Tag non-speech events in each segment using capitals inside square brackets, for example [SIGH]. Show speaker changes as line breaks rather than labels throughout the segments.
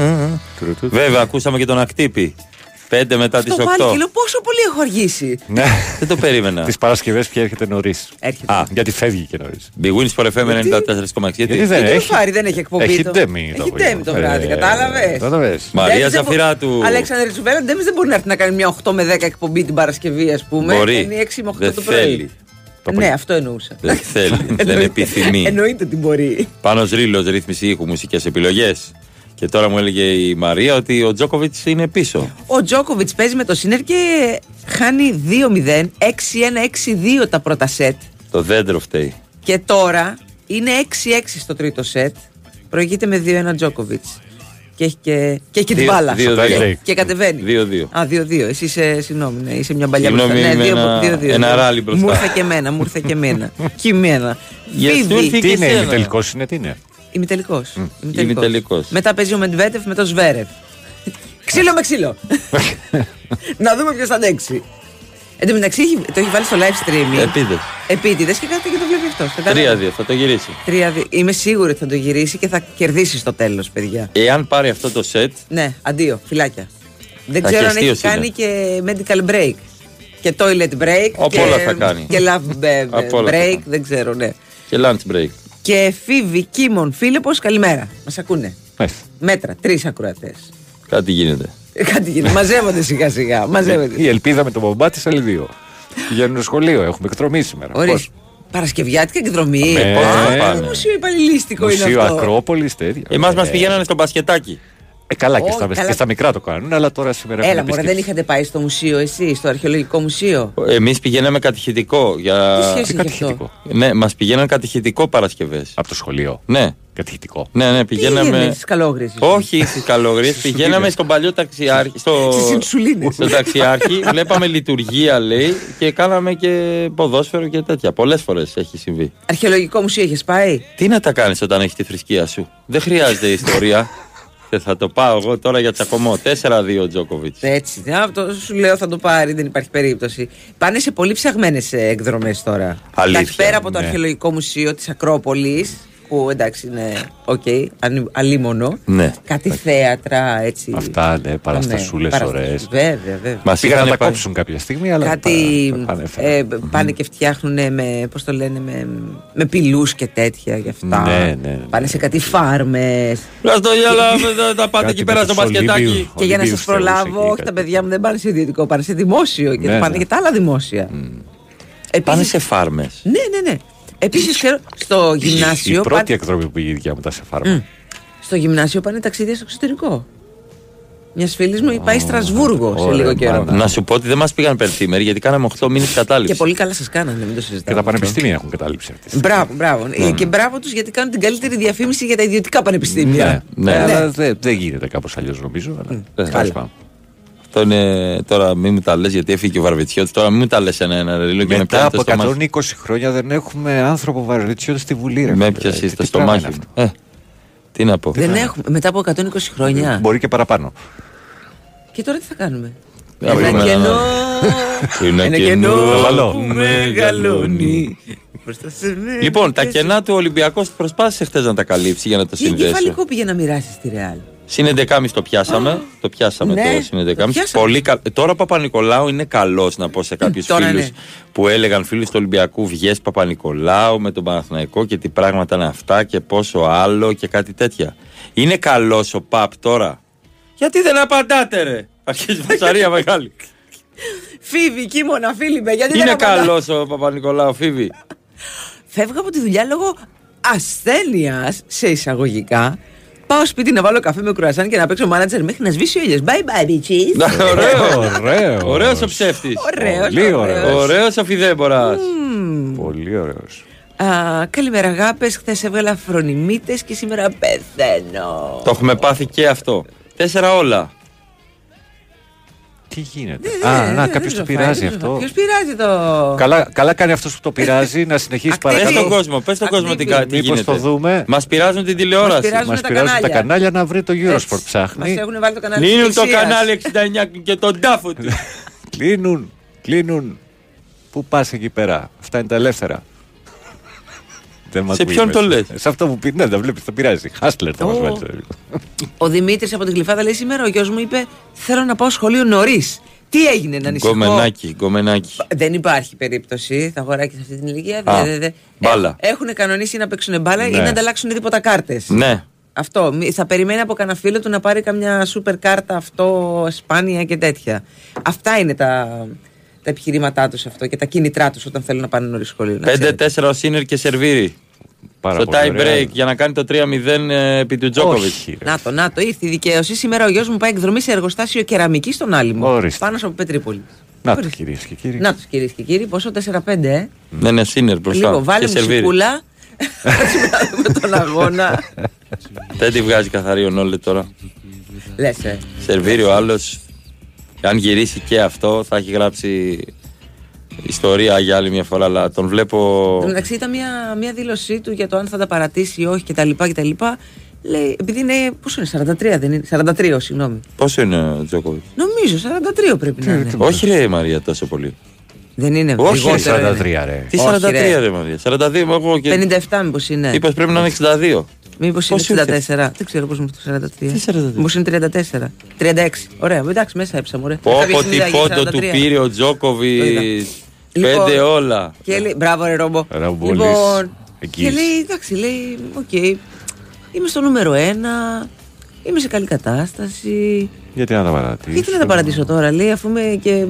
μέτρου του.
Ε. Βέβαια, ακούσαμε και τον Ακτύπη. 5 μετά τι
Το πάλι
8.
και λέω πόσο πολύ έχω αργήσει.
Ναι.
Δεν το περίμενα.
Τις Παρασκευές και έρχεται νωρίς.
Έρχεται.
Α, γιατί φεύγει και νωρίς.
Big Wins for FM 94,6.
Γιατί
Γιατί
δεν
Γιατί ο
έχει.
Φάρη δεν έχει εκπομπή
Έχει
το-
ντέμι το
Έχει
απόγευμα.
ντέμι το βράδυ,
Ε,
κατάλαβες.
κατάλαβες.
Μα- Μαρία
Ντέμις δεν μπο-
Ζαφυράτου.
Αλέξανδρε Τσουβέλα, Ντέμι δεν μπορεί να έρθει να κάνει μια 8 με 10 εκπομπή την Παρασκευή, ας πούμε.
Μπορεί.
Είναι 6 με 8
Δεν
το πρωί.
θέλει.
Ναι, αυτό εννοούσα.
Δεν
[LAUGHS]
θέλει, δεν
Εννοείται-
επιθυμεί.
Εννοείται ότι μπορεί.
Πάνω ρίλος, ρύθμιση ήχου, μουσικές επιλογές. Και τώρα μου έλεγε η Μαρία ότι ο Τζόκοβιτ είναι πίσω.
Ο Τζόκοβιτ παίζει με το Σίνερ και χάνει 2-0, 6-1-6-2 τα πρώτα σετ.
Το δέντρο φταίει.
Και τώρα είναι 6-6 στο τρίτο σετ. Προηγείται με 2-1 Τζόκοβιτ. Και έχει και, και, έχει και την
Δύο-
μπάλα.
δύο-
Και-
δύο.
Και κατεβαίνει.
Δύο-δύο.
Α, 2-2. Εσύ είσαι, συγγνώμη, ναι, είσαι μια παλιά
Συγγνώμη,
μπροστά. Ναι,
είμαι
δύο-
ένα-
δύο-δύο.
ένα ράλι μπροστά.
Μου ήρθε και εμένα, μου ήρθε και
[LAUGHS]
εμένα. και εμένα.
Για σου ήρθε
Τι
και
είναι,
εσένα.
ημιτελικό είναι, τι είναι.
Ημιτελικός.
Ημιτελικός.
Μετά παίζει ο Μεντβέτεφ με το Σβέρεφ. ξύλο με ξύλο.
[LAUGHS]
να δούμε ποιος θα αντέξει. Εν τω μεταξύ έχει- το έχει βάλει στο live streaming.
Επίτηδες.
Επίτηδες και κάθεται και το βλέπει αυτός.
Τρία-δύο, θα το γυρίσει.
Τρία-δύο. Είμαι σίγουρη ότι θα το γυρίσει και θα κερδίσει στο τέλος, παιδιά.
Εάν πάρει αυτό το σετ,
Ναι, αντίο, φυλάκια. Δεν
Θα
ξέρω αν έχει
χεστείος είναι.
κάνει και medical break. Και toilet break.
Απ'
και,
όλα θα κάνει.
Και love ε,
Απ' όλα θα
break,
κάνει.
δεν ξέρω, ναι.
και lunch break.
Και Φίβη Κίμων Φίλιππος, καλημέρα. Μας ακούνε.
Μάλιστα.
Μέτρα, τρεις ακροατές.
Ναι, Κάτι γίνεται.
Κάτι
Ναι.
γίνεται. Μαζεύονται σιγά σιγά. Μαζεύονται.
Ναι, Η ελπίδα με τον μπομπά τη άλλοι δύο. Πηγαίνουν σχολείο, έχουμε εκδρομή σήμερα.
Ορίστε. Παρασκευιάτικα
Ε,
Ε, εκδρομή.
Ναι,
πώς θα
Α,
πάμε.
Μουσείο υπαλληλίστικο είναι
Μουσείο
αυτό.
Ακρόπολης, τέτοια.
Εμάς μα
Ε,
πηγαίνανε στο μπασκετάκι.
ε, καλά, και
Ω,
στα,
καλά.
και στα μικρά το κάνουν, Ναι, αλλά τώρα σήμερα.
Έλα,
έχουν
μωρέ, δεν
επίσκεψη.
είχατε πάει στο μουσείο εσείς, στο αρχαιολογικό μουσείο.
Εμείς πηγαίναμε κατηχητικό. Για...
Τι σχέση
κάτι
έχει αυτό.
χητικό.
Ναι, μας πηγαίνανε κατηχητικό Παρασκευές.
Από το σχολείο.
Ναι.
Κατηχητικό.
Ναι, ναι,
Τι έγινε
πηγαίναμε.
στι καλόγριε.
Όχι στι καλογρίε, πηγαίναμε στον παλιό ταξιάρχη. Στο,
Στις Ινσουλίνες.
στο ταξιάρχη, βλέπαμε λειτουργία λέει και κάναμε και ποδόσφαιρο και τέτοια. Πολλές φορές έχει συμβεί.
Αρχαιολογικό μουσείο είχε πάει.
Τι να τα κάνεις όταν έχεις τη θρησκεία σου. Δεν χρειάζεται
[LAUGHS]
ιστορία. Και θα το πάω εγώ τώρα για τσακωμό. 4-2 ο Τζόκοβιτ.
Έτσι, ναι, αυτό σου λέω θα το πάρει, δεν υπάρχει περίπτωση. Πάνε σε πολύ ψαγμένες εκδρομές τώρα.
Αλήθεια,
Εντάξει, πέρα από το
ναι.
αρχαιολογικό μουσείο της Ακρόπολης, που εντάξει είναι οκ, ανι- αλίμονο.
Ναι.
Κάτι θέατρα, έτσι.
Αυτά, ναι, παραστασούλες
Ναι, παραστασ-
ωραίες.
Βέβαια, βέβαια.
Μας
Πήγαν να τα κόψουν κάποια στιγμή, αλλά.
Κάτι
τα- τα πανέφεραν.
ε, πάνε και φτιάχνουν με, πώς το λένε, με, με πυλούς και τέτοια γι' αυτά.
Ναι, ναι, ναι, ναι.
Πάνε σε κάτι φάρμες.
Λα το γυαλά, τα- τα πάτε
Κάτι
εκεί
με
πέρα
τους
στο μπασκετάκι.
Ολυμπίους.
Και για να σας
Ολυμπίους θεωρούσε
προλάβω,
εκεί
όχι τα
κάτι.
παιδιά μου δεν πάνε σε ιδιωτικό, πάνε σε δημόσιο και
Ναι,
θα πάνε
ναι.
και τα άλλα δημόσια.
Πάνε
Επίσης-
σε φάρμες.
Ναι, ναι, ναι. Επίσης ξέρω, στο
Η
γυμνάσιο,
πρώτη
πάνε,
εκδρομή που πήγε η δικιά μου ήταν σε φάρμα.
στο γυμνάσιο πάνε ταξίδια στο εξωτερικό. Μιας φίλης μου πάει Στρασβούργο σε
ωραία,
λίγο καιρό.
μάνα.
Να σου πω ότι δεν μας πήγαν πενθήμεροι γιατί κάναμε 8 μήνες κατάληψης.
Και πολύ καλά σας κάνανε, μην το
Και
συζητάμε.
τα πανεπιστήμια έχουν κατάληψει αυτή. τη στιγμή.
Μπράβο, μπράβο. Ε, Και μπράβο τους γιατί κάνουν την καλύτερη διαφήμιση για τα ιδιωτικά πανεπιστήμια. Ε,
Ναι,
Ναι,
ναι.
αλλά δεν δεν γίνεται κάπως αλλιώς νομίζω. αλλά τέλος
καλά.
πάντων.
Αυτό είναι. Τώρα μην μου τα λες γιατί έφυγε και ο Βαρβιτσιώτης. Τώρα μην μου τα λες ένα-ένα ρίλο και με
Μετά
πιάνεις
από
το στόμα.
120 χρόνια δεν έχουμε άνθρωπο βαρβιτσιώτη στη Βουλή. ρε
Με
φίλε.
πιάσει
Τι
το
πράγμα
στομάχι.
είναι
μου. Ε, τι να πω.
Δεν έχουμε. Μετά από 120 χρόνια.
αυτό. Μπορεί και παραπάνω.
Και τώρα τι θα κάνουμε.
Να βρούμε
Ένα
έναν
Ε, κενό.
άλλο. Ένα κενό
το βαλώ.
που μεγαλώνει.
μεγαλώνει.
Μπροστά σε μένα.
Λοιπόν, τα κενά του Ολυμπιακού προσπάθησε χθες να τα καλύψει για να το
Τι
συνδέσει.
εγκεφαλικό πήγε να μοιράσει στη Ρεάλ.
Συν 11,5 το πιάσαμε. Το πιάσαμε
Ναι,
το συν 11,5.
το πιάσαμε.
Πολύ κα... Τώρα ο Παπα-Νικολάου είναι καλός, να πω σε κάποιους
τώρα
φίλους
ναι.
που έλεγαν φίλου του Ολυμπιακού Βγες Παπα-Νικολάου με τον Παναθηναϊκό και τι πράγματα είναι αυτά και πόσο άλλο και κάτι τέτοια. Είναι καλός ο Παπ τώρα. Γιατί δεν απαντάτε, ρε. Αρχίζει βασαρία μεγάλη.
Φίβη, κύμωνα, φίλη με, γιατί δεν
είναι
απαντά.
καλός ο Παπα-Νικολάου, φίβη.
Φεύγω από τη δουλειά λόγω ασθένειας σε εισαγωγικά. Πάω σπίτι να βάλω καφέ με κουρασάν και να παίξω μάνατζερ μέχρι να σβήσει ο ήλιος. Bye bye, bitches.
Ωραίο.
Ε, Ωραίος.
Ωραίος ο ψεύτης.
Ωραίος,
Πολύ
ωραίος.
ωραίος.
Ωραίος ο φιδέμπορας.
Πολύ ωραίος.
Α, καλημέρα, αγάπες. Χθες έβγαλα φρονιμίτες και σήμερα πεθαίνω.
Το έχουμε πάθει και αυτό. Τέσσερα όλα.
Τι γίνεται.
Ναι,
Α, να, κάποιο το πειράζει αυτό.
Ποιος πειράζει το.
Καλά, καλά κάνει αυτός που το πειράζει να συνεχίσει
Ακτήβη.
Πε
Ακτήβη.
στον
παρακάτω.
κόσμο, πες στον κόσμο τι, κα- τι
Μήπως
γίνεται.
το δούμε.
Μας πειράζουν την
Μας
τηλεόραση.
πειράζουν
Μας
τα
πειράζουν τα
κανάλια.
κανάλια να βρει το Eurosport ψάχνει.
Μας έχουν βάλει το κανάλι.
Κλείνουν
της
το
θυσίας.
κανάλι 69 και τον τάφο του.
[LAUGHS] Κλείνουν, κλείνουν. Πού πας εκεί πέρα. Αυτά είναι τα ελεύθερα. Δεν μ'
Σε
ακούει
ποιον
μέσα.
το λες?
Σε αυτό που πει. Ναι, τα βλέπεις, τα πειράζει. Χάσλερ θα μας
Ω.
βάλει.
Ο Δημήτρης από την Γλυφάδα λέει σήμερα ο γιος μου είπε: Θέλω να πάω σχολείο νωρίς. Τι έγινε, να ανησυχώ.
Γκομενάκι, γκομενάκι.
Δεν υπάρχει περίπτωση. Τα αγοράκια σε αυτή την ηλικία.
Α,
δε, δε, δε.
μπάλα.
Έχουν κανονίσει να παίξουν μπάλα ή
Ναι.
να ανταλλάξουν τίποτα κάρτες.
Ναι.
Αυτό. Μη- Θα περιμένει από κανένα φίλο του να πάρει καμιά σούπερ κάρτα αυτό, σπάνια και τέτοια. Αυτά είναι τα, τα επιχειρήματά τους αυτό και τα κίνητρά τους όταν θέλουν να πάνε νωρίς σχολείο. Ναι. να ξέρετε.
5-4 ο Σίνερ και Σερβίρι.
Πάρα
Στο
πολύ
tie
ωραία.
break για να κάνει το 3-0 επί του Τζόκοβιτ.
Όχι, ρε.
Να το, να το, ήρθε η δικαίωση. Σήμερα ο γιος μου πάει εκδρομή σε εργοστάσιο κεραμική στον Άλυμο.
Ορίστε.
Πάνω από Πετρίπολη.
Να το
Ορίστε.
κυρίες και κύριοι.
Να του κυρίες και κύριοι, πόσο 4-5, ε.
Ναι, ναι, Σίνερ μπροστά.
Λίγο, βάλε
και Σερβίρι.
μουσικούλα. [LAUGHS] Έτσι να δούμε τον αγώνα.
[LAUGHS]
Δεν τη βγάζει καθαρή ο Νόλε τώρα.
Λες, ε.
Σερβίρι ο άλλος. Αν γυρίσει και αυτό, θα έχει γράψει ιστορία για άλλη μια φορά. Αλλά τον βλέπω.
Εν τω μεταξύ ήταν μια, μια δήλωσή του για το αν θα τα παρατήσει ή όχι κτλ. κτλ. Λέει, επειδή είναι. Πόσο είναι, 43 δεν είναι. 43, συγγνώμη.
Πόσο είναι ο Τζόκοβιτ.
Νομίζω, 43 πρέπει να είναι.
Όχι ρε Μαρία τόσο πολύ.
Δεν είναι.
Όχι,
ναι, λιγότερο είναι.
43 ρε.
Τι
Όχι,
43
ρε. ναι.
ρε Μαρία. 42 είμαι εγώ και.
57 μήπως είναι.
Είπες πρέπει να είναι 62.
Μήπω είναι
Πώς
64.
ήρθε?
Δεν ξέρω πώς μου το 43.
Τι 43?
Μήπως είναι 34. 36. Ωραία, εντάξει, μέσα έψα μου. Ωραία. Κάποια
Πόπο τι
στιγμή θα γίνει
πόντο του
43.
πήρε ο Τζόκοβιτ. Πέντε
Λοιπόν,
όλα.
Και λέει, μπράβο, ρε Ρόμπο.
Ραμπούλης,
Λοιπόν, Και
εγγύης.
λέει, εντάξει, λέει, οκ. είμαι στο νούμερο ένα. Είμαι σε καλή κατάσταση.
Γιατί να τα παρατήσω.
Γιατί να τα παρατήσω τώρα, λέει, αφού είμαι και.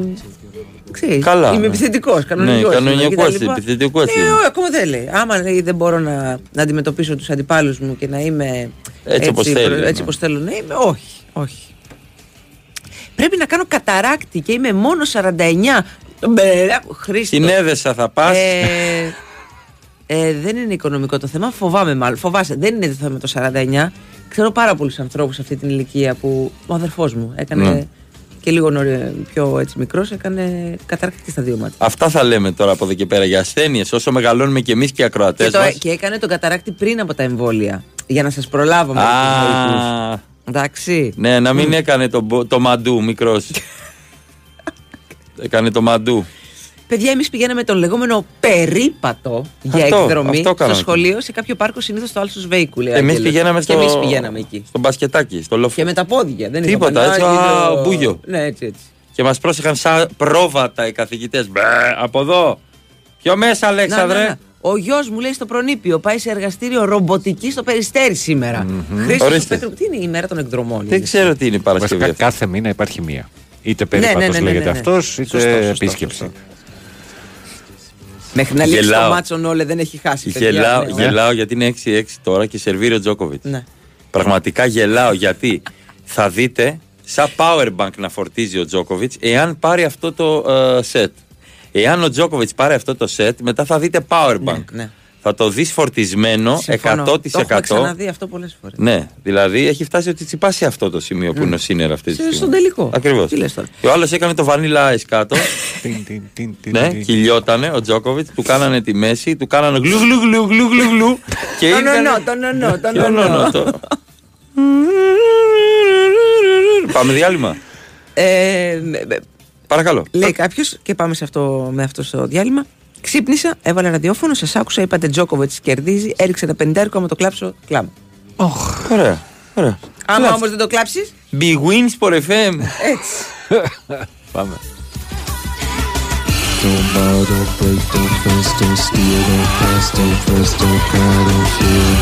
Ξέρεις,
Καλά,
είμαι
ναι.
επιθετικός. Κανονικό.
Ναι, κανονικός, επιθετικός
Ναι,
είναι.
ό, ακόμα δεν λέει. Άμα λέει, δεν μπορώ να, να αντιμετωπίσω τους αντιπάλους μου και να είμαι.
όπως θέλει,
Έτσι
ναι.
όπως θέλω να είμαι. Όχι, όχι. Πρέπει να κάνω καταράκτη και είμαι μόνο 49. Μπέρα, Χρήστο.
Στην Έδεσα θα πας.
Ε, ε, δεν είναι οικονομικό το θέμα. Φοβάμαι μάλλον. Φοβάσαι. Δεν είναι το θέμα το 49. Ξέρω πάρα πολλούς ανθρώπους σε αυτή την ηλικία που. Ο αδερφός μου έκανε.
Ναι.
και λίγο νωρι- πιο έτσι μικρός έκανε κατάρκτη και στα δύο μάτια.
Αυτά θα λέμε τώρα από εδώ και πέρα για ασθένειες. Όσο μεγαλώνουμε και εμείς και οι ακροατές
Και, το-
μας.
και έκανε τον καταράκτη πριν από τα εμβόλια. Για να σας προλάβω με τους εμβολικούς.
Α,
Εντάξει.
ναι, να μην έκανε το, μπο- το μαντού μικρός. έκανε το μαντού.
Παιδιά, εμείς πηγαίναμε τον λεγόμενο περίπατο για
Αυτό,
εκδρομή
αυτό
στο
κάναμε.
σχολείο σε κάποιο πάρκο συνήθως στο Άλσο Βέικου. λέει ο
Εμείς
Άγγελος.
πηγαίναμε στο.
Ε, Και εμείς πηγαίναμε εκεί.
Στο μπασκετάκι, στο λόφο.
Και με τα πόδια. Δεν
Τίποτα,
είχα
έτσι,
μπανάκι,
α,
το-
μπούγιο.
Ναι, έτσι, έτσι.
Και μας πρόσεχαν σαν πρόβατα οι καθηγητές. Από εδώ. Πιο μέσα,
Να, να, να.
Αλέξανδρε.
Ο γιος μου λέει στο προνήπιο πάει σε εργαστήριο ρομποτική στο περιστέρι σήμερα. Χρήστος
Ορίστε.
Πέτρου, τι είναι η μέρα των εκδρομών. είναι.
Δεν ξέρω τι είναι η Παρασκευή.
Βασικά
αυτή.
κάθε μήνα υπάρχει μία. Είτε
ναι,
περίπατος
ναι, ναι,
λέγεται
ναι, ναι.
αυτός,
Σωστό, σωστό,
είτε επίσκεψη.
σωστό.
Μέχρι να λήξει το
Γελάω.
μάτσο όλε δεν έχει χάσει. παιδιά.
Γελάω,
Ναι, ναι.
γελάω γιατί είναι 6-6 τώρα και σερβίρει ο Τζόκοβιτ.
Ναι.
Πραγματικά γελάω γιατί θα δείτε σαν powerbank να φορτίζει ο Τζόκοβιτ εάν πάρει αυτό το ε, set. Εάν ο Τζόκοβιτ πάρει αυτό το set, μετά θα δείτε powerbank.
Ναι, ναι.
Θα το δεις φορτισμένο
Συμφωνώ.
100%.
Το έχουμε ξαναδεί αυτό πολλές φορές.
Ναι, δηλαδή έχει φτάσει ότι τσιπά σε αυτό το σημείο που είναι ο Σίνερ αυτή τη
Σε-
στιγμή.
στον τελικό.
Ακριβώς.
Τι λες τώρα.
Και ο άλλος έκανε το vanilla ice κάτω.
Τιν, τιν, τιν, τιν,
ναι,
τιν.
κυλιότανε ο Τζόκοβιτ, του κάνανε τη μέση, του κάνανε γλου γλου γλου γλου γλου γλου. και
Το
ήρθανε-
νονό, το νονό, το
Και ο
νονό.
νονό το. Πάμε διάλειμμα.
Ε, με- με-
Παρακαλώ.
Λέει κάποιος, και πάμε σε αυτό, με αυτό στο διάλειμμα. Ξύπνησα, έβαλα ραδιόφωνο, σας άκουσα, είπατε Τζόκοβιτ κερδίζει, έριξε ένα πεντάρικο, άμα το κλάψω, κλάμα.
Ωραία. Ωραία.
Άμα όμως δεν το
[LAUGHS]
κλάψεις,
Big wins for FM.
έτσι.
Πάμε.
Don't bow, don't break, don't fuss, don't steal, don't pass, don't press, don't cry, don't fear.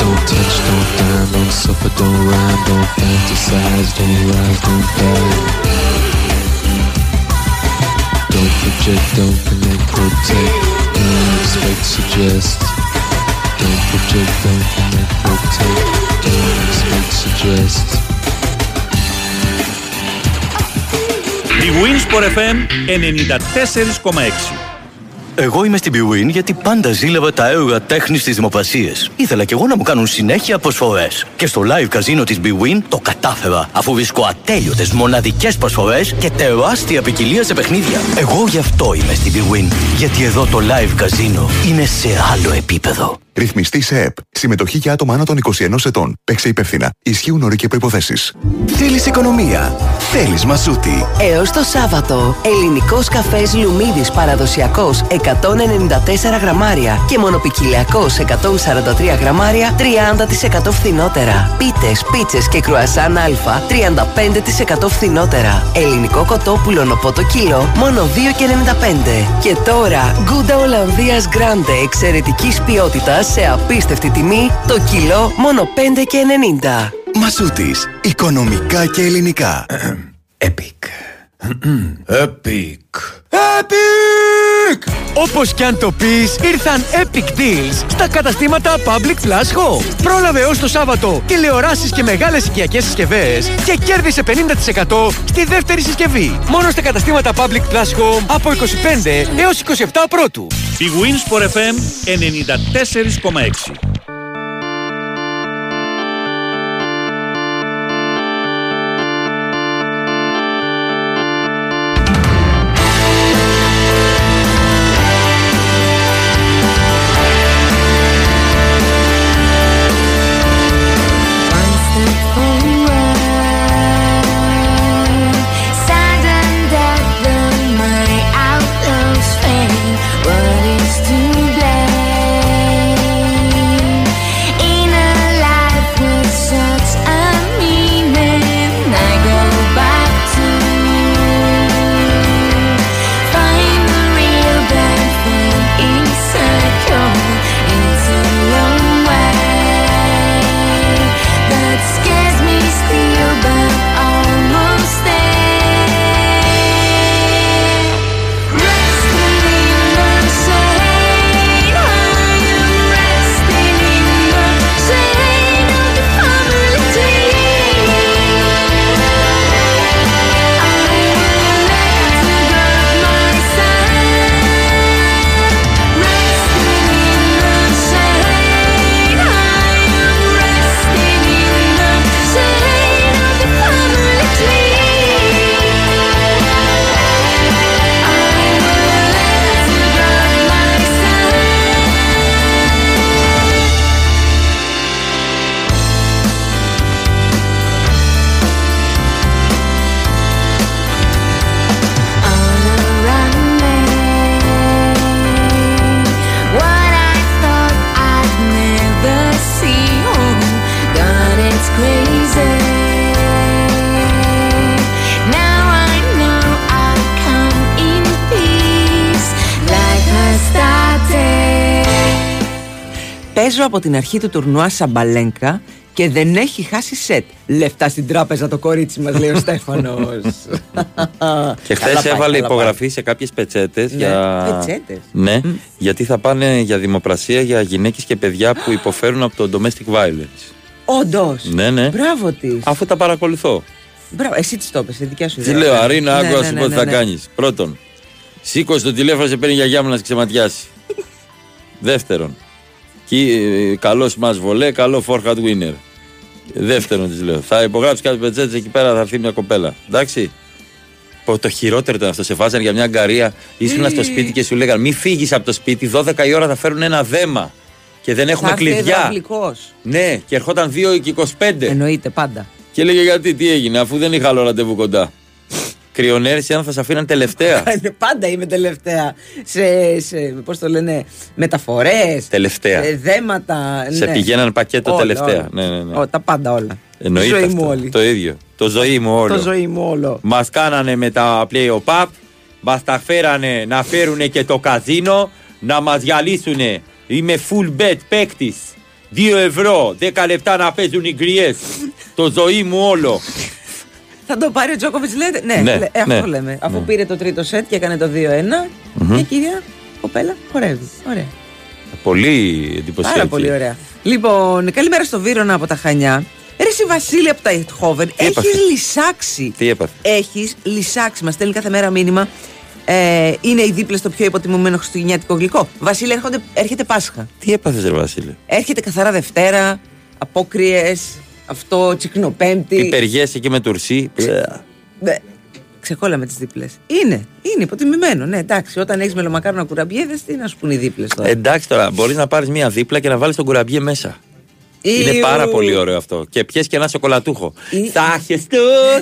Don't touch, don't dime, don't suffer, don't rhyme, don't fantasize, don't rise, don't die. Don't project, don't connect, protect, don't expect, suggest. Don't project, don't connect, protect, don't expect, suggest.
Η Winsport FM 94,6 Εγώ είμαι στην BWIN γιατί πάντα ζήλευα τα έργα τέχνης στι δημοπρασίε. Ήθελα κι εγώ να μου κάνουν συνέχεια προσφορές. Και στο live καζίνο της BWIN το κατάφερα, αφού βρίσκω ατέλειωτες μοναδικές προσφορές και τεράστια ποικιλία σε παιχνίδια. Εγώ γι' αυτό είμαι στην BWIN. Γιατί εδώ το live καζίνο είναι σε άλλο επίπεδο.
Ρυθμιστή σε ΕΠ. Συμμετοχή για άτομα άνω των 21 ετών. Παίξε υπεύθυνα. Ισχύουν όροι και προποθέσει.
Θέλεις οικονομία. Θέλεις μασούτη.
Έως το Σάββατο, ελληνικός καφές Λουμίδης παραδοσιακός 194 γραμμάρια και μονοπικυλιακός 143 γραμμάρια 30% φθηνότερα. Πίτες, πίτσες και κρουασάν Α 35% φθηνότερα. Ελληνικό κοτόπουλο νοπό το κιλό μόνο 2,95. Και τώρα, γκούντα Ολλανδία Γκράντε εξαιρετικής ποιότητας σε απίστευτη τιμή το κιλό μόνο 5,90.
Μασούτης. Οικονομικά και ελληνικά.
Epic. Epic.
Epic! Όπως κι αν το πεις, ήρθαν Epic Deals στα καταστήματα Public Plus Home. Πρόλαβε ως το Σάββατο τηλεοράσεις και μεγάλες οικιακές συσκευές και κέρδισε 50% στη δεύτερη συσκευή. Μόνο στα καταστήματα Public Plus Home από 25 έως 27 πρώτου.
Big Wins for FM 94,6.
Παίζω από την αρχή του τουρνουά Σαμπαλέγκα και δεν έχει χάσει σετ. Λεφτά στην τράπεζα το κορίτσι μας,
[LAUGHS]
λέει ο Στέφανος.
Και χθες έβαλε υπογραφή σε κάποιες πετσέτες.
Ναι,
για...
πετσέτες.
Ναι, γιατί θα πάνε για δημοπρασία για γυναίκες και παιδιά που υποφέρουν από το domestic violence.
Όντως.
Ναι, ναι.
Μπράβο της.
Αφού τα παρακολουθώ.
Μπράβο, εσύ τη το είπες, δικιά σου
Τι
ιδέα.
λέω, Αρίνα,
Ναι,
άκου να
ναι,
σου
ναι,
πω τι
ναι,
θα
ναι.
κάνεις. Πρώτον, σήκωσε το τηλέφωνο, σε παίρνει η γιαγιά μου να σε ξεματιάσει. Δεύτερον, καλός μα βολέ, καλό forehand winner. Δεύτερον, της λέω. Θα υπογράψει κάτι πετσέτε εκεί πέρα, θα έρθει μια κοπέλα. Εντάξει. Πω, το χειρότερο ήταν αυτό. Σε φάσανε για μια αγκαρία. Ήσουν στο σπίτι και σου λέγανε Μη φύγεις από το σπίτι. 12 η ώρα θα φέρουν ένα δέμα. Και δεν έχουμε
Θα έρθει εδώ
κλειδιά.
αγγλικός.
Ναι, και ερχόταν 2 και 25.
Εννοείται πάντα. [LAUGHS]
Και λέγε γιατί, τι έγινε, αφού δεν είχα άλλο ραντεβού κοντά. Κρυονέρηση αν θα σε αφήναν τελευταία.
Είναι- πάντα είμαι τελευταία σε, σε πώς το λένε, μεταφορές, Ε,
Τελευταία.
σε δέματα.
Σε πηγαίναν πακέτο τελευταία. Ναι, ναι, ναι.
Ό, τα πάντα όλα.
Εννοείται
Ζωή
αυτό.
μου όλη.
Το ίδιο. Το ζωή μου όλο.
Το ζωή μου όλο.
Μας κάνανε με τα πλέον παπ, μας τα φέρανε να φέρουνε και το καζίνο, να μας διαλύσουνε. Είμαι full bet παίκτης. 2 ευρώ, 10 λεπτά να παίζουν οι γκριές. το ζωή μου όλο.
Θα το πάρει ο Τζόκοβιτ, λέτε. Ναι,
Ναι,
λέ- ε, αυτό
ναι,
λέμε.
ναι.
Αφού πήρε το τρίτο σετ και έκανε το 2-1, και η κυρία κοπέλα χορεύει. Ωραία.
Πολύ εντυπωσιακή.
Πάρα πολύ ωραία. Λοιπόν, καλημέρα στο Βύρονα από τα Χανιά. Ρε εσύ Βασίλη από τα Ιτχόβεν,
έπαθε?
έχει λυσάξει.
Τι έπαθε?
Έχεις λυσάξει. Μας στέλνει κάθε μέρα μήνυμα.
Ε, είναι οι δίπλες το πιο υποτιμωμένο χριστουγεννιάτικο γλυκό. Βασίλη, έρχονται, έρχεται Πάσχα.
Τι έπαθες, Ρε Βασίλη.
Έρχεται καθαρά Δευτέρα, απόκριες, αυτό τσικνοπέμπτη.
Πιπεριέ εκεί με τουρσί. Μπλε.
Ναι. Ξεκόλαμε τις δίπλες. Είναι, είναι υποτιμημένο. Ναι, εντάξει, όταν έχεις μελομακάρονα κουραμπιέδε, τι να σου πούνε οι δίπλες τώρα.
Εντάξει τώρα, μπορείς να πάρεις μία δίπλα και να βάλεις τον κουραμπιέ μέσα. Είναι
Ιου.
πάρα πολύ ωραίο αυτό. Και πιες και ένα σοκολατούχο.
Ή- Ναι.
Τάχεστο,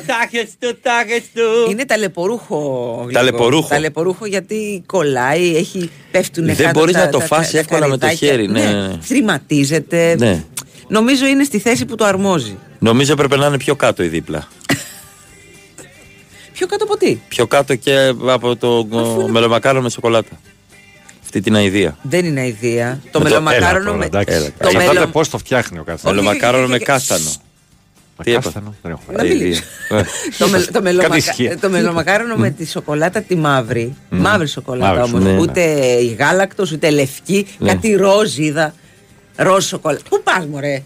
τάχεστο, τάχεστο.
Είναι ταλαιπωρούχο. Γλυκό.
Ταλαιπωρούχο.
Ταλαιπωρούχο γιατί κολλάει, έχει, πέφτουν
Δεν
κάτω
μπορείς
τα-
να το
τα-
φας
τα-
εύκολα με το
καρυδάκια.
χέρι, ναι, ναι, ναι.
Θρηματίζεται.
Ναι.
Νομίζω είναι στη θέση που το αρμόζει.
Νομίζω έπρεπε να είναι πιο κάτω η δίπλα.
Πιο κάτω από τι.
Πιο κάτω και από το μελομακάρο με σοκολάτα. Αυτή την αηδία.
Δεν είναι αηδία. Το
Με το-
Έλα
μελομακάρονο
τώρα,
με.
εντάξει.
Έλα,
Το
Εξαρτάται
μελο...
πώς το φτιάχνει ο καθένας.
Μελομακάρο με
όχι, όχι.
κάστανο.
Με
τι έπα-
κάστανο, δεν έχω.
Να μην
Αηδία. Ε,
Το, μελο- το, μελομακα-
ισχύει.
το μελομακάρονο με τη σοκολάτα τη μαύρη. Μαύρη σοκολάτα
Μαύρη,
όμως.
ναι, ναι.
Ούτε η γάλακτος, ούτε λευκή.
Ναι.
Κάτι ροζ είδα. Ροζ σοκολάτα. Πού πας, Μωρέ.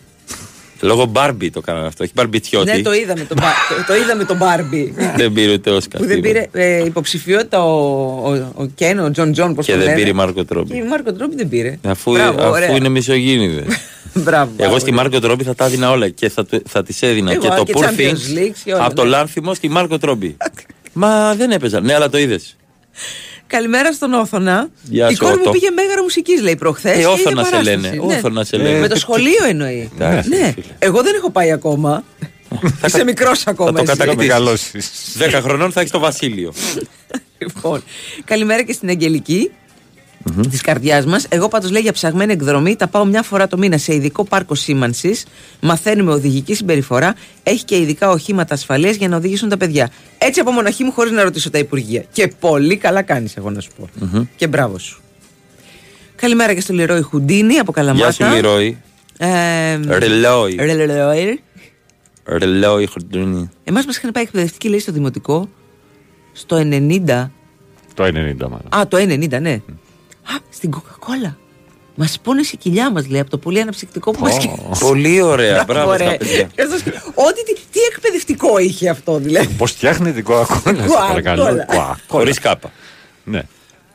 Λόγω Μπάρμπι το κάνανε αυτό. Έχει μπαρμπιτιώτη.
Ναι, το είδαμε τον, Μπα- το, το είδαμε τον
[LAUGHS]
Μπάρμπι.
Δεν πήρε ούτε Όσκα.
που δεν πήρε ε, υποψηφιότητα ο, ο, ο Κέν, ο Τζον Τζον, πώς
Και δεν πήρε Μάρκο Τρόμπι.
Και η Μάρκο Τρόμπι δεν πήρε.
Αφού,
Μπράβο,
αφού
ωραία.
είναι μισογίνηδε.
Μπράβο,
Εγώ
μπράβο.
στη Μάρκο Τρόμπι θα τα έδινα όλα και θα, του- θα τη έδινα
Εγώ,
Ναι, και το
και
Poor
Champions
Things
League και όλα,
από το
ναι.
Λάνθιμο στη Μάρκο Τρόμπι.
[LAUGHS]
Μα δεν έπαιζα. Ναι, αλλά το είδες.
Καλημέρα στον Όθωνα.
Γεια
η
σου,
κόρη μου
Ότο.
πήγε μέγαρα μουσικής, λέει προχθές.
Ε, Όθωνα σε λένε. Όθωνα σε λένε.
Ναι. Με το
Ε,
σχολείο εννοεί.
Εντάξει,
ναι.
φίλε.
Εγώ δεν έχω πάει ακόμα. [LAUGHS] [LAUGHS] Είσαι μικρό ακόμα.
το
εσύ.
Θα
κατακτήσεις.
[LAUGHS]
μεγαλώσεις.
10 χρονών θα έχεις το Βασίλειο.
Λοιπόν, καλημέρα και στην Αγγελική της καρδιάς μας. Εγώ πάντως λέει για ψαγμένη εκδρομή τα πάω μια φορά το μήνα σε ειδικό πάρκο σήμανσης. Μαθαίνουμε οδηγική συμπεριφορά. Έχει και ειδικά οχήματα ασφαλείας για να οδηγήσουν τα παιδιά. Έτσι από μοναχή μου χωρίς να ρωτήσω τα Υπουργεία. Και πολύ καλά κάνεις, εγώ να σου πω. Και μπράβο σου. Καλημέρα και στο Λιρόι Χουντίνη από Καλαμάτα.
Γεια σου, Λιρόι.
Ε,
Ρελόι.
Ρελόι.
Ρελόι Χορτούνι.
Εμάς μας είχαν πάει εκπαιδευτική λέει στο δημοτικό στο 90
Το 90 μάλλον.
Α, το 90, ναι. Α, στην Coca-Cola. Μας πόνεσε η κοιλιά μας, λέει, από το πολύ αναψυκτικό που μας
Πολύ ωραία. Μπράβο στα παιδιά.
Ό,τι τι, τι εκπαιδευτικό είχε αυτό, δηλαδή.
Πώς φτιάχνει την κοακόλα, σε
Coca-Cola.
παρακαλώ. Coca-Cola.
Χωρίς κάπα.
Ναι.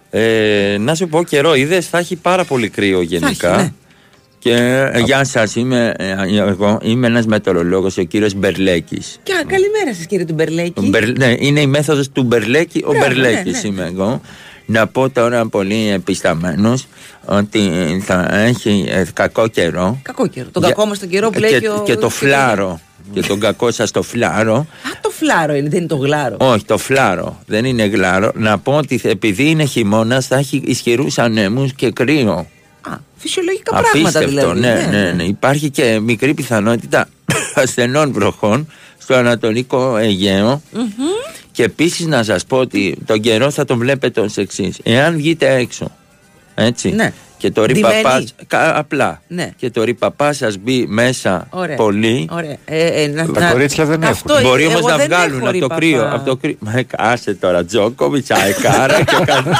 Ε, να σου πω καιρό, είδες, θα έχει πάρα πολύ κρύο γενικά.
έχει, ναι.
Και ε, γεια σας, είμαι, ε, ε, εγώ είμαι ένας μετεωρολόγος, ο κύριος Μπερλέκης.
Και α, καλημέρα σας, κύριε του Μπερλέκη.
Μπερ- ναι, είναι η μέθοδος του Μπερλέκη. Ο
Μπράβο,
Μπερλέκης
ναι, ναι.
είμαι εγώ. Να πω τώρα πολύ επισταμένος ότι θα έχει ε, κακό καιρό.
Κακό καιρό. Τον
Για-
κακό μας τον καιρό που
και,
λέει και, ο...
και το φλάρο. και τον κακό σας το φλάρο.
Α, το φλάρο είναι, δεν είναι το γλάρο.
Όχι, το φλάρο. Δεν είναι γλάρο. Να πω ότι επειδή είναι χειμώνας θα έχει ισχυρούς ανέμους και κρύο.
Α, φυσιολογικά πράγματα
Απίστευτο.
δηλαδή.
ναι, ναι, ναι. Υπάρχει και μικρή πιθανότητα [COUGHS] ασθενών βροχών στο Ανατολικό Αιγαίο. Και επίσης να σας πω ότι τον καιρό θα τον βλέπετε ως εξής. Εάν βγείτε έξω, έτσι.
Ναι.
Και το
Ντυμένοι.
ρηπαπά. κα- Απλά.
Ναι.
Και το ρηπαπά σας μπει μέσα
Ωραία.
πολύ.
Ωραία. Ε, ε, να,
Τα
να-
κορίτσια δεν
Αυτό
έχουν.
είναι,
Μπορεί όμως
εγώ
να
δεν
βγάλουν
έχω
από το
ρήπα,
κρύο.
πα.
Από το κρύο. Μα, ε, Άσε τώρα, Τζόκοβιτ, αεκάρα και κάτι. [LAUGHS]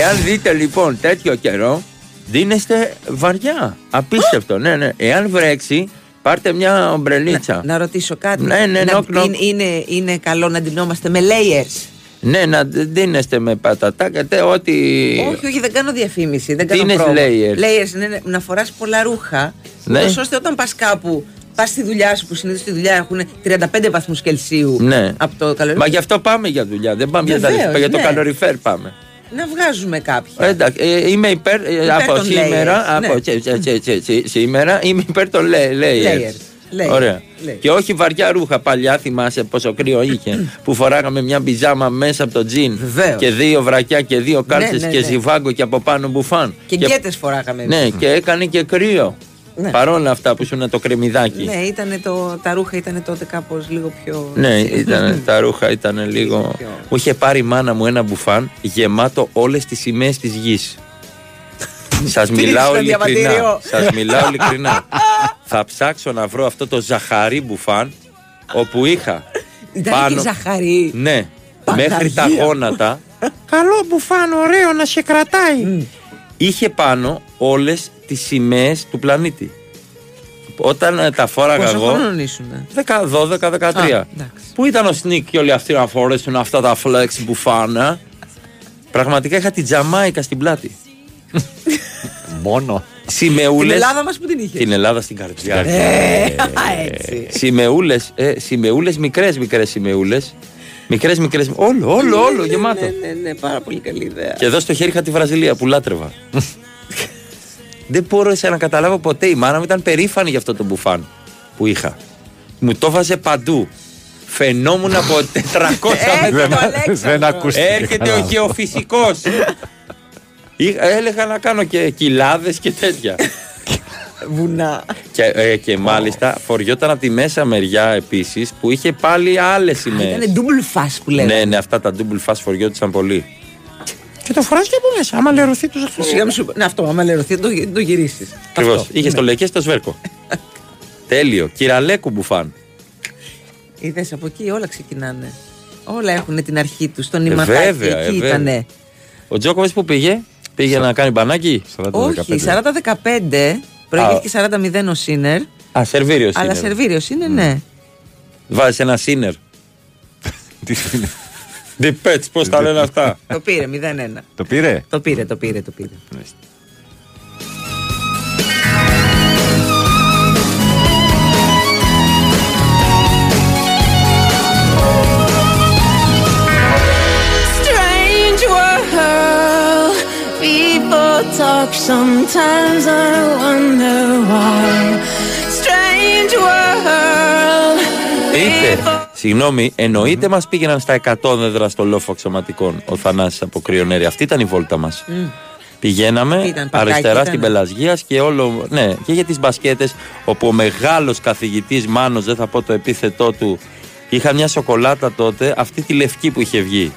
Εάν δείτε λοιπόν τέτοιο καιρό, δίνεστε βαριά. Απίστευτο, ναι, ναι. Εάν βρέξει, πάρτε μια ομπρελίτσα.
Να, να ρωτήσω κάτι.
Ναι, ναι,
Να-
knock, knock.
είναι- είναι, είναι καλό να ντυνόμαστε με layers.
Ναι, να δ- δίνεστε με πατατάκια, τε, ό,τι.
Όχι, όχι, δεν κάνω διαφήμιση. Δεν
Τι
κάνω
είναι
πρόμο.
layers?
Layers είναι να φοράς πολλά ρούχα.
Ναι.
ούτως ώστε όταν πας κάπου, πας στη δουλειά σου που συνήθως στη δουλειά έχουν 35 βαθμούς Κελσίου
Ναι.
από το
Μα
καλοκαίρι.
γι' αυτό πάμε για δουλειά. Δεν πάμε για, τα
Βεβαίως,
λοιπά, για το
ναι.
καλοριφέρ πάμε.
Να βγάζουμε κάποια.
Ε, Εντάξει, ε, είμαι υπέρ, ε, από
των
σήμερα,
layers,
από
ναι.
σέ- σέ- σέ- σέ- σέ- σήμερα είμαι υπέρ των lay- layers.
Layers, layers,
Ωραία.
layers.
Και όχι βαριά ρούχα. Παλιά θυμάσαι πόσο κρύο είχε που φοράγαμε μια μπιζάμα μέσα από το τζιν
Βεβαίως.
και δύο βρακιά και δύο κάλτσες
ναι,
και
ναι.
ζιβάγκο και από πάνω μπουφάν.
και γκέτες φοράγαμε. εμείς.
Ναι, και έκανε και κρύο.
Ναι.
Παρόλα αυτά που ήσουν το κρεμμυδάκι.
ναι ήταν το, τα ρούχα ήταν τότε κάπως λίγο πιο.
Ναι, ήταν, τα ρούχα ήταν λίγο.
Πιο.
Μου είχε πάρει η μάνα μου ένα μπουφάν γεμάτο όλες τις σημαίες της γης.
[LAUGHS]
Σας μιλάω
στο
ειλικρινά.
διαβατήριο.
Σας μιλάω ειλικρινά. Θα ψάξω να βρω αυτό το ζαχαρί μπουφάν όπου είχα.
Ήταν και ζαχαρή.
Ναι,
Παναγία
μέχρι τα
μου.
γόνατα. Καλό μπουφάν, ωραίο να σε κρατάει. Είχε πάνω όλες τις σημαίες του πλανήτη. Όταν ε, τα φόραγα
Πόσο
εγώ.
χρόνο ήσουν.
12-13.
Α, εντάξει.
Πού ήταν ο Σνίκ και όλοι αυτοί να φορέσουν αυτά τα flex που φάνα. Πραγματικά είχα τη Τζαμάικα στην [LAUGHS] πλάτη.
Μόνο.
Σημεούλες.
Την Ελλάδα μας που την είχες.
Την Ελλάδα στην καρδιά.
Ε, έτσι.
Σημεούλες, ε, σημεούλες, μικρές μικρές σημεούλες. Μικρές μικρές. Όλο, όλο, όλο, γεμάτο.
Ναι, ναι, ναι, πάρα πολύ καλή ιδέα.
Και εδώ στο χέρι είχα τη Βραζιλία που
[LAUGHS]
λάτρευα. Δεν μπορούσα να καταλάβω ποτέ. Η μάνα μου ήταν περήφανη για αυτό το μπουφάν που είχα. Μου το βάζε παντού. Φαινόμουν από
[LAUGHS]
400
Ε,
μέτρα.
Δεν,
Αλέξανδρος.
δεν ακούστηκε.
Έρχεται
καλά.
ο
[LAUGHS]
γεωφυσικό. Έλεγα να κάνω και κοιλάδες και τέτοια.
[LAUGHS] Βουνά.
και, ε, και μάλιστα φοριόταν από τη μέσα μεριά επίσης που είχε πάλι άλλες σημαίε.
Ήταν double fast που λέγανε.
Ναι, ναι, αυτά τα double fast φοριόντουσαν πολύ. Και το φοράς και από μέσα. Άμα λερωθεί του
Σιγά μη σου. Ναι, αυτό, άμα λερωθεί, το, το γυρίσεις.
Ακριβώς.
Ναι.
Είχε το λεκές στο σβέρκο. Τέλειο. Κυραλέκου μπουφάν.
Είδες από εκεί, όλα ξεκινάνε. Όλα έχουν την αρχή τους. Το νηματάκι
βέβαια,
εκεί
ε, βέβαια.
ήτανε.
Ο Τζόκοβιτ που πήγε, πήγε να κάνει μπανάκι.
40-15.
Όχι, 40-15. Προηγήθηκε 40-0 ο Σίνερ.
Α, σερβίριο. Mm.
Αλλά σερβίριο είναι, ναι.
Βάζεις ένα σίνερ.
[LAUGHS] Τι είναι,
Διπέτ, πώς τα λένε αυτά.
το πήρε 0-1.
Το πήρε.
Το πήρε, το πήρε, το πήρε.
strange world. People talk sometimes, I wonder why. Strange world.
Είτε, συγγνώμη, εννοείται μας πήγαιναν στα 100 δέντρα στο λόφο αξιωματικών ο Θανάσης από Κρυονέρη. Αυτή ήταν η βόλτα μας. Πηγαίναμε
Ήταν πακάκι,
αριστερά
ήταν.
στην Πελασγία και όλο. Ναι, και για τις μπασκέτες, όπου ο μεγάλος καθηγητής Μάνος, δεν θα πω το επίθετό του, είχα μια σοκολάτα τότε, αυτή τη λευκή που είχε βγει.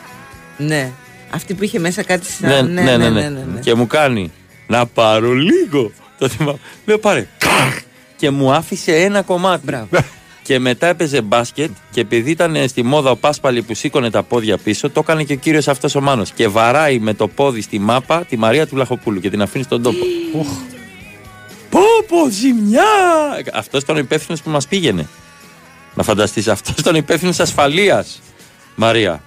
Ναι. Αυτή που είχε μέσα κάτι σαν.
ναι, ναι, ναι, ναι. Και μου κάνει να πάρω λίγο. Το θυμάμαι. Λέω πάρε. Και μου άφησε ένα κομμάτι.
Μπράβο.
Και μετά έπαιζε μπάσκετ και επειδή ήταν ε, στη μόδα ο Πάσπαλη που σήκωνε τα πόδια πίσω, το έκανε και ο κύριος αυτός ο Μάνος. Και βαράει με το πόδι στη μάπα τη Μαρία του Βλαχοπούλου και την αφήνει στον τόπο. Πω πω, ζημιά! Αυτός ήταν ο υπεύθυνος που μας πήγαινε. Να φανταστείς, αυτός ήταν ο υπεύθυνος ασφαλείας. Μαρία.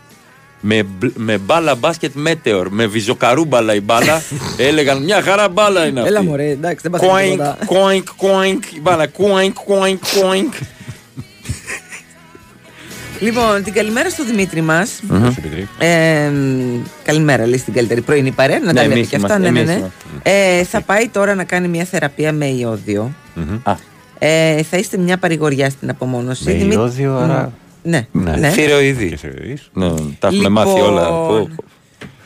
Με, μπλ- με μπάλα μπάσκετ μέτεορ, με βυζοκαρούμπαλα η
[LAUGHS]
μπάλα, έλεγαν μια χαρά μπάλα είναι αυτή.
Έλα μωρέ, εντάξει, δεν παθαίνει
Κοίνκ,
τίποτα.
κοίνκ, κοίνκ, η μπάλα, κοίνκ, κοίνκ, κοίνκ.
Λοιπόν, την καλημέρα στο Δημήτρη μας.
Δημήτρη.
Ε, μ, καλημέρα, λέει στην καλύτερη πρωινή παρέα. Να
Ναι,
τα λέμε
εμείς
και αυτά.
είμαστε,
Ναι, ναι,
εμείς
ναι. Ε, θα πάει τώρα να κάνει μια θεραπεία με ιόδιο.
Α,
Ε, θα είστε μια παρηγοριά στην απομόνωση.
Με
Δημήτρη-
ιόδιο, άρα-
Ναι, ναι.
θηροειδή.
Και σε ρίς.
Ναι, τα έχουμε
Λοιπόν,
μάθει όλα. Πω, πω.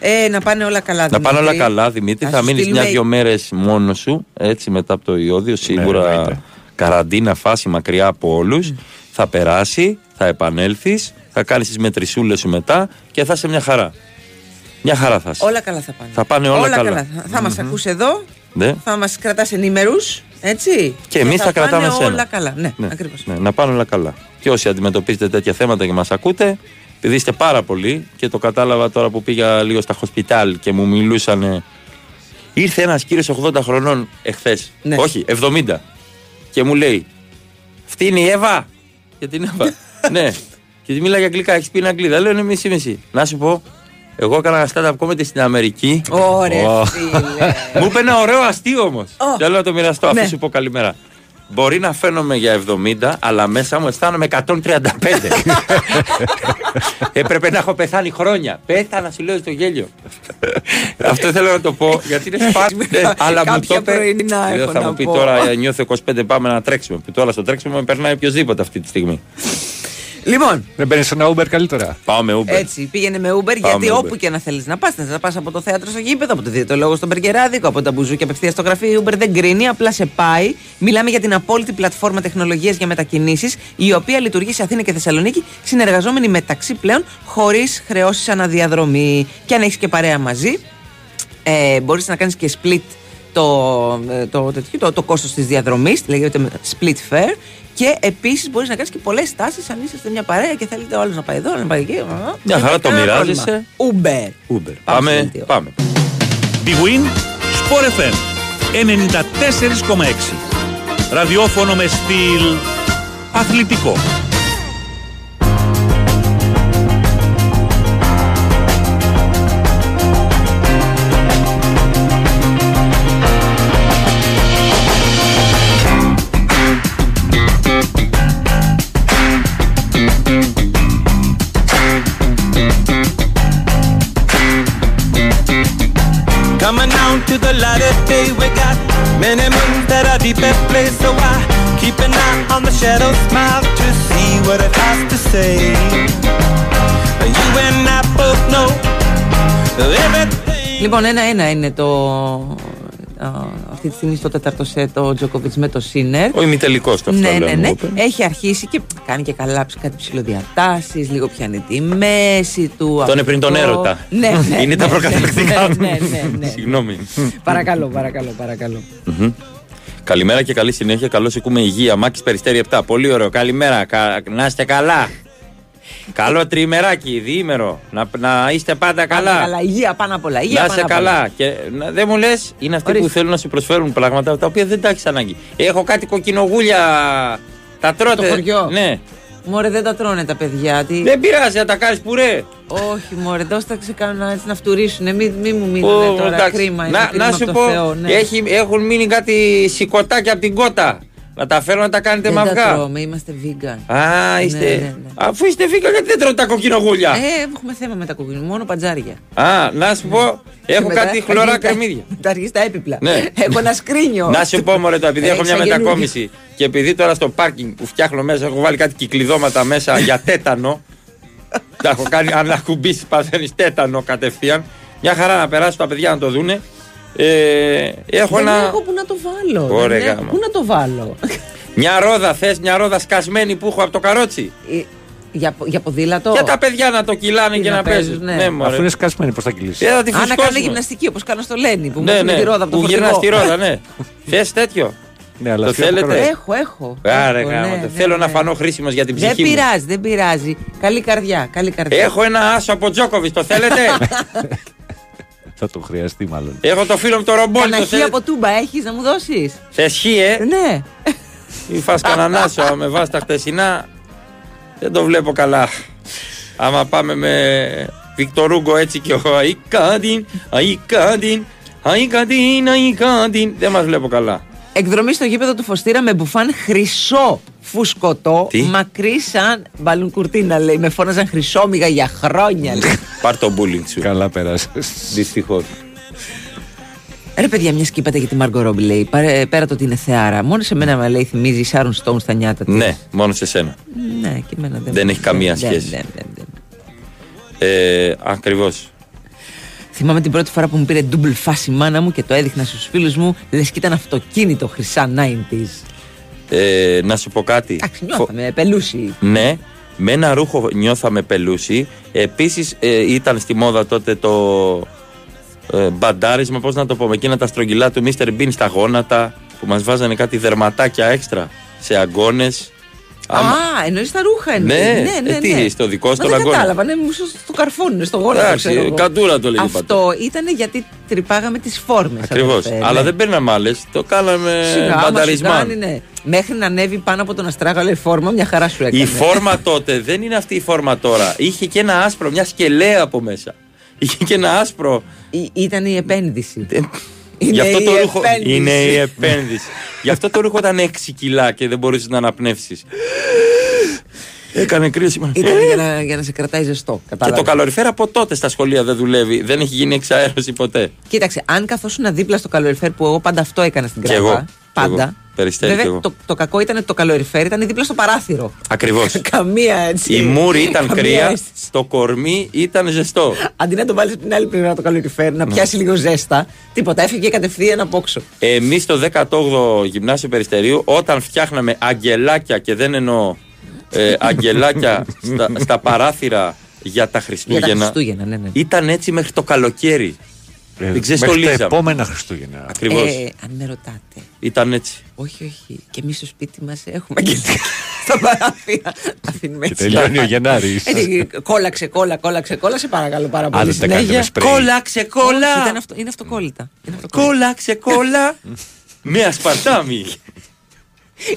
Ε, να πάνε όλα καλά.
Να πάνε όλα
Δημήτρη.
καλά, Δημήτρη. Θα
σου
μείνεις
στείλουμε-
μια-δυο μέρες μόνος σου, έτσι μετά από το ιόδιο. Σίγουρα
εννοείται.
καραντίνα, φάση μακριά από όλους. Θα περάσει, θα επανέλθεις, θα κάνεις τις μετρησούλες σου μετά και θα είσαι μια χαρά. Μια χαρά θα είσαι.
Όλα καλά θα πάνε.
Θα πάνε όλα καλά.
Θα, θα μας ακούσει εδώ,
Ναι.
θα μας κρατάς ενήμερους, έτσι.
Και εμείς
πάνε
θα, κρατάμε σένα.
όλα καλά. Ναι,
ναι,
ακριβώς.
ναι, να πάνε όλα καλά. Και όσοι αντιμετωπίζετε τέτοια θέματα και μας ακούτε, επειδή είστε πάρα πολλοί και το κατάλαβα τώρα που πήγα λίγο στα hospital και μου μιλούσαν. Ήρθε ένας κύριος 80 χρονών εχθές.
Ναι.
Όχι, 70. Και μου λέει, Αυτή είναι η Εύα. Για την
[LAUGHS]
Εύα. ναι. Και τη μίλαγε αγγλικά, έχεις πει είναι αγγλίδα. Λέω «Ναι, είναι μισή μισή. Να σου πω, εγώ έκανα stand-up comedy στην Αμερική.
Ωραία,
Ω.
φίλε.
Μου είπε ένα ωραίο αστείο όμως.
Ω.
Θέλω να το μοιραστώ, αφού
Ναι.
σου πω καλημέρα. Μπορεί να φαίνομαι για 70, αλλά μέσα μου αισθάνομαι 135.
[LAUGHS]
Έπρεπε να έχω πεθάνει χρόνια. Πέθανα, σου λέω στο γέλιο. Αυτό θέλω να το πω, γιατί είναι σπάσιμο. Ε, αλλά μου το
Ε, Κάποια
είπε.
πρωινά
Λέω,
έχω
Θα
να
μου πει
πω.
τώρα, «Ε, νιώθω 25, πάμε να τρέξουμε. Που τώρα στο τρέξιμο με περνάει οποιοδήποτε αυτή τη στιγμή.
[LAUGHS] λοιπόν,
Δεν παίρνεις ένα Uber καλύτερα.
Πάμε Uber.
έτσι, πήγαινε με Uber γιατί
Uber.
όπου και να θέλεις να πας, θα πας από το θέατρο στο γήπεδο, από το διαιτολόγο στον Περκεράδικο, από τα μπουζούκια απευθείας στο γραφείο. Η Uber δεν κρίνει, απλά σε πάει. Μιλάμε για την απόλυτη πλατφόρμα τεχνολογίας για μετακινήσεις, η οποία λειτουργεί σε Αθήνα και Θεσσαλονίκη, συνεργαζόμενη μεταξύ πλέον, χωρίς χρεώσεις αναδιαδρομή. Και αν έχεις και παρέα μαζί, ε, μπορείς να κάνεις και split το, ε, το, τέτοιο, το, το κόστος της διαδρομής, λέγεται με- split fare και επίσης μπορείς να κάνεις και πολλές στάσεις αν είσαστε μια παρέα και θέλετε όλος να πάει εδώ, να πάει εκεί. α,
Μια
δεν
χαρά,
υπάρχει
το
κανένα
μοιράζεσαι.
πρόβλημα. Uber.
Uber. Πάμε.
στο
πάμε.
Big Win Sport FM 94,6. Ραδιόφωνο με στυλ αθλητικό.
Coming on to the light of day, we got many moons that are deep at play. So I keep an eye on the shadow smile to see what it has to say. You and I both know everything.
Λοιπόν, ένα-ένα είναι το. α, αυτή τη στιγμή στο τέταρτο σετ ο Τζόκοβιτ με το Σίνερ.
Ο ημιτελικός το αυτό,
Ναι, ναι,
λέμε,
ναι.
open.
Έχει αρχίσει και κάνει και καλά ψ- κάτι ψηλοδιατάσεις, λίγο πιάνει τη μέση του.
Τον πριν τον έρωτα.
Ναι, ναι,
Είναι τα
ναι,
προκαταρκτικά
ναι,
μου.
ναι, ναι, ναι.
Συγγνώμη.
Παρακαλώ, παρακαλώ, παρακαλώ.
Μμμ. Καλημέρα και καλή συνέχεια. Καλώς ακούμε υγεία. Μάκης Περιστέρη 7. Πολύ ωραίο. Καλημέρα. Κα... Να είστε καλά. Καλό τριμεράκι, διήμερο. Να, να είστε πάντα καλά.
Καλά, υγεία πάνω απ' όλα. Υγεία
να
πάνω
είσαι
απ' όλα.
καλά. Και, να, δεν μου λες, είναι αυτοί που θέλουν να σου προσφέρουν πράγματα τα οποία δεν τα έχεις ανάγκη. Έχω κάτι κοκκινογούλια. Τα τρώτε.
Στο χωριό.
Ναι.
Μωρέ, δεν τα τρώνε τα παιδιά. Τι...
Δεν πειράζει να τα κάνεις πουρέ.
Όχι, μωρέ, δώστε τα ξεκάνα έτσι να φτουρήσουν. Μην μη μου
Ω,
μείνουν τώρα
εντάξει.
κρίμα. είναι
να,
κρίμα
να
απ'
σου
το
πω,
Θεό, ναι.
έχει, έχουν μείνει κάτι σηκωτάκια από την κότα. Να τα φέρω να τα κάνετε
δεν
μαυγά.
τα τρώμε, είμαστε vegan.
Α, είστε.
Ναι, ναι, ναι.
Αφού είστε φίκα, γιατί δεν τρώτε τα κοκκινογούλια.
Ε, έχουμε θέμα με τα κοκκινή, μόνο παντζάρια.
Α, να σου
Ε,
πω, έχω κάτι χλωρά κρεμμύδια.
[LAUGHS] Τα αργεί τα έπιπλα.
Ναι.
Έχω ένα σκρίνιο.
Να σου πω, Μωρέ, το, επειδή
Ε,
έχω μια
ξαγελούδια.
μετακόμιση και επειδή τώρα στο πάρκινγκ που φτιάχνω μέσα έχω βάλει κάτι κυκλειδώματα
[LAUGHS]
μέσα για τέτανο. Τα έχω κάνει, αν ακουμπήσει, παθαίνεις τέτανο κατευθείαν. Μια χαρά να περάσουν τα παιδιά να το δούνε. Ε, έχω
Δεν
ένα,
έχω που να το βάλω.
Ωραία,
δεν έχω
γάμα.
Πού να το βάλω.
μια ρόδα, θες μια ρόδα σκασμένη που έχω από το καρότσι.
Ε, για, πο- για ποδήλατο.
Για τα παιδιά να το κυλάνε
Τι
και
να
να,
παίζουν,
παίζουν.
ναι.
μωρέ.
Αφού είναι σκασμένη, πώς θα κυλήσεις.
Ε, θα τη
Α, να κάνω
φουσκώσουμε.
γυμναστική όπως κάνω στο Λένι που μου
Ναι,
έρχεται
ναι.
τη ρόδα από το
Που γυρνάς
φορτηγό. [LAUGHS]
τη ρόδα, ναι. Θες τέτοιο.
[LAUGHS] Ναι, αλλά
Το
αυτή είναι
θέλετε?
ακραία.
Έχω, έχω.
Άρα,
Έχω, ναι,
γάμο,
ναι,
Θέλω
ναι.
να φανώ χρήσιμος για την
Δεν
ψυχή μου.
πειράζει, δεν πειράζει. Καλή καρδιά, καλή καρδιά.
Έχω ένα άσο από Τζόκοβιτ, το
[LAUGHS]
θέλετε.
Θα το χρειαστεί μάλλον.
Έχω το φίλο μου το ρομπόλι, το
Καναχή
θέλετε.
από τούμπα έχεις να μου δώσεις.
Θες χι, ε.
Ναι.
Ή φας κανέναν άσο, άμα με βάζει τα χτεσινά. Δεν το βλέπω καλά. Άμα πάμε με Βικτορούγκο έτσι και ο Αϊκάντιν, Αϊκάντιν, Αϊκάντιν, Αϊκάντιν. Δεν μας βλέπω καλά.
Εκδρομή στο γήπεδο του Φωστήρα με μπουφάν χρυσό φουσκωτό.
Τι?
Μακρύ σαν μπαλούν κουρτίνα, λέει. Με φώναζαν χρυσόμυγα για χρόνια. λέει.
Πάρ το μπούλινγκ σου.
Καλά πέρασε.
Δυστυχώς.
Ρε παιδιά, μιας και είπατε για τη Μάργκο Ρόμπι, λέει. παρέ- πέρα το ότι είναι θεάρα. Μόνο σε μένα με λέει θυμίζει η Σάρων Στόουν στα νιάτα της.
Ναι, μόνο σε σένα.
Ναι, και εμένα δεν. Ναι,
Δεν έχει καμία
δεν-
σχέση.
δεν- δεν- δεν.
Ε, Ακριβώς.
ναι. Θυμάμαι την πρώτη φορά που μου πήρε ντούμπλ φάση η μάνα μου και το έδειχνα στους φίλους μου, λες και ήταν αυτοκίνητο χρυσά 90s.
Ε, να σου πω κάτι.
Εντάξει,
Φο-
νιώθαμε, πελούσι.
Ναι, με ένα ρούχο νιώθαμε πελούσι. Επίση ήταν στη μόδα τότε το ε, μπαντάρισμα, πώς να το πω, με εκείνα τα στρογγυλά του Mr. Bean στα γόνατα που μας βάζανε κάτι δερματάκια έξτρα σε αγκώνες.
Α, εννοείς τα ρούχα εννοείς.
Ναι,
ναι, ναι,
ε, τι,
ναι.
στο δικό
Μα
στον
δεν
αγώνα.
κατάλαβα, ναι, μου ίσως το καρφώνουν στο γόνατο.
Εντάξει,
ξέρω εγώ.
καντούρα το λέγει
Αυτό ήταν γιατί τρυπάγαμε τις φόρμες.
Ακριβώ. Αλλά δεν παίρναμε άλλες, το κάναμε μπανταρισμά.
ναι. Μέχρι να ανέβει πάνω από τον αστράγαλο η φόρμα, μια χαρά σου έκανε.
Η φόρμα τότε δεν είναι αυτή η φόρμα τώρα. Είχε και ένα άσπρο, μια σκελέα από μέσα. Είχε και ένα άσπρο. Ε,
Ή- Ήταν η επένδυση. Είναι
Γι' αυτό
η
το ρούχο...
επένδυση.
Είναι η επένδυση. Γι' αυτό το ρούχο ήταν 6 κιλά και δεν μπορούσες να
Ε,
αναπνεύσεις. Έκανε κρίση. μα.
Ήταν για να, για να σε κρατάει ζεστό.
Και
κατάλαβα.
το καλοριφέρ από τότε στα σχολεία δεν δουλεύει. Δεν έχει γίνει εξαέρωση ποτέ.
Κοίταξε, αν καθόσουν δίπλα στο καλοριφέρ που εγώ πάντα αυτό έκανα στην
Κι
κραβά.
εγώ, κι
Πάντα.
εγώ. Περιστέρι κι
Βέβαια,
εγώ.
το, το κακό ήταν ότι το καλοριφέρ ήταν δίπλα στο παράθυρο.
Ακριβώς.
[LAUGHS] Καμία έτσι.
Η μούρη ήταν
καμία
κρύα,
αίσθηση.
το κορμί ήταν ζεστό.
Αντί να το βάλεις στην άλλη πλευρά το καλοριφέρ, να πιάσει λίγο ζέστα, τίποτα. Έφυγε κατευθείαν από όξο.
Εμείς στο 18ο Γυμνάσιο Περιστερίου, όταν φτιάχναμε αγγελάκια και δεν εννοώ [LAUGHS] ε, αγγελάκια στα, στα παράθυρα για τα
Για
Χριστούγεννα.
τα Χριστούγεννα, ναι, ναι.
Ήταν έτσι μέχρι το καλοκαίρι.
Ε,
Την
Μέχρι τα
ξεστολίζαμε.
επόμενα Χριστούγεννα.
Ακριβώς.
Ε, αν με ρωτάτε.
Ήταν έτσι.
Όχι, όχι. Και εμείς στο σπίτι μας έχουμε και [LAUGHS] στα παράθυρα. Αφήνουμε
Και
έτσι.
τελειώνει ο Γενάρης.
Έτσι, κόλαξε, κόλλα, κόλαξε, κόλασε παρακαλώ πάρα πολύ.
Άντε τα κάνετε με
συνέχεια.
σπρέι.
Όχι,
κόλλα!
ήταν [LAUGHS] αυτο- Είναι αυτοκόλλητα. Είναι αυτοκόλλητα.
Κόλλα, ξεκόλλα! Με ασπαρτάμι.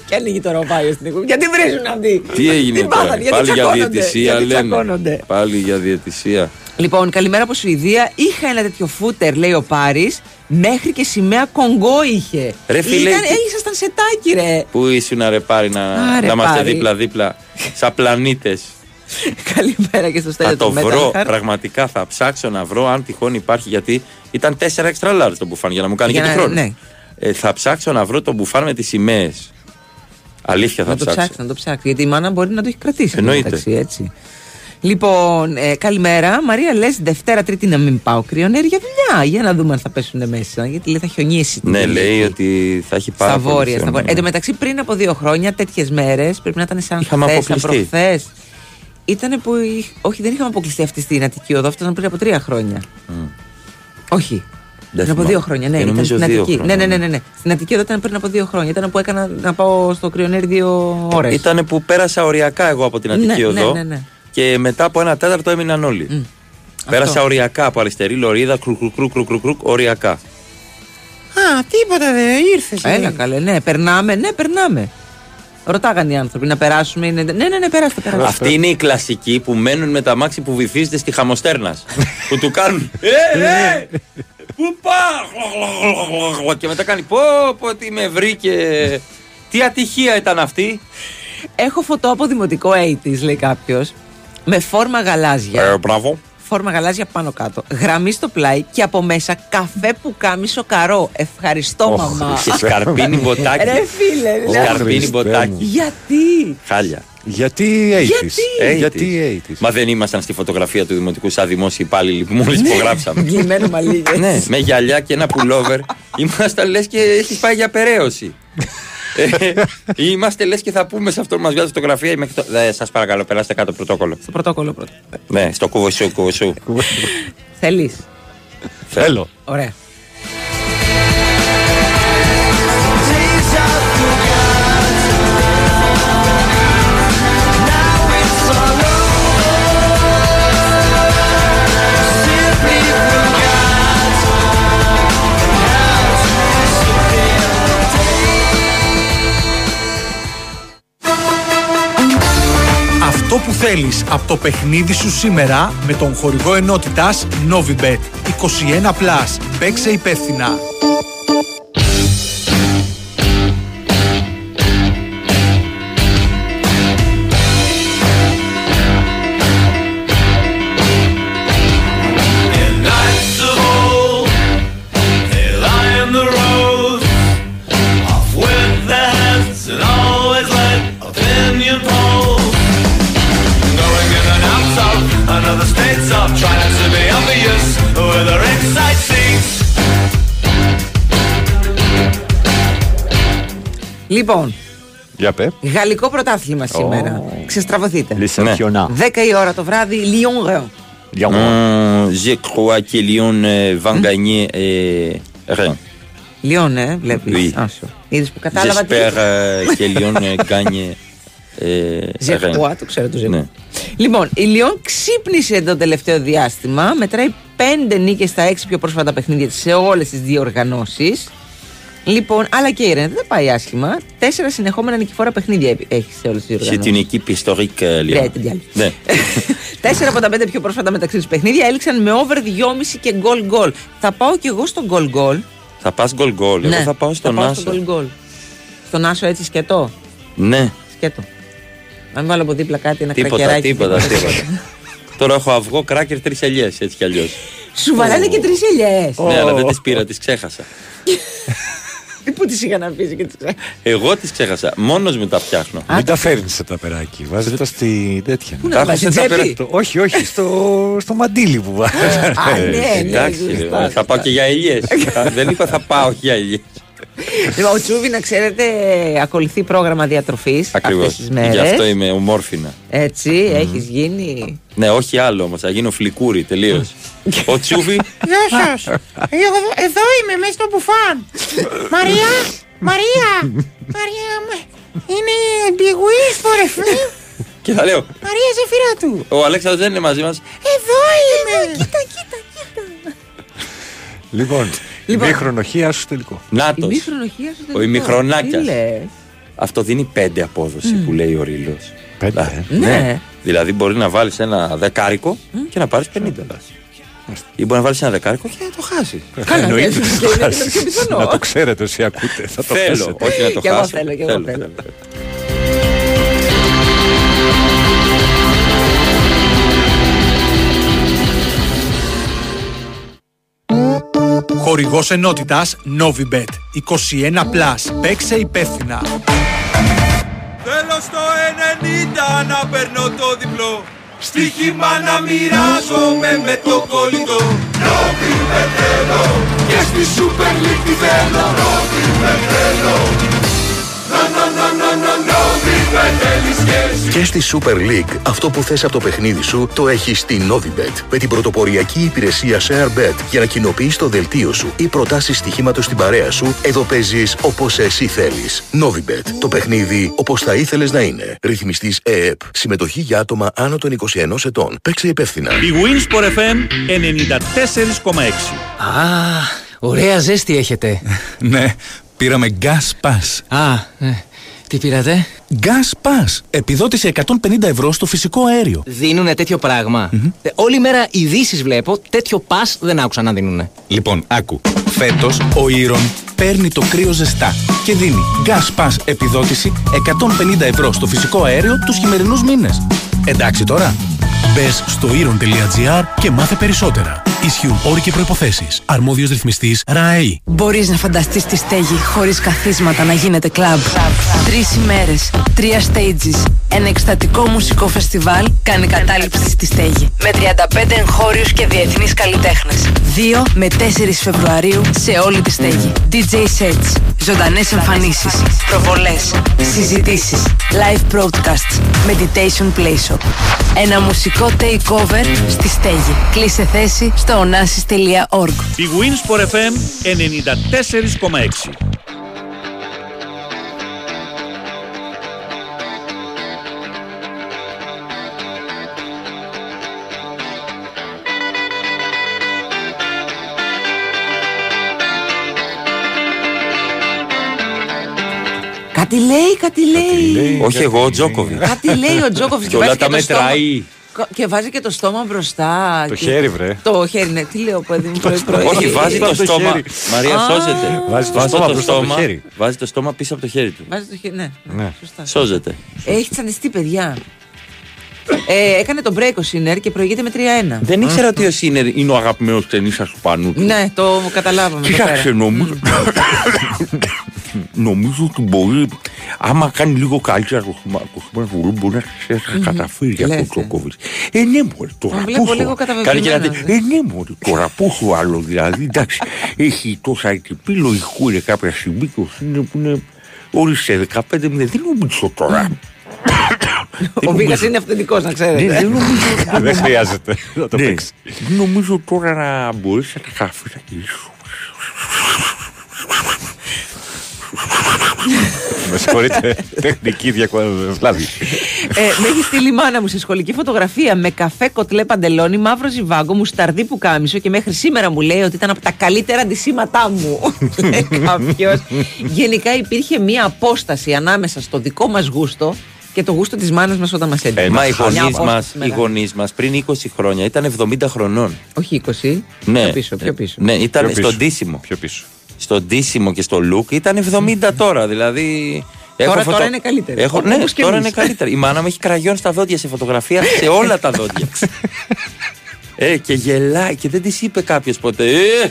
Και ανοίγει το ροπάγιο στην εκπομπή. Γιατί βρίζουν αυτοί.
[LAUGHS] Τι έγινε
Τι
τώρα,
πάθανε, γιατί
πάλι για
τσακώνονται,
διαιτησία
γιατί
λένε.
τσακώνονται.
Πάλι για διαιτησία.
Λοιπόν, καλημέρα από Σουηδία. Είχα ένα τέτοιο φούτερ, λέει ο Πάρης. Μέχρι και σημαία Κονγκό είχε.
Ρε φίλε,
Ήταν,
τι-
ε, ήσασταν σετάκι, ρε. [LAUGHS]
Πού ήσουν να ρε πάρει να,
Α, ρε
να είμαστε
πάρει.
[LAUGHS] δίπλα-δίπλα, σαν πλανήτες.
Καλημέρα και στο
Θα
στέλνο
το
του
βρω,
Μεταχάρ.
πραγματικά θα ψάξω να βρω αν τυχόν υπάρχει. Γιατί ήταν 4 extra large το μπουφάν για να μου κάνει
Για
και τη
να-
χρόνος.
ναι.
Ε, θα ψάξω να βρω το μπουφάν με τις σημαίες. Αλήθεια θα
Να το
ψάξω.
ψάξει, να το ψάξει. Γιατί η μάνα μπορεί να το έχει κρατήσει. εν τω
Εννοείται.
μεταξύ, έτσι. Λοιπόν, ε, καλημέρα. Μαρία, λες Δευτέρα, Τρίτη να μην πάω κρυονέρ για δουλειά. Για να δούμε αν θα πέσουν μέσα. Γιατί λέει θα χιονίσει. την
Ναι,
Κυριακή.
λέει ότι θα έχει πάρα
Στα
πολύ ναι.
βόρεια. Στα
χιόνι.
βόρεια. Ε, Εν τω μεταξύ, πριν από δύο χρόνια, τέτοιες μέρες πρέπει να ήταν σαν
Είχαμε
χθες, σαν
αποκλειστεί.
προχθές. Ήτανε που. είχ- Όχι, δεν είχαμε αποκλειστεί αυτή στην Αττική Οδό, αυτός ήταν πριν από τρία χρόνια. Όχι.
Mm. Δεν
πριν από
θυμάμαι.
δύο χρόνια, ναι,
Και
ήταν
νομίζω
στην
δύο
Αττική.
χρόνια,
Ναι, ναι, ναι,
ναι.
ναι, ναι. Στην Αττική Οδό ήταν πριν από δύο χρόνια. Ήταν που έκανα να πάω στο κρυονέρι δύο ώρες.
Ήταν που πέρασα οριακά εγώ από την Αττική
ναι,
Οδό.
Ναι, ναι, ναι.
Και μετά από ένα τέταρτο έμειναν όλοι. Πέρασα
Αυτό.
οριακά από αριστερή λωρίδα, κρουκρουκρουκρουκρουκ, οριακά.
Α, τίποτα δεν ήρθες. Έλα, καλέ, ναι, περνάμε, ναι, περνάμε. Ρωτάγανε οι άνθρωποι να περάσουμε. Είναι... Ναι, ναι, ναι, περάστε, περάστε.
Αυτοί είναι οι κλασικοί που μένουν με τα μάξι που βυθίζεται στη χαμοστέρνας.
[LAUGHS]
που του κάνουν. Ε, ρε! Πού πα! και μετά κάνει. Πω, πω, τι με βρήκε. τι ατυχία ήταν αυτή.
Έχω φωτό από δημοτικό 80s, λέει κάποιος, με φόρμα γαλάζια.
Ε, μπράβο.
Φόρμα γαλάζια πάνω κάτω. Γραμμή στο πλάι και από μέσα καφέ που κάμισο καρό. Ευχαριστώ,
Οχ,
μαμά.
και σκαρπίνι μποτάκι.
Ρε φίλε,
Ο
λέω,
Σκαρπίνι μποτάκι.
Γιατί.
Χάλια.
Γιατί 80's.
Γιατί.
Γιατί 80's.
Μα δεν ήμασταν στη φωτογραφία του δημοτικού σαν δημόσιοι υπάλληλοι που
Ναι.
μόλι
[LAUGHS]
υπογράψαμε.
Γλυμμένο μαλλί.
Ναι, με γυαλιά και ένα πουλόβερ. Ήμασταν λες και έχεις πάει για περαίωση. Ε, Είμαστε λες και θα πούμε σε αυτόν που μας βγάζει φωτογραφία. ή μέχρι το- Δε, Σας παρακαλώ, περάστε κάτω πρωτόκολλο.
Στο πρωτόκολλο πρώτα.
Ναι, στο κούβο σου, κούβο σου.
Θέλεις.
Θέλω.
Ωραία.
Αυτό που θέλεις από το παιχνίδι σου σήμερα με τον χορηγό ενότητας Novibet 21+. Παίξε υπεύθυνα.
Lights of old, they lie in the road. Off with their heads and always let opinion polls. Going in and out of another states of trying to be obvious with their inside seats.
Λοιπόν,
Για πε.
γαλλικό πρωτάθλημα σήμερα.
Ναι.
Ξεστραβωθείτε.
Λισαβιονά.
10 η ώρα το βράδυ, Λιόν Ρεόν.
Hum, Je crois que Lyon euh, va gagner euh, rien.
Λιόν, ε, βλέπει.
Oui.
Είδες που κατάλαβα τι.
J'espère euh, que Lyon euh, gagne euh,
Je
rien.
crois, το ξέρω το je
Ναι.
Λοιπόν, η Λιόν ξύπνησε το τελευταίο διάστημα. Μετράει πέντε νίκες στα έξι πιο πρόσφατα παιχνίδια της σε όλες τις διοργανώσεις. Λοιπόν, αλλά και η Ρεν δεν τα πάει άσχημα. Τέσσερα συνεχόμενα νικηφόρα παιχνίδια επι- έχει σε όλες τις
C'est
διοργανώσει.
une équipe historique, euh, Lyon.
Ναι, την πιάνει.
Ναι.
Τέσσερα από τα πέντε πιο πρόσφατα μεταξύ τους παιχνίδια έληξαν με over 2,5 και goal goal. Θα πάω κι εγώ στο goal goal. Ναι.
Θα πας γκολ γκολ. Εγώ θα πάω στον Άσο.
goal goal. Στον Άσο έτσι σκέτο.
Ναι,
Σκέτο. Να μην βάλω από δίπλα κάτι, ένα
τίποτα,
κρακεράκι.
τίποτα, τίποτα. Τώρα έχω αυγό, κράκερ, τρεις ελιές έτσι κι αλλιώς.
Σου βαλάνε και τρεις ελιές.
Ναι, αλλά δεν τις πήρα, τις ξέχασα.
Ε, Πού τις είχα να πει και τις
Εγώ τις ξέχασα. Μόνος μου τα φτιάχνω.
Μην τα φέρνεις σε ταπεράκι. Βάζε τα στη τέτοια.
Πού να τα
έχω
βάζεις,
σε
στην τσέπη?
ταπεράκι. Όχι, όχι, στο, στο μαντίλι που βάζεις.
Α, ναι, ναι,
Εντάξει,
ναι,
ρε,
σωστά,
θα πάω και για ελιέ. Δεν είπα θα πάω για ελιέ.
Λοιπόν, ο Τσούβι, να ξέρετε, ακολουθεί πρόγραμμα διατροφής.
Ακριβώ. Γι' αυτό είμαι ομόρφινα.
Έτσι, έχεις γίνει.
Ναι, όχι άλλο όμως, θα γίνω φλικούρι τελείως. Ο Τσούβι.
Γεια σας. Εδώ είμαι, μέσα στο μπουφάν. Μαρία, Μαρία, Μαρία, μα- είναι μπιγουί φορεφή.
Και θα λέω,
Μαρία, ζεφυρά του.
ο Αλέξανδρος δεν είναι μαζί μας.
Εδώ είμαι. Κοίτα, κοίτα, κοίτα.
Λοιπόν, η μη χρονοχία σου τελικό.
Νάτος.
Ημίχρονο χείρα
Ο ημιχρονάκιας. Αυτό δίνει 5 απόδοση
Μμ.
που λέει ο Ρίλος. Πέντε.
ε. Ναι.
Δηλαδή μπορεί να βάλεις ένα δεκάρικο και να πάρεις 50. Ή μπορεί να βάλεις ένα δεκάρικο και να το χάσεις.
Ε, Καλά, Εννοείται ναι, θα το είναι το χάσεις. πιο πιθανό. Να το
ξέρετε όσοι ακούτε. Θα
το
[LAUGHS]
θέλω,
χάσετε.
όχι να το
Κι εγώ
χάσω.
θέλω, κι εγώ θέλω.
Χορηγός ενότητας Novibet. 21 plus. Παίξε υπεύθυνα.
Θέλω στο 90 να παίρνω το διπλό Στοίχημα να μοιράζομαι με το κολλητό Ρόμπι με θέλω Και στη Super League τη θέλω Ρόμπι με θέλω Να να να να να Ρόμπι με θέλεις και εσύ
Και στη Super League, αυτό που θες από το παιχνίδι σου το έχεις στη Novibet. Με την πρωτοποριακή υπηρεσία ShareBet για να κοινοποιείς το δελτίο σου ή προτάσεις στοιχήματος στην παρέα σου, εδώ παίζεις όπως εσύ θέλεις. Novibet. Το παιχνίδι όπως θα ήθελες να είναι. Ρυθμιστής ΕΕΠ. Συμμετοχή για άτομα άνω των 21 ετών. Παίξε υπεύθυνα.
Η Winsport FM 94,6.
Α, ωραία ζέστη έχετε.
[LAUGHS] Ναι, πήραμε Gas Pass.
Α, ε, τι πήρατε.
Gas Pass. Επιδότηση 150 ευρώ στο φυσικό αέριο.
Δίνουνε τέτοιο πράγμα. Ε, όλη μέρα ειδήσεις βλέπω, τέτοιο πας δεν άκουσα να δίνουνε.
Λοιπόν, άκου. Φέτος ο Ήρων παίρνει το κρύο ζεστά και δίνει Gas Pass επιδότηση 150 ευρώ στο φυσικό αέριο τους χειμερινούς μήνες. Εντάξει τώρα.
Μπες στο iron.gr και μάθε περισσότερα. Ισχύουν όροι και προποθέσει. Αρμόδιος ρυθμιστής ΡΑΕΗ.
Μπορείς να φανταστείς τη στέγη χωρίς καθίσματα να γίνεται κλαμπ. Τρεις ημέρες, τρία stages, ένα εκστατικό μουσικό φεστιβάλ κάνει κατάληψη στη στέγη. Με 35 εγχώριους και διεθνείς καλλιτέχνες. 2 με 4 Φεβρουαρίου σε όλη τη στέγη. DJ sets, ζωντανές εμφανίσεις, προβολές, συζητήσεις, live broadcasts, meditation play shop. Ένα μουσικό takeover στη στέγη. Κλείσε θέση στο onassis.org.
Η Winsport FM 94,6.
Κάτι λέει, κάτι λέει.
Όχι εγώ, ο Τζόκοβιτ.
Κάτι λέει ο Τζόκοβιτ
Και όλα τα μετράει.
Και βάζει και το στόμα μπροστά.
Το
και-
χέρι, βρε.
Το χέρι, ναι. Τι λέω, παιδί μου, πρωί πρωί.
Όχι, βάζει το στόμα. Μαρία,
Α.
σώζεται.
Βάζει το στόμα μπροστά από το χέρι.
Βάζει το στόμα πίσω από το χέρι του.
Βάζει το χέρι, ναι.
Ναι.
Σωστά.
Σώζεται.
Έχει τσανιστεί, παιδιά. Ε, έκανε τον break ο Σίνερ και προηγείται με 3-1.
Δεν ήξερα ότι ο Σίνερ είναι ο αγαπημένος ταινίστα του πανού.
Ναι, το καταλάβαμε. εδώ
Κοίταξε,
πέρα.
νομίζω. νομίζω ότι μπορεί. Άμα κάνει λίγο καλύτερα το χρησιμοποιημένο βουλού, μπορεί να ξέρει να καταφέρει από τον Τζόκοβιτ. Ε, ναι, μπορεί τώρα.
Τον βλέπω
πόσο-
λίγο δηλαδή.
Κάνει και ένα
καταβεβλημένο.
τέτοιο. Ε, ναι, μπορεί τώρα. Πόσο άλλο δηλαδή. Εντάξει, έχει τόσα ετυπή λογικό είναι κάποια στιγμή και ο Σίνερ που είναι. Ορίστε 15 0 δεν νομίζω τώρα.
Ο Βίγας είναι αυθεντικός, να ξέρετε.
Ναι, δεν νομίζω-
[LAUGHS] Δεν χρειάζεται να το
Ναι.
παίξει.
Νομίζω τώρα να μπορείς να τα καταφέρεις να γυρίσεις.
Με συγχωρείτε, τεχνική διακοπή.
Ε, με έχει στείλει η μάνα μου σε σχολική φωτογραφία με καφέ κοτλέ παντελόνι, μαύρο ζιβάγκο, μουσταρδί που κάμισο και μέχρι σήμερα μου λέει ότι ήταν από τα καλύτερα αντισήματά μου.
[LAUGHS]
Κάποιος. Γενικά υπήρχε μία απόσταση ανάμεσα στο δικό μας γούστο και το γούστο της μάνας μας όταν μας έδινε.
Ε, Μα οι
Μια
γονείς
απόσταση
μας οι
μεγάλη.
γονείς μας πριν 20 χρόνια ήταν 70 χρονών.
Όχι 20.
Ναι.
Πιο πίσω, πιο πίσω.
Ναι, ήταν
Πιο
στο
πίσω.
ντύσιμο. Πιο πίσω. Στο ντύσιμο και στο look ήταν 70 τώρα. Δηλαδή.
Τώρα- τώρα είναι καλύτερη.
Έχω, ναι,
Όπως και
τώρα
εμείς.
είναι καλύτερη. Η μάνα μου έχει κραγιόν στα δόντια σε φωτογραφία, σε όλα τα δόντια. ε, και γελάει και δεν της είπε κάποιος ποτέ. Ε,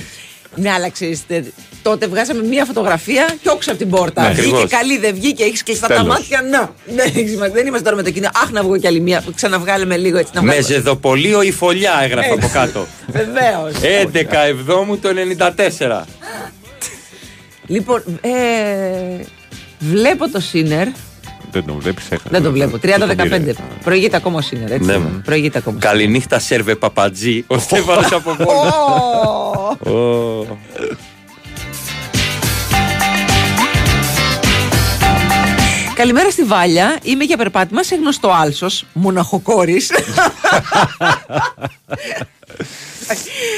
Ναι, αλλά ξέρεις, τε- τότε βγάζαμε μία φωτογραφία και όξω από την πόρτα.
Ναι,
βγήκε
ακριβώς.
καλή, δεν βγήκε, έχεις κλειστά τα
Τέλος.
μάτια. Να, ναι, έχεις μα- δεν είμαστε τώρα με το κοινό. Αχ, να βγω κι άλλη μία. Ξαναβγάλεμε λίγο έτσι να
με
βγάλουμε.
ζεδοπολείο ή φωλιά έγραφε από κάτω.
Βεβαίως.
11 Εβδόμου το 94.
Λοιπόν, ε, βλέπω το Σίνερ.
Δεν τον βλέπεις, έχασε.
Δεν το βλέπω. 30-15.
πήρε.
Προηγείται ακόμα ο Σίνερ, έτσι.
Ναι.
Προηγείται ακόμα.
Καληνύχτα, Σέρβε Παπατζή. Ο Στέφανος από
Ω,
Βόλο.
Καλημέρα στη Βάλια. Είμαι για περπάτημα σε γνωστό άλσος. Μοναχοκόρης.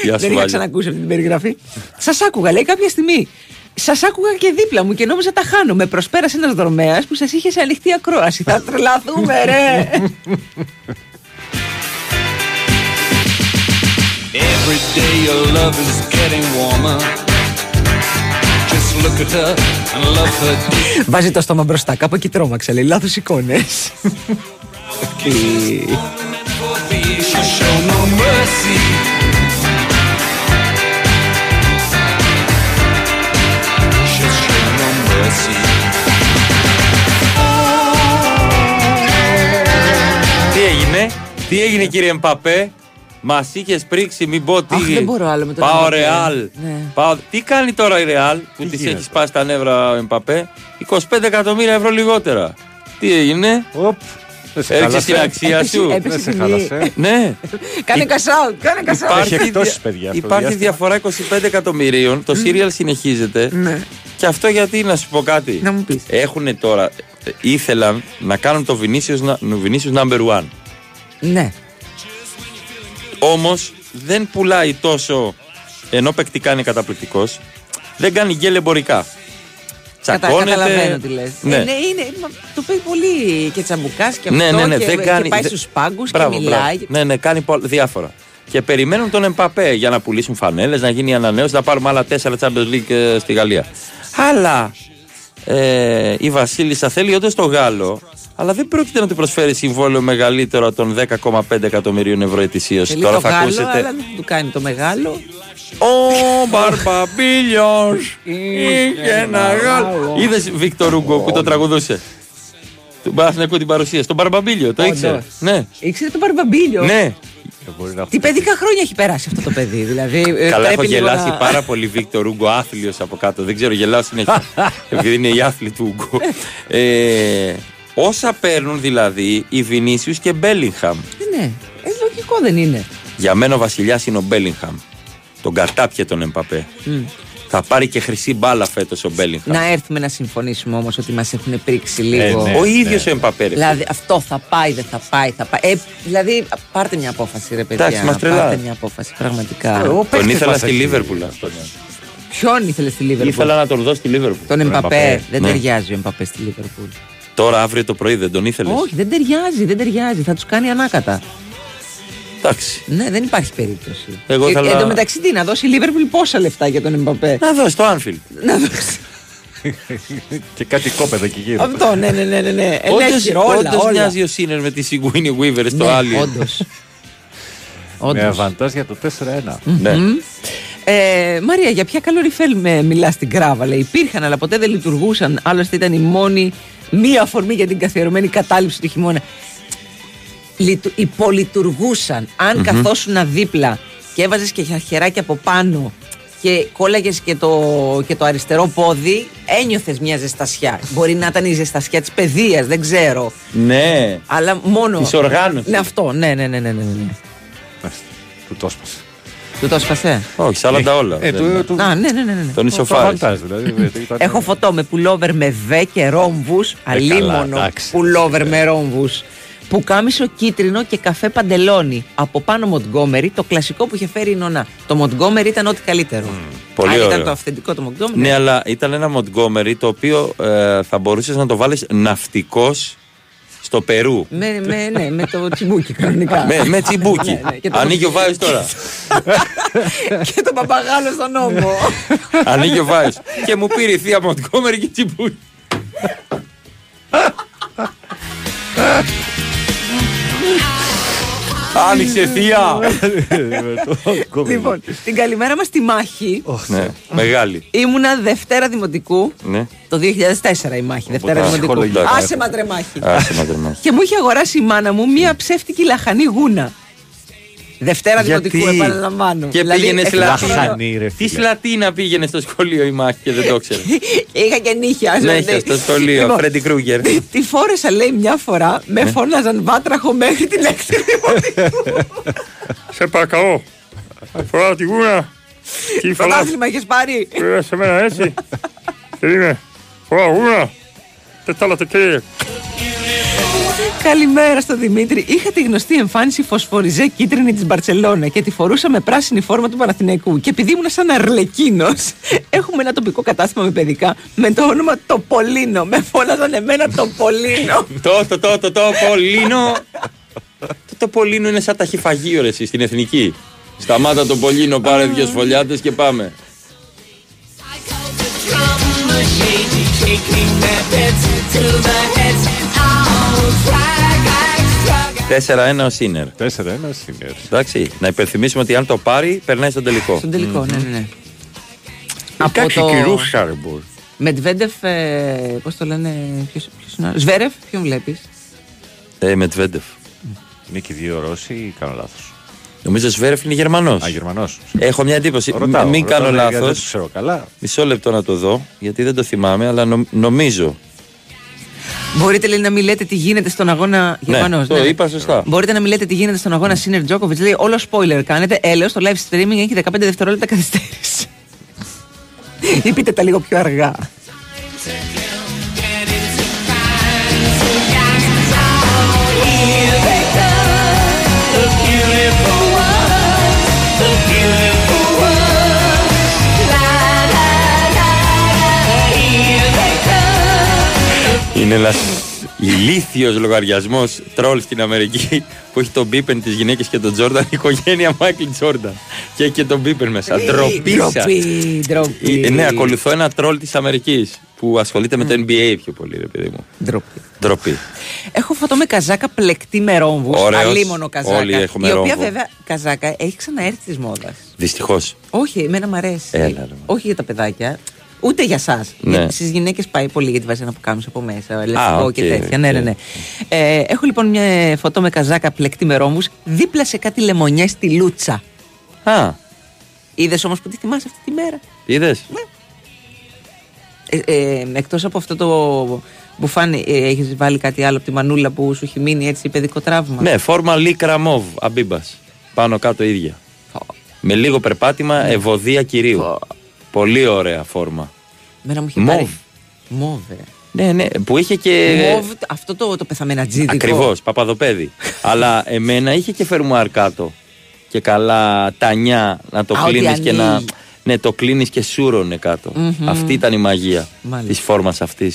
Γεια σου,
Δεν είχα
Βάλια.
ξανακούσει αυτή την περιγραφή. Σας άκουγα, λέει κάποια στιγμή. Σας άκουγα και δίπλα μου και νόμιζα τα χάνω. Με προσπέρασε ένας δρομέας που σας είχε σε ανοιχτή ακρόαση. Θα τρελαθούμε, ρε!
Every day your love is getting warmer. Just look at her and love her deep.
Βάζει το στόμα μπροστά, κάπου εκεί τρόμαξε. Λέει λάθος εικόνες.
She show no mercy. She show no mercy.
Τι έγινε, τι έγινε κύριε Μπαπέ, μας είχες πρίξει, μην πω τι.
Αχ, δεν μπορώ άλλο με τον
Πάω
Εμπαπέ.
ρεάλ.
Ναι.
Πάω... Τι κάνει τώρα η ρεάλ που της
γίνεται.
έχεις σπάσει τα νεύρα ο Εμπαπέ, 25 εκατομμύρια ευρώ λιγότερα. Τι έγινε,
σε
έριξες
χάλασε.
την αξία
Έπεσε-
σου.
έπεσε Δεν σε χάλασε. βγή.
Ναι.
Κάνε κασάουτ, κάνε κασάουτ.
Υπάρχει, δια- υπάρχει διαφορά 25 εκατομμυρίων. Το σύριαλ συνεχίζεται.
Ναι.
Και αυτό γιατί να σου πω κάτι.
Να μου πεις.
Έχουν τώρα. ε, Ήθελαν να κάνουν το Vinicius, να- Vinicius number one.
Ναι.
Όμως δεν πουλάει τόσο. Ενώ παικτικά είναι καταπληκτικός, δεν κάνει γκέλ εμπορικά.
Κατα-
Τσακώνεται.
Καταλαβαίνω τι λες.
Ναι.
Ε, ναι, είναι, μα, το παίζει πολύ και τσαμπουκάς και
ναι,
αυτό
ναι, ναι,
και,
δεν
και
κάνει.
πάει
δε-
στους πάγκους και
Μπράβο,
μιλάει.
μπράβο. Ναι, ναι, κάνει πο- διάφορα. Και περιμένουν τον Εμπαπέ για να πουλήσουν φανέλες, να γίνει η ανανέωση, να πάρουμε άλλα 4 Champions League ε, στη Γαλλία. Αλλά ε, η Βασίλισσα θέλει όντως το Γάλλο, αλλά δεν πρόκειται να του προσφέρει συμβόλαιο μεγαλύτερο των 10,5 εκατομμυρίων ευρώ ετησίως.
Θέλει
Τώρα
το
θα
γάλο,
ακούσετε.
αλλά δεν του κάνει το μεγάλο.
Ο Μπαρμπαμπίλιος είχε ένα γάλο. Είδες Βίκτορ Ούγκο που το τραγουδούσε. Του Παναθηναϊκού την παρουσία. Στον Μπαρμπαμπίλιο, το
Όντως.
ήξερε. Ναι.
Ήξερε τον Παρμπαμπίλιο.
Ναι.
Τι παιδικά χρόνια έχει περάσει αυτό το παιδί. Δηλαδή, ε,
Καλά, έχω
πρέπει λίγο
γελάσει
να-
πάρα πολύ Βίκτορ Ούγκο, άθλιος από κάτω. Δεν ξέρω, γελάω
[LAUGHS]
συνέχεια. επειδή είναι η άθλη του Ούγκο. Ε, όσα παίρνουν δηλαδή οι Βινίσιους και Μπέλιγχαμ.
Ναι, ε, λογικό δεν είναι.
Για μένα ο βασιλιάς είναι ο Μπέλιγχαμ. Τον κατάπιε τον Εμπαπέ.
Μμ.
Θα πάρει και χρυσή μπάλα φέτος ο Μπέλιγχαμ.
Να έρθουμε να συμφωνήσουμε όμως ότι μας έχουν πρίξει λίγο.
Ε, ναι, Ο ίδιος ναι. ο Εμπαπέ, ρε.
Δηλαδή αυτό θα πάει, δεν θα πάει, θα πάει. Ε, δηλαδή πάρτε μια απόφαση, ρε παιδιά.
Εντάξει, μας τρελά.
Πάρτε μια απόφαση, πραγματικά.
Τον ήθελα στη Λίβερπουλ.
Ποιον ήθελε στη Λίβερπουλ.
Ήθελα να τον δω στη Λίβερπουλ.
ναι. Τον Εμπαπέ. Δεν
Ναι.
ταιριάζει ο Εμπαπέ στη Λίβερπουλ.
Τώρα αύριο το πρωί δεν τον ήθελες.
Όχι, δεν ταιριάζει, δεν ταιριάζει. Θα τους κάνει ανάκατα.
Εντάξει.
Ναι, δεν υπάρχει περίπτωση.
Εγώ
Ε,
ήθελα-
Εν τω μεταξύ, τι να δώσει η Λίβερπουλ πόσα λεφτά για τον Εμπαπέ.
Να δώσει το Άνφιλ.
Να δώσει.
και κάτι κόπεδα εκεί γύρω.
Αυτό, ναι, ναι, ναι. ναι, ναι.
Όντως,
Ελεύθερο, όλα,
όντως
όλα.
μοιάζει ο Σίνερ με τη Σιγκουίνι Weaver στο
Ναι,
άλλο.
όντως.
Με
Όντως.
αβαντάζ για το 4-1.
Ναι.
Μμμ. Ε, Μαρία, για ποια καλοριφέρ με μιλά στην κράβα, λέει. Υπήρχαν, αλλά ποτέ δεν λειτουργούσαν. Άλλωστε ήταν η μόνη μία αφορμή για την καθιερωμένη κατάληψη του χειμώνα. Λειτου- Υπολειτουργούσαν. Αν
Μμμ.
καθόσουν δίπλα και έβαζες και τα χεράκια από πάνω και κόλλαγες και το, και το αριστερό πόδι, ένιωθες μια ζεστασιά. Μπορεί να ήταν η ζεστασιά της παιδείας, δεν ξέρω.
Ναι.
Αλλά μόνο.
Της οργάνωσης.
Ναι, αυτό. Ναι, ναι, ναι, ναι. ναι, ναι.
Του το σπάσε.
Του το σπασέ.
Όχι, σ' άλλα τα όλα.
Ε,
Δεν-
του- του-
Α, ναι, ναι, ναι, ναι.
Τον ισοφάρισε.
Το αβαντάζ,
[LAUGHS]
δηλαδή. ήταν-
Έχω φωτό με πουλόβερ με βέ και ρόμβους.
Ε,
Αλίμονο
εντάξει.
πουλόβερ με ρόμβους. Πουκάμισο κίτρινο και καφέ παντελόνι. Από πάνω Μοντγκόμερι, το κλασικό που είχε φέρει η Νονά. Το Μοντγκόμερι ήταν ό,τι καλύτερο.
πολύ
Αν ήταν
ωραίο.
το αυθεντικό το Μοντγκόμερι.
Ναι, αλλά ήταν ένα Montgomery το οποίο ε, θα μπορούσες να το βάλεις ναυτικός στο Περού.
Με, με, ναι, με το τσιμπούκι κανονικά.
[LAUGHS] με, με τσιμπούκι.
Ναι, ναι, και το-
Ανοίγει ο Βάιο τώρα.
[LAUGHS] και τον παπαγάλο στον
Ναι.
ώμο.
Ανοίγει ο Βάιο. και μου πήρε η θεία Montgomery και τσιμπούκι. Άνοιξε θεία.
λοιπόν, την καλημέρα μας στη μάχη.
ναι, μεγάλη.
Ήμουνα Δευτέρα Δημοτικού.
Ναι.
Το 2004 η μάχη, Δευτέρα
τα
Δημοτικού.
ψυχολογικά
Άσε
έχω.
μας ρε μάχη.
Άσε να τρεμάσει.
Και μου είχε αγοράσει η μάνα μου μία ψεύτικη λαχανή γούνα. Δευτέρα
Γιατί?
Δημοτικού, επαναλαμβάνω. Δηλαδή,
Και πήγαινε στη
εφτά
Λατίνα.
χρονών.
Λαχανή, ρε,
Τι Λατίνα πήγαινε στο σχολείο η Μάχη και δεν το ήξερε.
Και [LAUGHS] Είχα και νύχια.
Ναι,
λέει.
είχε στο σχολείο,
Λοιπόν,
Φρέντι Κρούγκερ.
τη- Τη φόρεσα, λέει, μια φορά.
Ναι.
Με φώναζαν βάτραχο μέχρι την
[LAUGHS]
έκτη
Σε παρακαλώ. Φοράω τη γούνα. Τι φοράω.
Πρωτάθλημα έχεις πάρει.
Βέβαια σε μένα έτσι. Και είμαι. Φοράω γούνα. Και τα άλλα τα κύριε.
Καλημέρα στο Δημήτρη. Είχα τη γνωστή εμφάνιση φωσφοριζέ κίτρινη της Μπαρσελόνα και τη φορούσα με πράσινη φόρμα του Παναθηναϊκού. Και επειδή ήμουν σαν αρλεκίνος, [LAUGHS] έχουμε ένα τοπικό κατάστημα με παιδικά με το όνομα Τοπολίνο. Με φώναζαν εμένα Τοπολίνο.
[LAUGHS] Το, το, το, το, το, Πολίνο. Το Τοπολίνο είναι σαν ταχυφαγείο, ρε, εσύ, στην εθνική. Σταμάτα τον Πολίνο, πάρε δυο σφολιάτες και πάμε. Τέσσερα ένα ο Σίνερ.
4-1 ο Σίνερ.
Εντάξει, να υπενθυμίσουμε ότι αν το πάρει, περνάει στον τελικό.
Στον τελικό, ναι, ναι,
Ε,
ναι.
Εντάξει, κυρούσα, ρε, μπορεί.
Μετβέντεφ, ε, πώς το λένε, ποιος είναι. ο- Σβέρεφ, ποιον βλέπεις.
Ε, Μετβέντεφ.
Είναι και οι δύο Ρώσοι ή κάνω λάθος.
Νομίζω Σβέρεφ είναι Γερμανός.
Α, Γερμανός.
Έχω μια εντύπωση.
Ρωτάω,
Μην
ρωτάω,
κάνω
γιατί δεν
λάθος.
το ξέρω καλά.
Μισό λεπτό να το δω, γιατί δεν το θυμάμαι, αλλά νο- νομίζω.
Μπορείτε λέει, να μην λέτε τι γίνεται στον αγώνα.
Ναι,
Γερμανός,
το είπα σωστά.
Μπορείτε να μην λέτε τι γίνεται στον αγώνα Σίνερ Τζόκοβιτ. Λέει όλο spoiler κάνετε. Έλεω το live streaming έχει 15 δευτερόλεπτα
[LAUGHS]
καθυστέρηση. Ή πείτε τα λίγο πιο αργά.
Είναι ένας ηλίθιος λογαριασμός τρόλ στην Αμερική που έχει τον Μπίπεν, τις γυναίκες και τον Τζόρνταν, η οικογένεια Μάικλ Τζόρνταν. Και έχει και τον Μπίπεν μέσα. Ντροπή σας.
Ντροπή, ντροπή.
Ε, Ναι, ακολουθώ ένα τρόλ της Αμερικής που ασχολείται με το NBA πιο πολύ, ρε παιδί μου.
Ντροπή.
Mm. Ντροπή.
Έχω φωτό με καζάκα πλεκτή με ρόμβους.
Ωραίος.
Αλίμονο καζάκα.
Όλοι έχουμε
η οποία
ρόμβο.
βέβαια καζάκα έχει ξαναέρθει της μόδας.
Δυστυχώς.
Όχι, εμένα μου αρέσει.
Έλα, ρε.
Όχι για τα παιδάκια. Ούτε για εσά.
Ε. Ναι.
Στις γυναίκες πάει πολύ γιατί βάζει ένα πουκάμισο από μέσα, ελευθερικό
οκ,
και τέτοια. Ναι, ναι,
οκ.
ναι. Ε, έχω λοιπόν μια ε, φωτό με καζάκα πλεκτή με ρόμβου δίπλα σε κάτι λεμονιές στη λούτσα.
Α,
Είδες όμως που τη θυμάσαι αυτή τη μέρα. Ναι.
είδε.
Ε, ε, Εκτός από αυτό το μπουφάνι, ε, έχεις βάλει κάτι άλλο από τη μανούλα που σου έχει μείνει έτσι παιδικό τραύμα.
Ναι, φόρμα Λί Κραμόβ, αμπίμπας. Πάνω κάτω ίδια. Με λίγο περπάτημα, ευωδία κυρίου. Πολύ ωραία φόρμα.
Μέρα μου είχε
Μόβ.
πάρει. Μόβ, ρε.
Ναι, ναι, που είχε και.
Μόβ, αυτό το, το πεθαμένα τζίδικο.
Ακριβώς,
[LAUGHS]
παπαδοπέδι. Αλλά εμένα είχε και φερμουάρ κάτω. Και καλά τανιά να το
Α, ότι
κλείνεις και να.
ανοίγει.
Ναι, το κλείνεις και σούρωνε κάτω.
Μμμ.
Αυτή ήταν η μαγεία
Μάλιστα.
της φόρμας αυτής.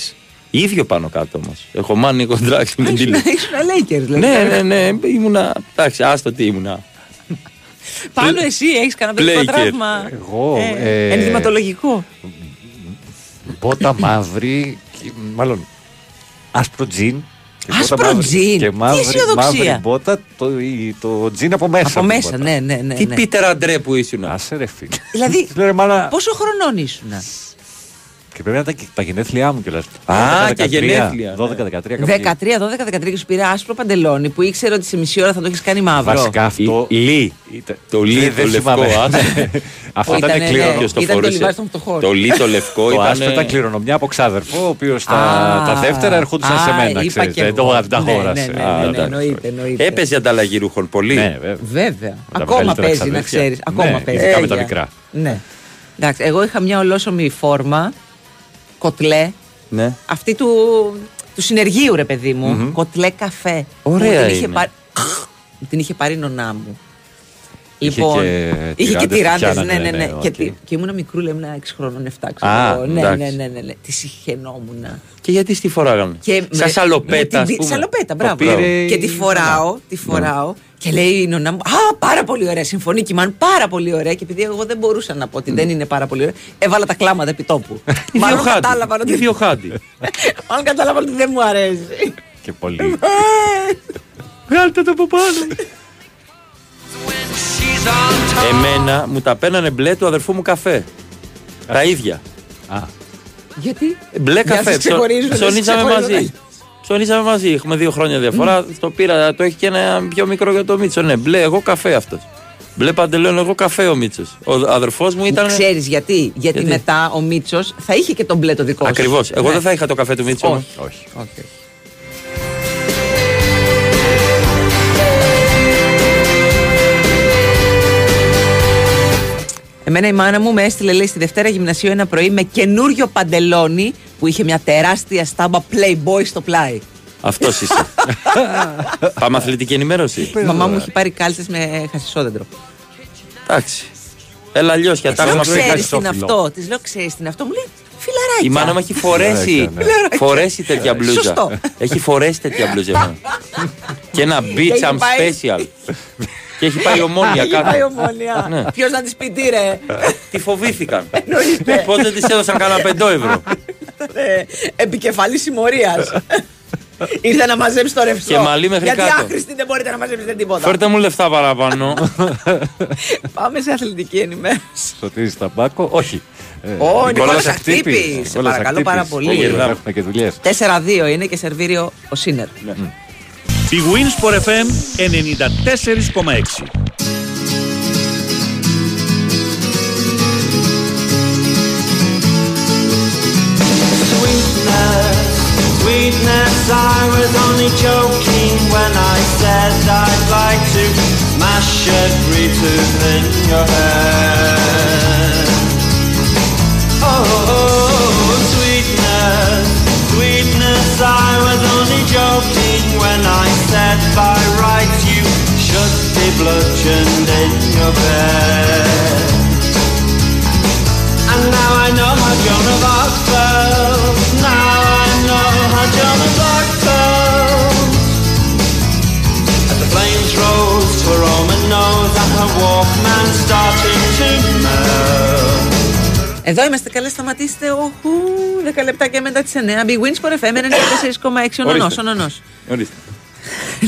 ίδιο πάνω κάτω όμως. Έχω μάνι κοντράξει με την
Ήσουν-
τίλη.
Ήσουν Lakers, δηλαδή.
Ναι, ναι, ναι, ήμουνα. Εντάξει, άστο τι ήμουνα.
Πάνω εσύ έχεις κανένα
Lakers.
παιδικό τραύμα.
Εγώ, ε,
Ενδυματολογικό.
Μπότα μαύρη, και- μάλλον άσπρο τζιν. και
Άσπρο
μπότα μαύρη-
τζιν.
Και
Τι
μαύρη,
αισιοδοξία.
μαύρη μπότα, το, η- το τζιν από μέσα.
Από
την
μέσα,
μπότα.
ναι, ναι, ναι.
Τι
ναι.
Πίτερ Αντρέ που ήσουν.
Άσε ρε φίλε.
Δηλαδή,
Λέω, ρε, μάνα,
πόσο χρονών ήσουν.
Και πρέπει να ήταν και τα γενέθλιά μου κιόλας.
Α, και γενέθλια, ναι.
12-13. κάπου εκεί.
13, 12, 13 και σου πήρε άσπρο παντελόνι που ήξερε ότι σε μισή ώρα θα το έχεις κάνει μαύρο.
Βασικά αυτό.
Λί.
Ήταν-
Το λί,
Δεν-
το
δεν
λευκό.
[LAUGHS] θυμάμαι.
άσε.
Αυτό ήταν
Ήτανε,
κληρονομιά.
ναι.
Ποιος το
Ήταν το
φορούσε.
λιβάρι των φτωχών.
Το λί το λευκό
[LAUGHS] Το
ήταν.
άσπρο ήταν κληρονομιά από ξάδερφο, ο οποίος τα,
Α,
τα δεύτερα ερχόντουσαν σε
α,
μένα.
είπα
Ξέρεις,
και
δεν
εγώ.
το δεν τα
Ναι, ναι,
χώρασε.
ναι, ναι,
Α,
ναι,
εντάξει.
εννοείται, εννοείται.
Έπαιζε ανταλλαγή ρούχων πολύ.
Ναι, βέβαια.
Βέβαια.
τα
Ακόμα
μεγαλύτερα
παίζει, να
ξαδέρφια.
ξέρεις. Ακόμα
Ναι,
παίζει.
ειδικά με τα
Έλια.
μικρά.
Ναι. Εντάξει, εγώ είχα μια ολόσωμη φόρμα, κοτλέ,
Ναι.
αυτή του, του συνεργείου, ρε παιδί μου. Κοτλέ καφέ.
Ωραία
Μου την είχε
είναι.
πάρει. Μου την είχε πάρει η νονά μου. Λοιπόν,
Είχε και
είχε και
τυράντες που
τυράντες, ναι, ναι,
πιάνανε,
ναι.
ναι,
και,
οκ.
τι- και ήμουνα μικρούλα, ήμουνα 6 χρόνων, 7 ξέρω
Α,
εγώ. ναι, ναι,
εντάξει.
ναι, ναι, ναι, Τι συχαινόμουν.
Και γιατί στη φοράγανε.
Και με-
Σαν σαλοπέτα.
με
ας
την-
πούμε.
Σαλοπέτα,
Το
μπράβο.
πήρε
Και
η- Ναι.
τη φοράω, τη φοράω και λέει η νονά μου, Α, πάρα πολύ ωραία. Συμφωνεί και η Μαν, πάρα πολύ ωραία. Και επειδή εγώ δεν μπορούσα να πω ότι δεν είναι πάρα πολύ ωραία, έβαλα τα κλάματα επί
[LAUGHS]
τόπου. μάλλον,
Ιδιοχάντη.
κατάλαβαν ότι,
Ιδιοχάντη.
μάλλον κατάλαβαν ότι δεν μου αρέσει.
[LAUGHS] Και
Ε,
πολύ.
Βγάλτε το από πάνω. Εμένα μου τα παίρνανε μπλε του αδερφού μου καφέ. Τα ίδια.
Γιατί?
Μπλε
Για να
καφέ.
σας
Ψω-
ξεχωρίζουν, να σας
Ψωνίσαμε
ξεχωρίζουν.
μαζί. Ψωνίσαμε μαζί. Έχουμε δύο χρόνια διαφορά. Το πήρα, το έχει και ένα πιο μικρό για το Μίτσο. Ναι, μπλε, εγώ καφέ αυτός. Μπλε παντελόν, εγώ καφέ ο Μίτσος. Ο αδερφός μου ήταν.
Ξέρεις γιατί. γιατί.
Γιατί?
μετά ο Μίτσος θα είχε και τον μπλε το δικό σου.
Ακριβώς. Εγώ
Ναι.
δεν θα είχα το καφέ του Μίτσο. μου.
Όχι.
Όχι. Εμένα η μάνα μου με έστειλε λέει στη Δευτέρα γυμνασίου ένα πρωί με καινούριο παντελόνι που είχε μια τεράστια στάμπα Playboy στο πλάι.
Αυτός
[LAUGHS]
είσαι. Πάμε αθλητική ενημέρωση.
Η μαμά μου έχει πάρει κάλτσε με χασισόδεντρο.
Εντάξει. Έλα αλλιώς για τα
Της λέω
άγνωστα
ξέρει
χασισόφυλλο.
την αυτό. Της λέω ξέρεις την αυτό. Μου λέει φιλαράκι.
Η μάνα μου έχει φορέσει, φορέσει τέτοια μπλούζα.
Ναι, Σωστό.
Έχει φορέσει τέτοια μπλούζα. η μάνα. και ένα
Και
beach
έχει
I'm
πάει-
special. και έχει πάει ομόνια
Έχει πάει
κάτω. Ναι.
ομόνια. Ποιος να της πει τι ρε.
Τη φοβήθηκαν. Πώς δεν της έδωσαν κανένα πεντό ευρώ.
Ε, Επικεφαλής
[LAUGHS]
συμμορίας. Ήρθε να μαζέψει το ρευστό.
Και μαλλί μέχρι
Γιατί
κάτω.
άχρηστη δεν μπορείτε να μαζέψετε τίποτα.
Φέρτε μου λεφτά παραπάνω.
Πάμε σε αθλητική ενημέρωση.
Σωτήρι ταμπάκο, όχι.
Ω, Νικόλας
Ακτύπης.
Ακτύπης. Σε
Νικόλας
παρακαλώ
Ακτύπης.
πάρα πολύ.
Όχι,
Γελάμε.
Έχουμε και δουλειές.
4-2 είναι και σερβίριο ο Σίνερ.
Η Wins for FM 94,6.
Sweetness, sweetness, I was only joking when I said I'd like to mash every tooth in your head. Oh, sweetness, sweetness, I was only joking when I said by rights you should be bludgeoned in your bed. And now I know how Joan of Arc felt. Now I know how Joan of Arc felt. As the flames rose to her Roman nose and her Walkman starting to melt.
Εδώ είμαστε καλέ, σταματήστε. Οχού, 10 λεπτά και μετά τις 9. Big Wins for FM 94,6. Ο νονός,
Ορίστε.
ο νονός.
Ορίστε.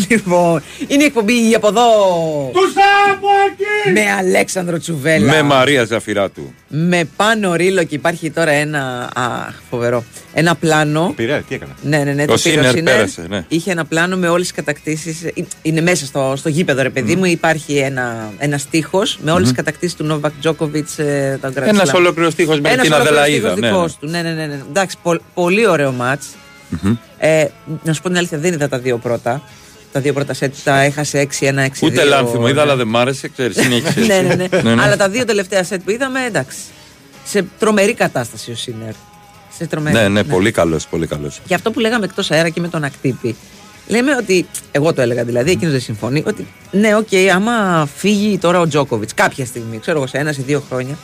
Λοιπόν, είναι η εκπομπή η από εδώ.
Τους από εκεί!
Με Αλέξανδρο Τσουβέλα.
Με Μαρία Ζαφυράτου.
Με πάνω ρίλο και υπάρχει τώρα ένα. Αχ, φοβερό. Ένα πλάνο.
Πειραία, τι έκανα.
Ναι, ναι, ναι.
Ο
το πήρε ο
Σίνερ
Σίνερ.
πέρασε, ναι.
Είχε ένα πλάνο με όλες τις κατακτήσεις. Ε, Είναι μέσα στο, στο γήπεδο, ρε παιδί μου. Υπάρχει ένα, ένα στίχος με όλες τις κατακτήσεις του ε, Νόβακ Τζόκοβιτ.
Ένας ολόκληρος τείχο με την Αδελαίδα. ναι, ναι.
δικός του. Ναι, ναι, ναι. ναι. Εντάξει, πο- πολύ ωραίο μάτ.
Μμμ.
Ε, να σου πω την αλήθεια, δεν είδα τα δύο πρώτα. Τα δύο πρώτα σετ τα έχασε 6-1-6-2.
Ούτε λάνθιμο είδα, αλλά δεν μ' άρεσε. Ξέρεις, συνέχισε.
ναι, ναι, ναι. Αλλά τα δύο τελευταία σετ που είδαμε, εντάξει. Σε τρομερή κατάσταση ο Σίνερ. Σε τρομερή.
Ναι, ναι, πολύ καλός, πολύ καλός.
Και αυτό που λέγαμε εκτός αέρα και με τον Ακτύπη. Λέμε ότι, εγώ το έλεγα δηλαδή, εκείνος δεν συμφωνεί, ότι ναι, οκ, άμα φύγει τώρα ο Τζόκοβιτ κάποια στιγμή, ξέρω εγώ, σε ένα ή δύο χρόνια,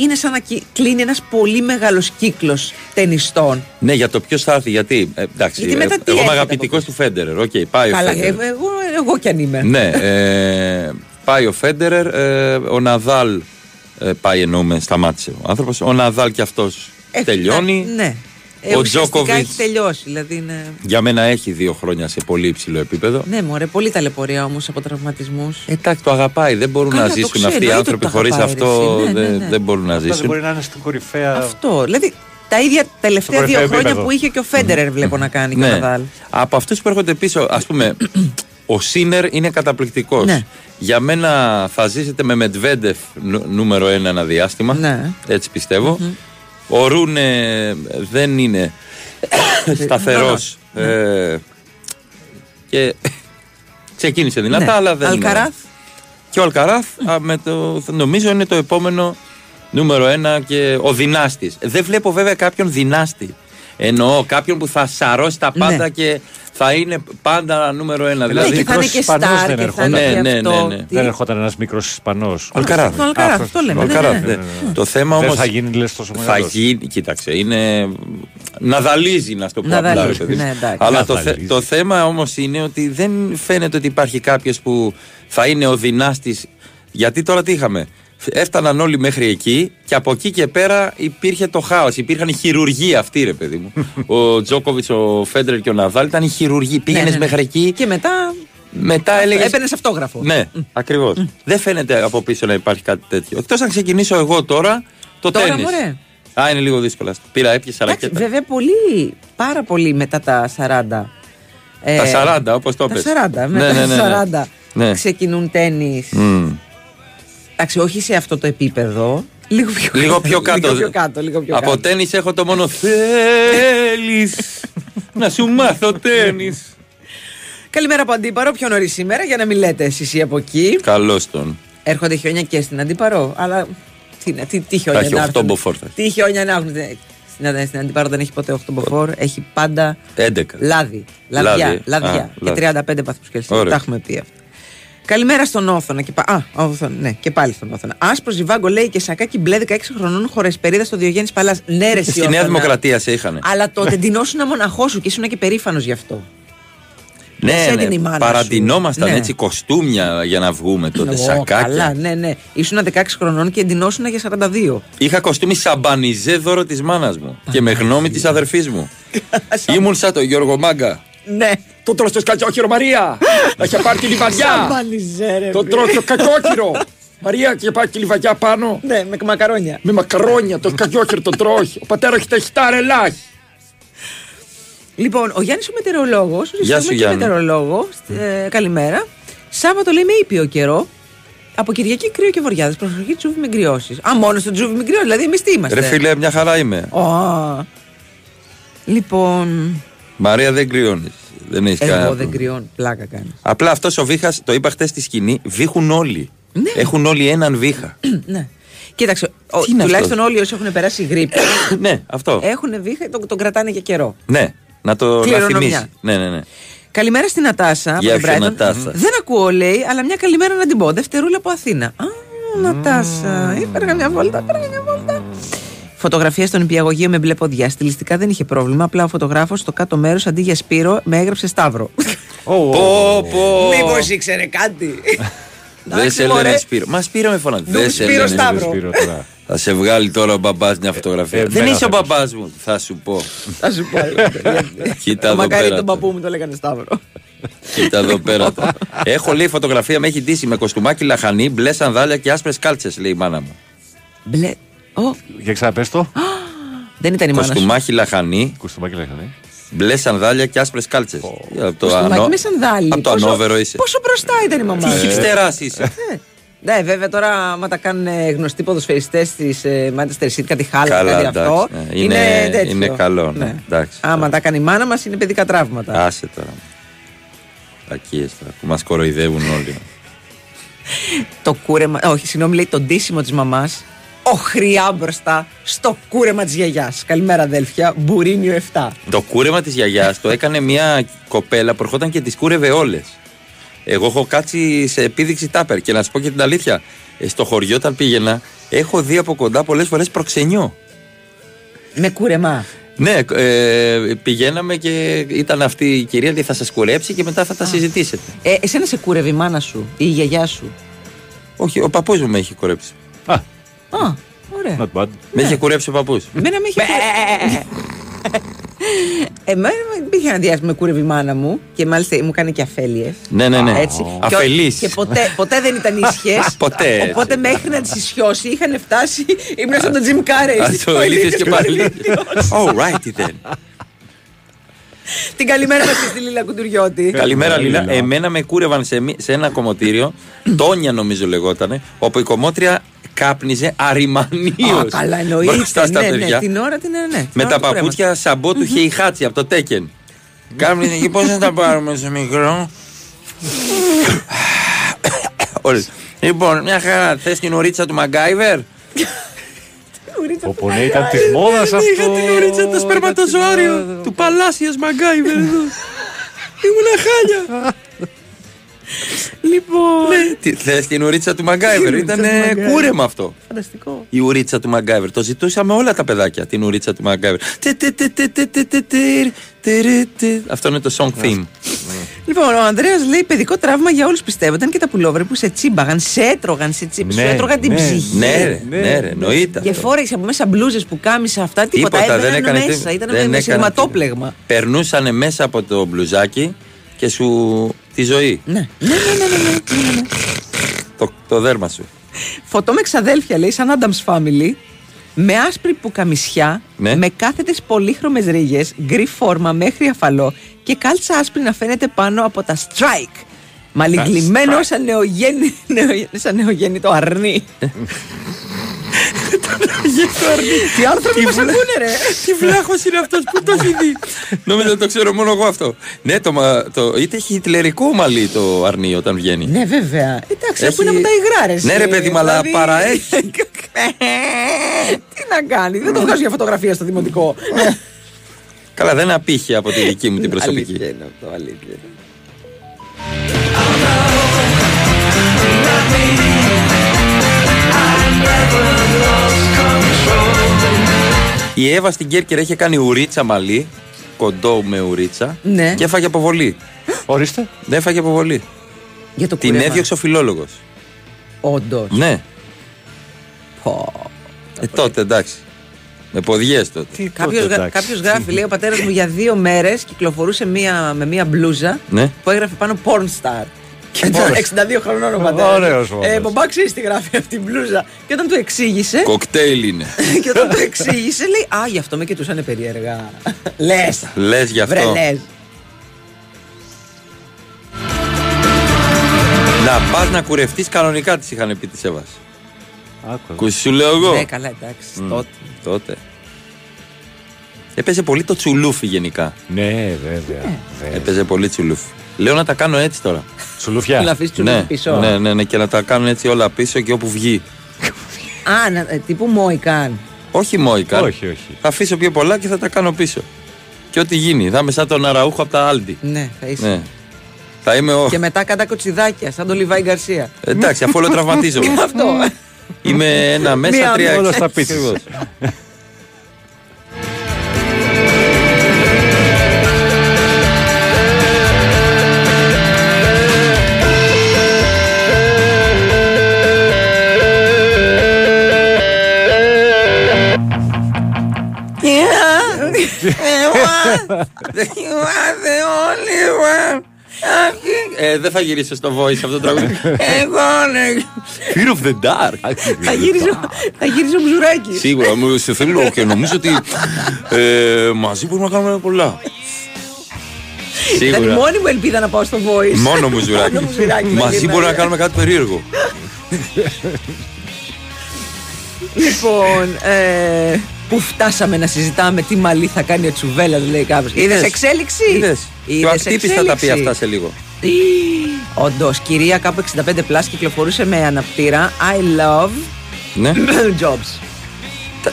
είναι σαν να κυ- κλείνει ένας πολύ μεγάλος κύκλος ταινιστών.
Ναι, για το ποιος θα έρθει, γιατί. ε, εντάξει,
Γιατί μετά
ε,
τι
εγώ είμαι
έρχεται
αγαπητικό του Φέντερερ. Οκ, πάει
Καλά,
ο Φέντερερ.
εγώ, εγώ, εγώ κι αν είμαι.
Ναι, ε, πάει ο Φέντερερ, ε, ο Ναδάλ. ε, πάει εννοούμε, σταμάτησε ο άνθρωπος. Ο Ναδάλ και αυτό
Ε,
[LAUGHS] τελειώνει.
Ναι. Ε,
Ο
ουσιαστικά
Τζόκοβιτς.
έχει τελειώσει. Δηλαδή είναι...
Για μένα έχει δύο χρόνια σε πολύ υψηλό επίπεδο.
Ναι, μωρέ, πολύ ταλαιπωρία όμως από τραυματισμούς.
Εντάξει, το αγαπάει. Δεν μπορούν
Καλά,
να
το
ζήσουν
ξέρω,
αυτοί οι
εννοείται
άνθρωποι
ότι το
χωρίς
αγαπάει,
αυτό.
ρε εσύ. Ναι,
δεν,
ναι, ναι.
δεν μπορούν να
Αυτά
ζήσουν.
δεν μπορεί να είναι στην κορυφαία.
Αυτό. Δηλαδή τα ίδια τελευταία
Στο
δύο
κορυφαίο
χρόνια
επίπεδο.
που είχε και ο Φέντερερ, βλέπω να κάνει και ο
Ναι.
Ναδάλ.
Από αυτούς που έρχονται πίσω, ας πούμε, [CLEARS THROAT] ο Σίνερ είναι καταπληκτικός.
Ναι.
Για μένα θα ζήσετε με Μετβέντεφ νου- νούμερο ένα ένα διάστημα.
Ναι.
Έτσι πιστεύω. Ο Ρούνε δεν είναι
Ε,
[COUGHS] σταθερός.
Προφανώς. Ναι.
και [COUGHS] ξεκίνησε δυνατά,
Ναι.
αλλά δεν.
Αλκαράθ.
Και ο Αλκαράθ α, με το, νομίζω είναι το επόμενο νούμερο ένα και ο δυνάστης. Δεν βλέπω βέβαια κάποιον δυνάστη. Εννοώ κάποιον που θα σαρώσει τα πάντα
Ναι.
και θα είναι πάντα νούμερο ένα. Δηλαδή
Ναι, και θα είναι και
Ισπανός
στάρ και
δεν
θα
ερχόταν.
είναι και
Ναι, ναι,
αυτό.
ναι, ναι.
Τι-
Δεν ερχόταν ένας μικρός Ισπανός.
Ο Αλκαράθ.
Ο Αλκαράθ, το λέμε,
Ο
ναι,
Αλκαράθ,
ναι, ναι.
ναι. Το θέμα
Δεν
όμως.
θα γίνει, λες, τόσο
Θα
μεγάλος.
γίνει, κοίταξε, είναι. Να δαλίζει, να στο πω
Να
απλά.
δαλίζει,
ρε παιδί μου.
ναι, εντάξει.
Αλλά
Να
το, θε-
δαλίζει.
το θέμα όμως είναι ότι δεν φαίνεται ότι υπάρχει κάποιος που θα είναι ο δυνάστης. Γιατί τώρα τι είχαμε. Έφταναν όλοι μέχρι εκεί και από εκεί και πέρα υπήρχε το χάος. Υπήρχαν οι χειρουργοί αυτοί, ρε παιδί
[LAUGHS]
μου. ο Τζόκοβιτ, ο Φέντερ και ο Ναδάλ ήταν οι χειρουργοί. Πήγαινες
ναι, ναι.
μέχρι εκεί.
Και μετά
Μετά έλεγες.
έπαιρνες αυτόγραφο.
Ναι, ακριβώ.
Mm.
Δεν φαίνεται από πίσω να υπάρχει κάτι τέτοιο. Εκτός αν ξεκινήσω εγώ τώρα το
Τώρα,
τέννη.
μωρέ.
Α, είναι λίγο δύσκολα. Πήρα, έπιασα
Εντάξει,
ρακέτα.
βέβαια πολύ, πάρα πολύ μετά τα 40. ε,
Τα 40, όπως το
τα
πες.
40, μετά
Ναι, ναι, ναι,
τα 40
ναι. Ναι.
ξεκινούν τέννις.
Μμμ.
Εντάξει, όχι σε αυτό το επίπεδο. [LAUGHS] Λίγο πιο,
Λίγο πιο κάτω.
λίγο πιο κάτω, λίγο πιο
Από
κάτω.
τέννη έχω το
[LAUGHS]
μόνο θέλεις να σου μάθω τέννη.
Καλημέρα από Αντίπαρο, πιο νωρίς σήμερα για να μην λέτε εσείς ή από εκεί.
Καλώς τον.
Έρχονται χιόνια και στην Αντίπαρο, αλλά τι, να- τι, τι
Θα
χιόνια
έχει
να
8
έρθουν.
μποφόρ. θα έχει.
Τι χιόνια να έχουν. Στην, στην αντιπάρα δεν έχει ποτέ 8 μποφόρ, έχει πάντα
11.
λάδι. Λαδιά.
Λάδι.
λαδιά και
Α,
35 βαθμούς Κελσίου.
Ωραία.
Τα έχουμε πει αυτά. Καλημέρα στον Όθωνα. Και πα... Α, Όθωνα, ναι, και πάλι στον Όθωνα. Άσπρος Ζιβάγκο λέει και σακάκι μπλε 16 χρονών χορεσπερίδα στο Διογέννης Παλάς. Ναι, ρε, εσύ,
Ε, Στη Νέα
Όθωνα.
Δημοκρατία ναι. σε είχαν.
Αλλά τότε ντυνόσουν μοναχός σου και ήσουν και περήφανος γι' αυτό. σε
Ναι,
έντυνε η μάνα
ναι.
σου.
παρατηνόμασταν
Ναι.
έτσι κοστούμια για να βγούμε τότε.
Ω, Καλά,
Σακάκια.
ναι, ναι. Ήσουν 16 χρονών και εντυνόσουν για 42.
Είχα κοστούμι σαμπανιζέ δώρο της μάνας μου και με γνώμη της αδερφής μου. Ήμουν σαν τον Γιώργο Μάγκα.
Ναι.
Το τρως το σκατζόχυρο Μαρία! Να είχε πάρει τη λιβαδιά! Το τρως το κακόχυρο! Μαρία και πάει τη λιβαδιά πάνω.
Ναι, με μακαρόνια.
Με μακαρόνια, το κακόχυρο το τρώει. Ο πατέρας έχει τα χιτάρελάχ.
Λοιπόν, ο Γιάννης ο μετεωρολόγος.
Γεια σου, Γιάννη.
μετεωρολόγος. Ε, καλημέρα. Σάββατο λέει με ήπιο καιρό. Από Κυριακή κρύο και βοριάδες. Προσοχή τζούβι με γκριώσεις. Α, μόνο στο τζούβι με γκριώσεις. Δηλαδή, εμείς τι είμαστε.
Ρε φίλε, μια χαρά είμαι.
Ω. Λοιπόν.
Μαρία δεν κρυώνεις. Δεν έχεις
Εγώ
κανένα.
δεν
πρόβλημα.
κρυώνω. Πλάκα κάνεις.
Απλά αυτός ο βήχα, το είπα χτες στη σκηνή, βήχουν όλοι. Έχουν όλοι έναν βήχα.
[CLEARS THROAT] ναι. Κοίταξε, ο,
είναι
τουλάχιστον
αυτός?
όλοι όσοι έχουν περάσει γρήπη
[COUGHS] ναι, αυτό.
έχουν βήχα, τον, τον κρατάνε για καιρό.
Ναι, να το να
Κληρονομιά.
θυμίσεις. Ναι, ναι, ναι.
Καλημέρα στην Ατάσα. από
Γεια
την
σου,
Brighton.
Νατάσα.
Δεν ακούω, λέει, αλλά μια καλημέρα να την πω. Δευτερούλα από Αθήνα. Α, Νατάσα. Έφερα μια βόλτα, έφερα μια βόλτα. Φωτογραφία στον υπηαγωγείο με μπλε ποδιά. Στιλιστικά δεν είχε πρόβλημα. Απλά ο φωτογράφος στο κάτω μέρος αντί για Σπύρο με έγραψε [LAUGHS] Σταύρο.
Πω, πω.
Μήπως ήξερε κάτι.
Δεν σε
μωρέ.
λένε Σπύρο. Μα Σπύρο με φωνάζει.
Νου
Δεν σε
Σπύρο
λένε
Σταύρο. [LAUGHS]
Θα σε βγάλει τώρα ο μπαμπάς μια φωτογραφία. Δεν
εμένα
είσαι
θα
ο μπαμπά μου. Θα σου πω.
Θα σου πω.
Κοίτα
Το
εδώ
Ε, μακάρι
πέρα.
τον παππού μου το λέγανε Σταύρο.
Κοίτα εδώ
[LAUGHS]
πέρα. τώρα. Έχω λέει φωτογραφία, με έχει ντύσει με κοστούμάκι λαχανή, μπλε σανδάλια και άσπρες κάλτσες, λέει η μάνα μου.
Μπλε. Ω,
Για ξαναπες το.
δεν ήταν η μάνα σου.
Κοστούμάκι λαχανή. Κοστούμάκι λαχανή. Μπλε σανδάλια και Ε, άσπρες κάλτσες.
Κοστούμάκι με σανδάλι.
Από το
Πόσο-
ανόβερο είσαι.
Πόσο μπροστά ήταν η μαμά.
Τι
σου.
χιπστεράς είσαι.
Ναι, βέβαια τώρα, άμα τα κάνουν ε, γνωστοί ποδοσφαιριστές της Manchester City, κάτι χάλα,
Καλά,
κάτι
εντάξει,
δηλαδή αυτό.
ναι.
Είναι,
Είναι-
τέτοιο.
είναι καλό, ναι. Εντάξει,
Άμα τα κάνει η μάνα μας, είναι παιδικά τραύματα.
Άσε τώρα. Ακίε τώρα που μας κοροϊδεύουν όλοι.
Το κούρεμα. ε, Όχι, συγγνώμη, λέει το ντύσιμο της μαμάς. Οχριά μπροστά στο κούρεμα της γιαγιάς. Καλημέρα, αδέλφια. Μπουρίνιο 7.
Το κούρεμα της γιαγιάς το έκανε μια κοπέλα που ερχόταν και τι κούρευε όλες. Εγώ έχω κάτσει σε επίδειξη τάπερ και να σου πω και την αλήθεια. ε, Στο χωριό όταν πήγαινα, έχω δει από κοντά πολλές φορές προξενιό.
Με κούρεμα.
Ναι, ε, πηγαίναμε και ήταν αυτή η κυρία, λέει θα σας κουρέψει και μετά θα τα συζητήσετε.
Ε, εσένα σε κούρευε η μάνα σου ή η γιαγιά σου.
Όχι, ο παππούς μου με έχει κουρέψει.
Α, ωραία.
Με είχε κουρέψει ο παππούς.
Εμένα με είχε. κούρε- Εμένα με- υπήρχε ε, ένα διάστημα με κούρευε η μάνα μου και μάλιστα μου κάνει και αφέλειες.
Ναι, ναι, ναι.
Έτσι. Και ο-
Αφελής.
Και, ποτέ, ποτέ δεν ήταν ίσχυες.
Ποτέ, [LAUGHS] έτσι.
Οπότε μέχρι να τις ισιώσει είχαν φτάσει. Ήμουν σαν τον Τζιμ Κάρεϊ.
Α,
στις
το ηλίθιος και
του
πάλι.
Ολύμπιου.
All righty then.
Την καλημέρα μας στη Λίλα Κουντουριώτη.
Καλημέρα, Λίλα. Εμένα με κούρευαν σε, μη- σε ένα κομμωτήριο, Τόνια νομίζω λεγότανε, όπου η κομμότρια κάπνιζε
Α,
αριμανίω.
καλά, εννοείται.
Μπροστά στα
Ναι, ναι,
παιδιά.
την ώρα την. Ναι, ναι, την
με
ώρα
τα
του κουρέματος.
παπούτσια σαμπό του είχε η χάτση από το τέκεν. Κάπνιζε και πώ να τα πάρουμε σε μικρό. Όλες. Λοιπόν, μια χαρά. Θες την ουρίτσα του Μαγκάιβερ.
Ο Πονέ ναι, ήταν της μόδας αυτό.
Ναι, ουρίτσα του σπερματοζώριου του Παλάσιο Μαγκάιβερ εδώ. Ήμουνα χάλια.
Λοιπόν.
Θες την ουρίτσα του Μαγκάιβερ. Ήταν κούρεμα αυτό.
Φανταστικό.
Η ουρίτσα του Μαγκάιβερ. Το ζητούσαμε όλα τα παιδάκια την ουρίτσα του Μαγκάιβερ. Τε, τε, τε, τε, τε, τε, τε, τε, τε, τε. Αυτό είναι το song theme.
Λοιπόν, ο Ανδρέας λέει παιδικό τραύμα για όλους πιστεύω. Ήταν και τα πουλόβρε που σε τσίμπαγαν, σε έτρωγαν, σε τσίπ... σου έτρωγαν την ψυχή.
Ναι, ρε, ναι, ρε, εννοείται.
Και
αυτό.
φόρεξε από μέσα μπλούζες που κάμισα αυτά, τίποτα.
Τίποτα, δεν
έμπαιναν
έκανε
μέσα.
τίποτα.
Ήταν
Δεν
με
έκανε
σειρματόπλεγμα.
Περνούσανε μέσα από το μπλουζάκι και σου τη ζωή.
Ναι. Ναι, ναι, ναι, ναι, ναι, ναι, ναι.
Το, το δέρμα
[LAUGHS]
σου.
Φωτό με ξαδέλφια λέει, σαν Adams Family. Με άσπρη πουκαμισιά,
Ναι.
με κάθετες πολύχρωμες ρίγες, γκρι φόρμα μέχρι αφαλό και κάλτσα άσπρη να φαίνεται πάνω από τα strike. Μαλιγκλημένο σαν, νεογέννη, νεο- σαν νεογέννητο
[LAUGHS]
αρνί. Τι άνθρωποι μα ακούνε, ρε!
Τι βλάχος είναι αυτός που το έχει δει. Νόμιζα ότι το ξέρω μόνο εγώ αυτό. Ναι, το, μα- το, είτε έχει χιτλερικό μαλλί το αρνί όταν βγαίνει.
Ναι, βέβαια. Εντάξει,
Έχει-
ε, αφού είναι από τα υγρά, ρε.
Ναι,
εσύ.
ρε παιδί, μα αλλά
Δηλαδή-
παραέχει.
Τι να κάνει, δεν το βγάζω για φωτογραφία στο δημοτικό.
Καλά, δεν απήχε από τη δική μου την προσωπική.
Αλήθεια είναι αυτό, αλήθεια.
Η Εύα στην Κέρκυρα είχε κάνει ουρίτσα μαλλί, κοντό με ουρίτσα,
Ναι.
και έφαγε αποβολή.
Ορίστε.
Δεν έφαγε αποβολή.
Για το
Την
κουρέμα.
έδιωξε ο φιλόλογος.
Όντως.
Ναι. Ε, τότε εντάξει. Με ποδιές τότε.
Κάποιο γράφει, λέει ο πατέρας μου για δύο μέρες κυκλοφορούσε μία, με μία μπλούζα
Ναι.
που έγραφε πάνω porn star. Και ήταν 62 χρονών ο πατέρας.
Ωραίος ο
Ε,
άντρας.
μπομπά, ξέρει τι γράφει αυτή η μπλούζα. Και όταν του εξήγησε.
Κοκτέιλ είναι.
[LAUGHS] και όταν του εξήγησε, λέει Α, γι' αυτό με κοιτούσαν περίεργα. [LAUGHS] Λες.
Λες γι'
Βρε,
αυτό.
λες.
Να πας να κουρευτείς κανονικά τη είχαν πει της Εύας.
Άκου.
Κου- Σου λέω εγώ.
Ναι, καλά, εντάξει.
Μμ,
Τότε.
τότε. Έπαιζε πολύ το τσουλούφι γενικά.
Ναι, βέβαια.
Ε.
Έπαιζε πολύ τσουλούφι. Λέω να τα κάνω έτσι τώρα.
Τσουλουφιά.
Να αφήσεις τσουλούφι
ναι,
πίσω.
Ναι, ναι, ναι, και να τα κάνω έτσι όλα πίσω και όπου βγει.
Α, να- ε, τύπου Μόικαν.
Όχι μόικα.
Όχι, όχι.
Θα αφήσω πιο πολλά και θα τα κάνω πίσω. Και ό,τι γίνει. Θα είμαι σαν τον Αραούχο από τα Άλντι.
Ναι, θα είσαι.
Ναι. Θα είμαι ο.
Και μετά κατά κοτσιδάκια, σαν τον Λιβάη Γκαρσία.
Εντάξει, αφού όλο τραυματίζομαι.
[LAUGHS] Αυτό.
Είμαι ένα μέσα,
Μία
τρία
μόνο
έξω.
στα πίτσα.
Ακριβώς. Ε, δεν θα γυρίσω στο voice αυτό το τραγούδι. Εγώ ναι. [LAUGHS] Fear of the dark.
Θα γύριζω, θα γύριζω μπουζουράκι.
Σίγουρα, μου- σε θέλω και νομίζω ότι ε, μαζί μπορούμε να κάνουμε πολλά.
Ήταν η
Σίγουρα.
Ε, μόνη μου ελπίδα να πάω στο voice.
Μόνο μου
[LAUGHS]
ζουράκι.
Μόνο μου ζουράκι,
Μαζί
Μαργαρίτα.
μπορούμε να κάνουμε κάτι περίεργο.
Λοιπόν, ε, που φτάσαμε να συζητάμε τι μαλλί θα κάνει ο Τσουβέλλα, λέει κάποιος. Είδες εξέλιξη.
Είδες. Και ο Ακτύπης θα τα πει αυτά σε λίγο.
Όντως, κυρία κάπου 65 πλάσ κυκλοφορούσε με αναπτήρα I love
[CLEARS THROAT] Ναι.
jobs.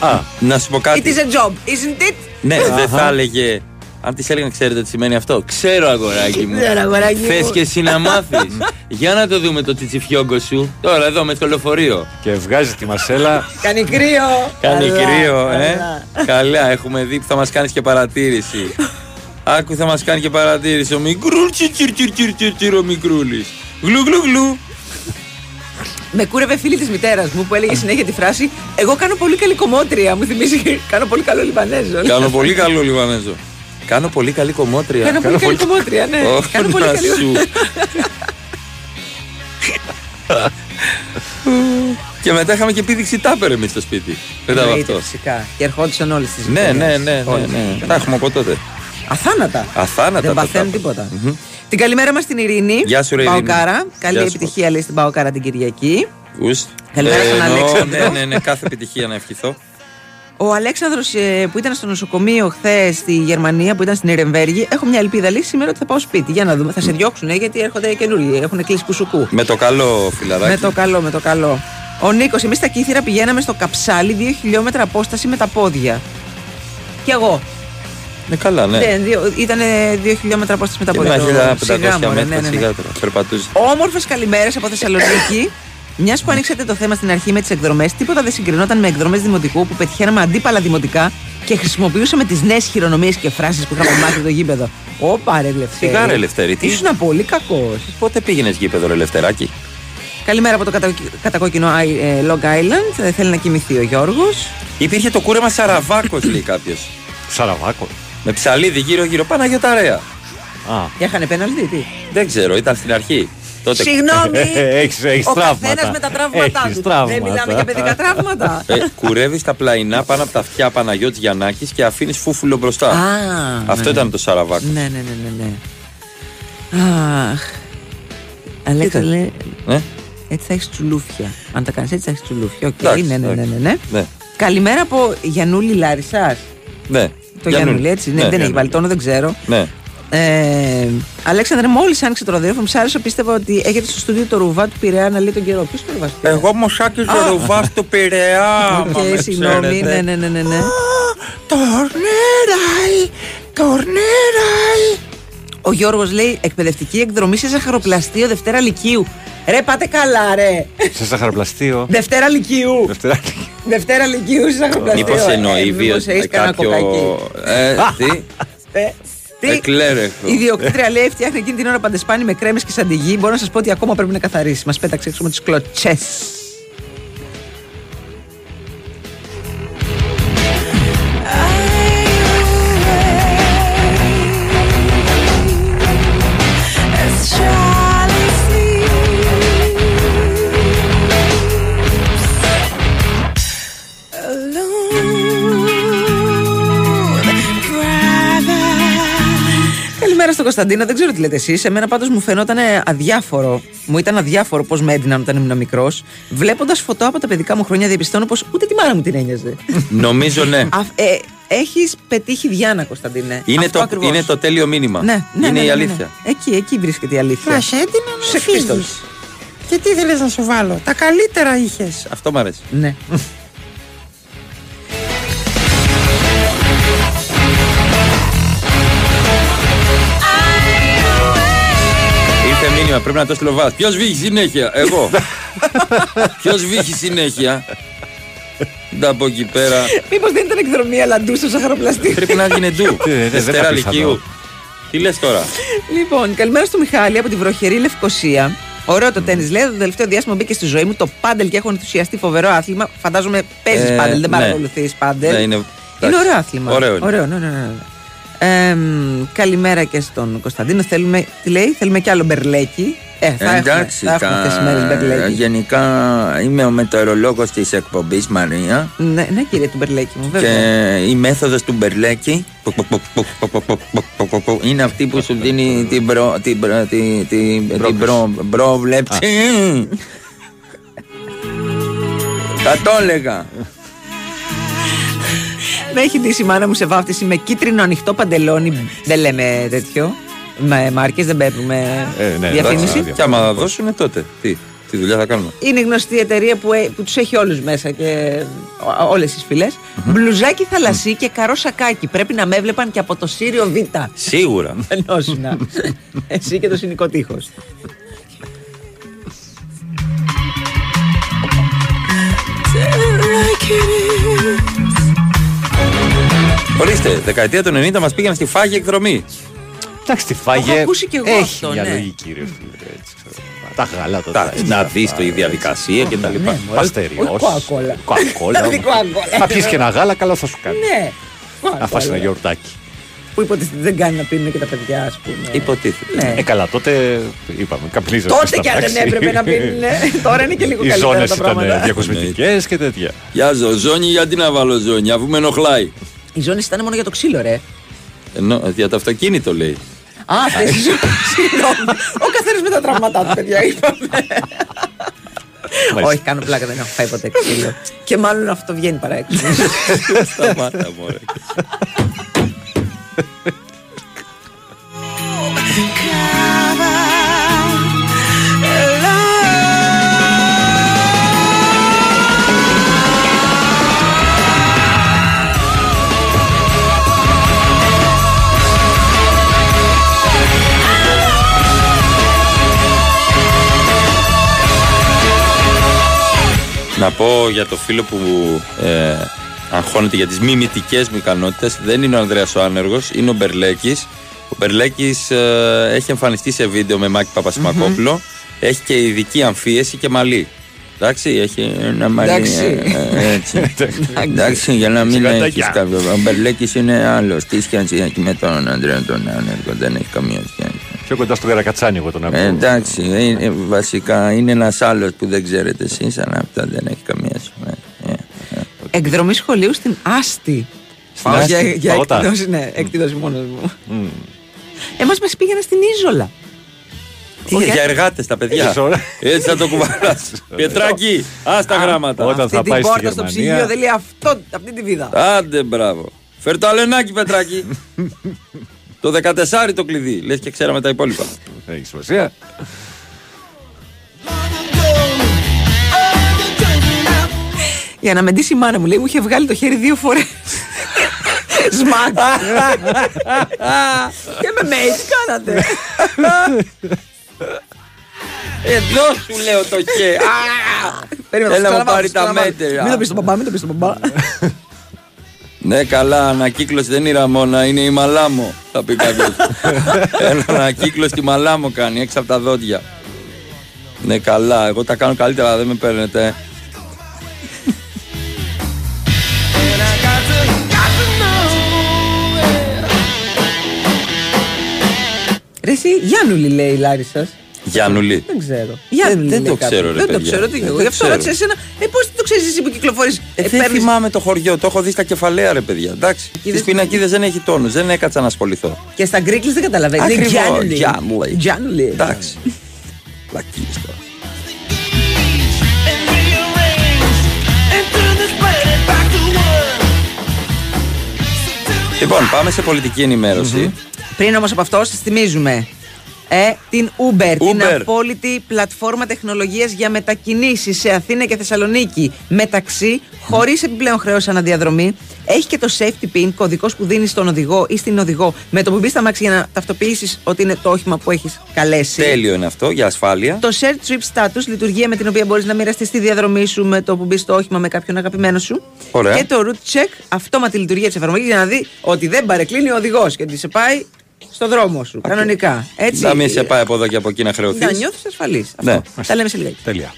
Α, να σου πω
It is
κάτι.
a job, isn't it? [LAUGHS]
Ναι, δεν
Αχα.
θα έλεγε. Αν τη έλεγαν, ξέρετε τι σημαίνει αυτό. Ξέρω, αγοράκι μου.
Ξέρω, αγοράκι μου.
Θες και εσύ
[LAUGHS]
να μάθεις. Για να το δούμε το τσιτσιφιόγκο σου. Τώρα εδώ με το λεωφορείο.
Και βγάζει τη μασέλα.
Κάνει κρύο.
Κάνει
Καλά,
κρύο, ε.
καλά.
Καλά, έχουμε δει που θα μας κάνεις και παρατήρηση. Άκου, θα μας κάνει και παρατήρηση. Ο μικρούλ, τσιρ, τσιρ, τσιρ, τσιρ, τσιρ, τσιρ, ο μικρούλης. Γλου, γλου, γλου.
Με κούρευε φίλη της μητέρας μου που έλεγε συνέχεια τη φράση Εγώ κάνω πολύ καλή κομμότρια. Μου θυμίζει κάνω πολύ καλό Λιβανέζο.
Κάνω πολύ καλό Λιβανέζο. Κάνω πολύ καλή κομμότρια.
Κάνω πολύ καλή κομμότρια, ναι.
Ω,
Κάνω πολύ
να
καλή-
σου. και μετά είχαμε και επίδειξη τάπερ εμείς στο σπίτι. Μετά από
Εννοείται,
αυτό.
Φυσικά. Και ερχόντουσαν όλες τις
Ναι, ναι, ναι, ναι, ναι. Τα έχουμε από τότε.
Αθάνατα.
Αθάνατα
Δεν
τα
παθαίνουν
τάπερ.
τίποτα. Την καλημέρα μας στην Ειρήνη.
Γεια σου, ρε Ειρήνη.
Παοκάρα. Καλή
Γεια σου,
επιτυχία, λέει στην Παοκάρα την Κυριακή.
Ουστ.
Καλημέρα στον
εννοώ,
Αλέξανδρο.
Ναι, ναι, ναι, κάθε επιτυχία να ευχηθώ.
Ο Αλέξανδρος ε, που ήταν στο νοσοκομείο χθες στη Γερμανία, που ήταν στην Ερεμβέργη, έχω μια ελπίδα λύση σήμερα ότι θα πάω σπίτι. Για να δούμε. Θα σε διώξουν, ε, γιατί έρχονται καινούργοι. Έχουν κλείσει κουσουκού.
Με το καλό φιλαράκι.
Με το καλό, με το καλό. Ο Νίκος, εμείς στα κύθυρα πηγαίναμε στο καψάλι δύο χιλιόμετρα απόσταση με τα πόδια. Κι εγώ.
Ναι, καλά, ναι.
Ναι, δύο, ήταν δύο χιλιόμετρα απόσταση με τα
Και
πόδια.
Ένα
Το-
χιλιά
ναι, σιγά,
πεντακόσια
μωρέ, ναι,
μέτρα σιγά τώρα. Περπατούσε.
Όμορφες καλημέρες από Θεσσαλονίκη. Μιας που ανοίξατε το θέμα στην αρχή με τις εκδρομές, τίποτα δεν συγκρινόταν με εκδρομές δημοτικού που πετυχαίναμε αντίπαλα δημοτικά και χρησιμοποιούσαμε τις νέες χειρονομίες και φράσεις που είχαμε μάθει το γήπεδο. Ωπα ρε Λευτέρη.
Σιγά, ρε, Λευτέρη, τι-
Ήσουν πολύ κακός.
Πότε πήγαινες γήπεδο, ρε Λευτεράκι.
Καλημέρα από το κατα... κατακόκκινο Άι- ε, Long Island. Ε, Θέλει να κοιμηθεί ο Γιώργος.
Υπήρχε το κούρεμα Σαραβάκος, λέει κάποιος.
Σαραβάκος.
Με ψαλίδι γύρω-γύρω, Παναγιοταρέα.
Α.
Και είχαν πέναλτι, τι.
Δεν ξέρω, ήταν στην αρχή. Τότε...
Συγγνώμη.
[LAUGHS] Έχεις- έχεις
ο
τραύματα.
καθένας με τα τραύματά
Έχεις
του. Δεν
τραύματα.
μιλάμε για
[LAUGHS]
παιδικά τραύματα.
Ε, Κουρεύεις τα πλαϊνά πάνω από τα αυτιά Παναγιώτης Γιαννάκης και αφήνεις φούφουλο μπροστά.
Α,
Αυτό
ναι.
ήταν το Σαραβάκο.
Ναι, ναι, ναι, ναι, ναι. Αχ. Αλέξα, λέει,
Ναι.
έτσι θα έχεις τσουλούφια. Αν τα κάνεις έτσι θα έχεις τσουλούφια. Οκ,
Εντάξει,
ναι, ναι, ναι,
εντάξει.
ναι, ναι.
Ναι.
Καλημέρα από Γιανούλη Λάρισας.
ναι.
ναι, Το Γιανούλη, έτσι. Ναι, δεν έχει βάλει τόνο, δεν ξέρω.
Ναι.
Ε, Αλέξανδρε, μόλις άνοιξε το ραδιόφωνο, ψάρισα. Πίστευα ότι έχετε στο στούντιο το ρουβά του Πειραιά να λέει τον καιρό. Ποιος το ρουβά του Πειραιά.
Εγώ μοσάκι ο ρουβά του Πειραιά.
Οκ,
άμα με
συγγνώμη.
ξέρετε.
Ναι, ναι, ναι, ναι. ναι.
Τορνέραϊ, τορνέραϊ.
Ο Γιώργος λέει εκπαιδευτική εκδρομή σε ζαχαροπλαστείο Δευτέρα Λυκείου. Ρε, πάτε καλά, ρε.
Σε ζαχαροπλαστείο.
Δευτέρα Λυκείου.
Δευτέρα.
Δευτέρα Λυκείου σε ζαχαροπλαστείο.
Μήπως εννοεί βιο
έχει κανένα
κάποιο.
κοκάκι.
Ε, τι.
Ε, τι.
Εκλέρεχο.
Η ιδιοκτήτρια λέει: Φτιάχνει εκείνη την ώρα παντεσπάνι με κρέμες και σαντιγί. Μπορώ να σας πω ότι ακόμα πρέπει να καθαρίσει. Μας πέταξε έξω με τις κλωτσές. Καλημέρα στον Κωνσταντίνο. Δεν ξέρω τι λέτε εσείς. Εμένα πάντως μου φαινόταν αδιάφορο. Μου ήταν αδιάφορο πώς με έντυναν όταν ήμουν μικρός. Βλέποντας φωτό από τα παιδικά μου χρόνια, διαπιστώνω πως ούτε τη μάρα μου την ένοιαζε.
Νομίζω ναι.
Έχεις πετύχει Διάννα, Κωνσταντίνε.
Είναι
Αυτό
το,
ακριβώς.
είναι το τέλειο μήνυμα.
Ναι, ναι, ναι,
είναι η
ναι, ναι.
αλήθεια.
Εκεί, εκεί βρίσκεται η αλήθεια.
Μα σε έτεινα
Στους
να φύγεις.
Εκπίστολες.
Και τι ήθελες να σου βάλω. Τα καλύτερα είχες.
Αυτό μου αρέσει.
Ναι.
Ήρθε μήνυμα, πρέπει να το στείλω βάθος. Ποιος βύχει συνέχεια,
[LAUGHS]
εγώ. Ποιος βύχει συνέχεια. Να από εκεί πέρα.
Μήπως δεν ήταν εκδρομή, αλλά ντου στο ζαχαροπλαστή.
Πρέπει να γίνει ντου.
ε, δεν
Δευτέρα
τα πείθα
Λυκείου.
εδώ.
Τι λες τώρα.
Λοιπόν, καλημέρα στο Μιχάλη από τη βροχερή Λευκοσία. Ωραίο το τέννη, λέει. Το τελευταίο διάστημα μπήκε στη ζωή μου το πάντελ και έχω ενθουσιαστεί φοβερό άθλημα. Φαντάζομαι παίζεις
Ε,
πάντελ, δεν
ναι.
παρακολουθείς πάντελ.
Ναι, είναι-
Είναι
εντάξει.
ωραίο άθλημα.
Ωραίο είναι.
ναι, ναι, ναι. ναι. Ε, μ, καλημέρα και στον Κωνσταντίνο. Θέλουμε, τι λέει, θέλουμε κι άλλο μπερλέκι. Ε, θα
Εντάξει, ε,
έχουμε, θα έχουμε δηλαδή. αυτές τις μέρες μπερλέκι.
γενικά είμαι ο μετεωρολόγος της εκπομπής Μαρία
Ναι, ναι, κύριε του μπερλέκι μου, βέβαια.
και η μέθοδος του Μπερλέκη πο- πο- πο- πο- πο- πο- πο- πο- πο- πο- πο- είναι αυτή που σου δίνει την προ- την προ- τη- τη- την προ- πρόβλεψη. Θα το έλεγα.
Με έχει ντύσει η μάνα μου σε βάφτιση με κίτρινο ανοιχτό παντελόνι. Δεν λέμε τέτοιο. Με μάρκες, δεν παίρνουμε
Ε, ναι,
διαφήμιση.
Και άμα θα δώσουν τότε, τι, τι δουλειά θα κάνουμε.
Είναι η γνωστή εταιρεία που, ε, που τους έχει όλους μέσα και όλες τις φυλε Μπλουζάκι θαλασσί και καρό σακάκι. Πρέπει να με έβλεπαν και από το Σύριο Β.
Σίγουρα.
Ενώσουνα. Εσύ και το συνοικό τείχος.
Ορίστε, δεκαετία του 90 μας πήγαν στη φάγη εκδρομή.
Εντάξει, τη φάγε.
ακούσει κι εγώ
Έχει
αυτό,
μια
ναι.
λογική, ρε φίλε. έτσι, ξέρω. Τα γάλα
Τα-
τα
Να δεις το η διαδικασία και τα λοιπά.
Παστεριό.
Κοακόλα.
Ναι, Κοκακόλα.
Δηλαδή, κοκακόλα.
Θα πιεις και ένα γάλα, καλό θα σου κάνει.
Ναι.
Να φας ένα γιορτάκι.
Που υποτίθεται δεν κάνει να πίνουν και τα παιδιά, ας πούμε.
Υποτίθεται.
Ναι.
Ε, καλά, τότε είπαμε. Καπνίζα.
Τότε κι αν δεν έπρεπε
[LAUGHS]
να ναι. πίνουν. ε. Τώρα είναι και λίγο
Οι
καλύτερα
ζώνες
τα
ήταν
πράγματα.
διακοσμητικές και τέτοια.
Γεια ζώνη, γιατί να βάλω ζώνη, αφού με ενοχλάει.
Οι ζώνες ήταν μόνο για το ξύλο, ρε.
Ενώ για το αυτοκίνητο λέει.
Α, αυτές οι ζώνες. Συγγνώμη. Ο καθένας με τα τραύματά του, παιδιά, είπαμε.
Μάλιστα.
Όχι, κάνω πλάκα, δεν έχω φάει ποτέ ξύλο. Και μάλλον αυτό βγαίνει παρά έξω.
Σταμάτα μωρέ. Να πω για το φίλο που ε, αγχώνεται για τις μη μυτικές μου ικανότητες Δεν είναι ο Ανδρέας ο Άνεργος, είναι ο Μπερλέκης Ο Μπερλέκης ε, έχει εμφανιστεί σε βίντεο με Μάκη Παπασημακόπουλο. Έχει και ειδική αμφίεση και μαλλί Εντάξει, έχει ένα μαλλί
Εντάξει.
ε, ε, έτσι. Εντάξει, για να μην
Σιγατάκια.
έχεις κάποιο Ναι, Ο Μπερλέκης είναι άλλος Τι σχέση έχει με τον Ανδρέα τον Άνεργο Δεν έχει καμία σχέση
Πιο κοντά στον καρακατσάνι, εγώ τον ακούω.
ε, εντάξει, ε, ε, βασικά είναι ένας άλλος που δεν ξέρετε εσείς, αλλά αυτά δεν έχει καμία Ε. σημασία.
[LAUGHS] Εκδρομή σχολείου στην Άστη.
Στην
Πάω
Άστη,
για, για
παγωτά.
εκδήλωση, ναι, εκδήλωση μόνος μου. Εμά μα πήγαινε στην Ίζολα.
Τι για εργάτες τα παιδιά.
Έχεις ώρα.
Έτσι θα το κουβαλάς. Πετράκι, ας τα γράμματα.
Όταν θα
Αυτή
πάει
την
στη
πόρτα στο ψυγείο
Γερμανία.
δεν λέει αυτό, αυτή τη βίδα.
[LAUGHS]
Άντε, μπράβο. Φέρ το αλενάκι, Πετράκι. Το 14 το κλειδί. Λες και ξέραμε τα υπόλοιπα.
Έχεις σημασία.
Για να με ντύσει η μάνα μου, λέει, μου είχε βγάλει το χέρι δύο φορές. [LAUGHS] Σμακ.
[LAUGHS]
Και με με έτσι κάνατε.
Εδώ σου λέω το και.
Περίμενα,
Έλα
το
μου πάρει
σκαλαβάζω,
τα
το
μέτρια.
Μην το πεις στον μπαμπά, μην το πεις στον μπαμπά.
Ναι, καλά, ανακύκλωση δεν είναι η Ραμόνα, είναι η Μαλάμο. Θα πει κάποιος. Ένα ανακύκλωση τη Μαλάμο κάνει, έξω από τα δόντια. Ναι, καλά, εγώ τα κάνω καλύτερα, αλλά δεν με παίρνετε.
Ρε εσύ, Γιάννουλη λέει η Λάρη σα.
Γιάννουλη.
Δεν ξέρω.
δεν
λέει
το
κάποιος.
ξέρω, ρε,
Δεν το
παιδιά.
ξέρω, τι και
Δεν
εγώ.
το
Γι' αυτό
ξέρω.
ρώτησα εσένα, ε, πώς το ξέρεις εσύ που κυκλοφορείς.
Ε, δεν θυμάμαι το χωριό, το έχω δει στα κεφαλαία, ρε παιδιά. Εντάξει. Στι πινακίδες δεν έχει τόνους, δεν έκατσα να ασχοληθώ.
Και στα γκρίκλι δεν καταλαβαίνεις. Είναι
Ακριβώς,
Γιάννουλη.
Γιάννουλη.
Γιάννουλη.
Εντάξει. Λακκίες τώρα. Λοιπόν, πάμε σε πολιτική ενημέρωση.
Πριν όμως από αυτό, σας θυμίζουμε ε, την Uber, την
Uber.
απόλυτη πλατφόρμα τεχνολογίας για μετακινήσεις σε Αθήνα και Θεσσαλονίκη μεταξύ, χωρίς επιπλέον χρέος αναδιαδρομή. Έχει και το safety pin, κωδικός που δίνεις στον οδηγό ή στην οδηγό, με το που μπεις στα μάξι για να ταυτοποιήσεις ότι είναι το όχημα που έχεις καλέσει.
Τέλειο είναι αυτό για ασφάλεια.
Το Share Trip Status, λειτουργία με την οποία μπορείς να μοιραστείς τη διαδρομή σου με το που μπεις στο όχημα με κάποιον αγαπημένο σου.
Ωραία.
Και το Route Check, αυτόματη λειτουργία της εφαρμογής για να δει ότι δεν παρεκκλίνει ο οδηγός και ότι σε πάει στο δρόμο σου. Κανονικά. Έτσι.
Να μην σε πάει από εδώ και από εκεί να χρεωθείς.
Να νιώθεις ασφαλής.
Ναι.
Τα λέμε σε λιγάκι.
Τέλεια.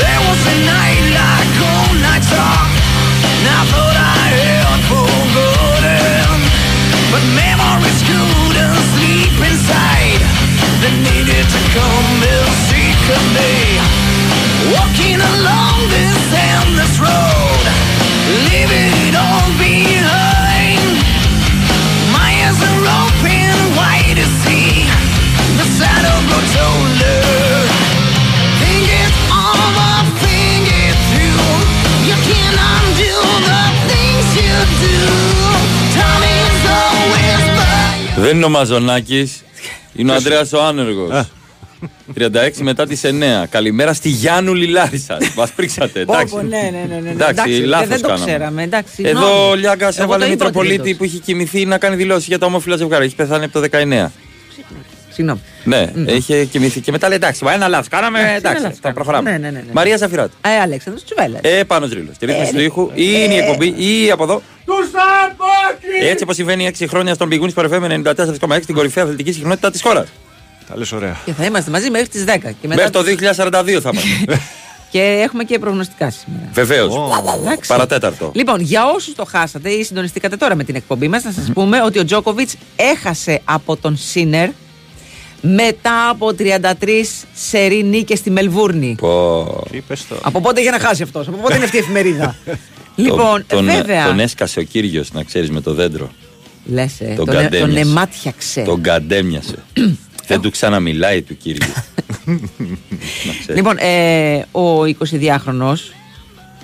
There was a night like cold nights are, and I thought I had forgotten. But memories couldn't sleep inside. They needed to come and seek a day. Walking along this endless road, leaving it all behind. My eyes are open wide to see the side of a shoulder. Think it over, think it through. You can undo the things you do. Time is always by
Δεν είναι ο Μαζονάκης, είναι ο Ανδρέας ο Άνεργος. 36 μετά τις 9. Καλημέρα στη Γιάννου
[LAUGHS]
Λιλάρισα. Μας πρίξατε, εντάξει.
Πω, πω, ναι, ναι, ναι, ναι.
Εντάξει, λάθος
δεν το
κάναμε.
ξέραμε. Εντάξει,
Εδώ ο
συγγνώμη.
Λιάγκας
Εγώ το είπα
έβαλε
ότι
Μητροπολίτη
δεν το-
που είχε κοιμηθεί να κάνει δηλώσεις για τα ομόφυλα ζευγάρια. Έχεις πεθάνει από το 19.
Συγγνώμη.
Ναι, είχε κοιμηθεί. Και μετά λέει εντάξει, μα ένα λάθος. Κάναμε εντάξει.
λάθος
Θα προχωράμε.
Ναι, ναι, ναι, ναι.
Μαρία Σαφυράτου.
Ε, Αλέξανδρος Τσουβέλας.
Ε, πάνω ρίλος. Τη ρύθμιση
Ε,
του ήχου ή είναι η εκπομπή ή από εδώ.
Τους Σταμπόκη!
Έτσι όπως συμβαίνει 6 χρόνια στον πηγούνι παρεφέμενε 94,6 την κορυφαία αθλητική συχνότητα της χώρας.
Τα λες ωραία.
Και θα είμαστε μαζί μέχρι τις 10. Και, μετά...
Μέχρι το 2042 θα είμαστε.
και έχουμε και προγνωστικά σήμερα.
Βεβαίως.
Εντάξει.
Παρατέταρτο.
Λοιπόν, για όσους το χάσατε ή συντονιστήκατε τώρα με την εκπομπή μας, να σα πούμε ότι ο Τζόκοβιτ έχασε από τον Σίνερ μετά από 33 σερή νίκε στη Μελβούρνη.
Τι είπες το.
Από πότε για να χάσει αυτός, από πότε είναι αυτή η
[LAUGHS]
εφημερίδα. λοιπόν,
τον,
βέβαια.
Τον έσκασε ο κύριος, να ξέρεις με το δέντρο.
Λες, ε,
τον
τον, ε, τον
κατέμιασε.
εμάτιαξε.
Τον
[CLEARS THROAT]
καντέμιασε. Δεν του ξαναμιλάει του κύριου. Να ξέρεις.
Λοιπόν, ε, ο 22χρονο.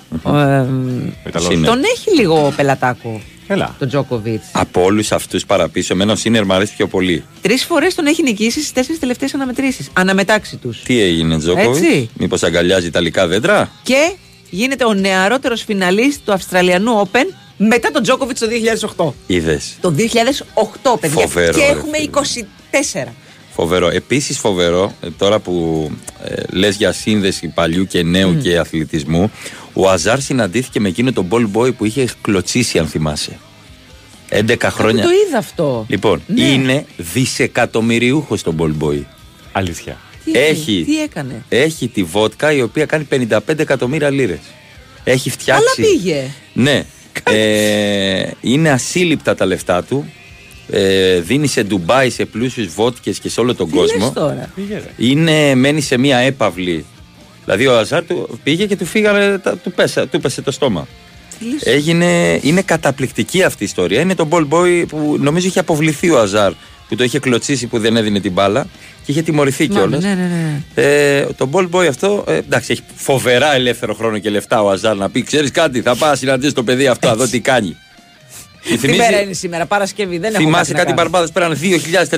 Σίνερ.
ε, τον έχει λίγο πελατάκο.
Έλα.
Τον Τζόκοβιτ.
Από όλους αυτούς παραπίσω, εμένα ο Σίνερ μου αρέσει πιο πολύ.
Τρεις φορές τον έχει νικήσει στις τέσσερις τελευταίες αναμετρήσεις. Αναμετάξει τους.
Τι έγινε, Τζόκοβιτ,
Έτσι.
Μήπως αγκαλιάζει ιταλικά δέντρα.
Και γίνεται ο νεαρότερος φιναλίστ του Αυστραλιανού Open μετά τον Τζόκοβιτ το 2008.
Είδες.
Το 2008, παιδιά.
Φοβερό,
και
ρε,
έχουμε 24.
Φοβερό. Επίσης φοβερό, ε, τώρα που ε, λες για σύνδεση παλιού και νέου και αθλητισμού, ο Αζάρ συναντήθηκε με εκείνο τον ball boy που είχε κλωτσίσει, αν θυμάσαι. 11
Κάπου
χρόνια.
το είδα αυτό. Ναι.
Λοιπόν, είναι δισεκατομμυριούχος Λοιπόν, τον ball boy.
Αλήθεια.
Τι έκανε,
Έχει,
τι έκανε.
έχει τη βότκα η οποία κάνει 55 εκατομμύρια λίρες. Έχει φτιάξει.
Αλλά πήγε.
Ναι. Ε, είναι ασύλληπτα τα λεφτά του. Ε, δίνει σε Ντουμπάι, σε πλούσιους βότκες και σε όλο τον
Τι
κόσμο.
λες τώρα.
Είναι, μένει σε μία έπαυλη. Δηλαδή ο Αζάρ του πήγε και του φύγανε, τα- του, πέσα, του πέσε το στόμα. Έγινε, είναι καταπληκτική αυτή η ιστορία. Είναι το ball boy που νομίζω είχε αποβληθεί ο Αζάρ που το είχε κλωτσίσει που δεν έδινε την μπάλα και είχε τιμωρηθεί
Μάλλον,
κιόλας.
ναι, ναι, ναι.
Ε, το ball boy αυτό, ε, εντάξει, έχει φοβερά ελεύθερο χρόνο και λεφτά ο Αζάρ να πει: Ξέρεις κάτι, θα πάω να συναντήσω το παιδί αυτό, να δω τι κάνει. Και
Τι μέρα είναι σήμερα, Παρασκευή, δεν έχω κάτι
θυμάσαι κάτι
να κάνω.
μπαρμπάδε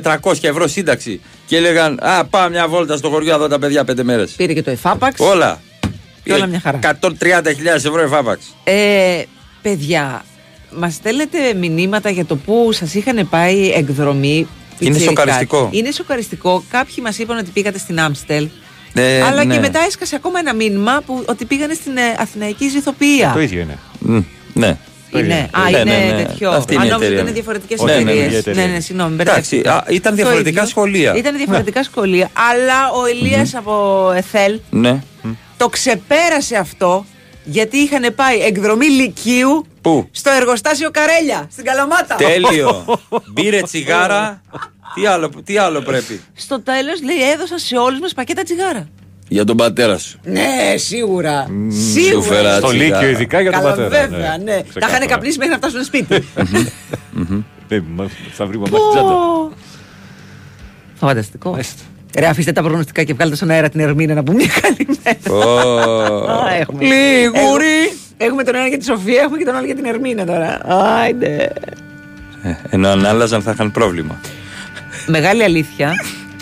πέραν 2.400 ευρώ σύνταξη και έλεγαν Α, πάω μια βόλτα στο χωριό, να δω τα παιδιά πέντε μέρες.
Πήρε και το εφάπαξ.
Όλα. Ε,
Και όλα μια χαρά.
130.000 ευρώ εφάπαξ.
Ε, παιδιά, μας στέλνετε μηνύματα για το που σας είχαν πάει εκδρομή. πιτσιρικάκι.
σοκαριστικό.
Είναι σοκαριστικό. Κάποιοι μας είπαν ότι πήγατε στην Άμστελ.
Ε,
αλλά
ναι.
και μετά έσκασε ακόμα ένα μήνυμα που, ότι πήγανε στην ε, Αθηναϊκή
Ε,
Ζυθοποιία.
Ε, Το ίδιο είναι.
Μ, Ναι.
Είναι. Α,
Ναι,
είναι
ναι, ναι.
τέτοιο.
Αυτή
Α,
είναι η
νόμιζα ότι
εταιρεία.
ήταν διαφορετικέ
Όχι, είναι
εταιρείες.
η
Ναι,
ίδια
ναι,
εταιρεία.
συγγνώμη.
Εντάξει,
μπερδεύτηκα.
α, ήταν
Το
διαφορετικά
ίδιο.
σχολεία.
Ήταν διαφορετικά σχολεία. Αλλά ο Ηλίας από Εθέλ
Ναι.
το ξεπέρασε αυτό γιατί είχαν πάει εκδρομή Λυκείου
Πού?
στο εργοστάσιο Καρέλια, στην Καλαμάτα.
Τέλειο. Μπήρε τσιγάρα. τι, άλλο, τι άλλο πρέπει.
[LAUGHS] Στο τέλος λέει: Έδωσα σε όλους μας πακέτα τσιγάρα.
Για τον πατέρα σου.
Ναι, σίγουρα.
σου φέρα
σίγουρα.
Στο
τσιγάρα.
Λύκειο ειδικά για τον
Καλά,
πατέρα.
βέβαια, ναι. Τα είχαν καπνίσει μέχρι να φτάσουν
[LAUGHS]
σπίτι.
Ναι, μα- Θα βρει μαμά
Πω.
στην τσάντα.
Φανταστικό. Ρε, αφήστε τα προγνωστικά και βγάλτε στον αέρα την Ερμήνα να πούμε μια καλή μέρα. Α, έχουμε. Έχουμε- Έχουμε τον ένα για τη Σοφία, έχουμε και τον άλλο για την Ερμήνα τώρα. Άιντε.
Ενώ αν άλλαζαν θα είχαν πρόβλημα.
Μεγάλη αλήθεια.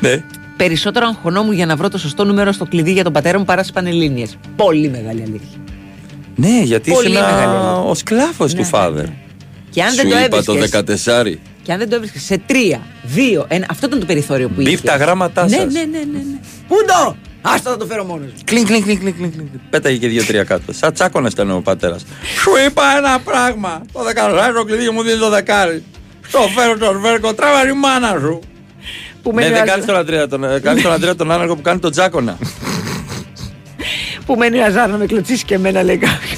Ναι.
Περισσότερο αγχωνόμουν για να βρω το σωστό νούμερο στο κλειδί για τον πατέρα μου παρά στις πανελίνε. Πολύ μεγάλη αλήθεια.
Ναι, γιατί
Πολύ
είσαι
μεγάλη
ένα...
αλήθεια.
ο σκλάβος του φάδερ.
Και αν
Σου
δεν το
είπα το
έβρισκες.
14.
Και αν δεν το έβρισκες σε τρία, δύο, ένα. Αυτό ήταν το περιθώριο που είχε.
Μπιφ τα γράμματά
Ναι,
σας.
ναι, ναι, ναι. ναι. Πού το! Άστα θα το φέρω μόνος.
Κλιν, κλιν, κλιν, κλιν, κλιν. Πέταγε και δύο-τρία κάτω. Σαν τσάκωνα ήταν ο πατέρας. Σου είπα ένα πράγμα. Το δεκαρι, το κλειδί και μου δίνει το δεκάρι. Στο φέρω τον σβέρκο, τράβα η μάνα σου.
Που
ναι,
μένει,
δεν
ο
κάνει
Αζάρ-
τον Αντρέα τον, ε, κάνεις τον, Αντρέα τον άνεργο που κάνει τον τσάκωνα.
που μένει ο Αζάρ να με κλωτσίσει και εμένα, λέει κάποιος.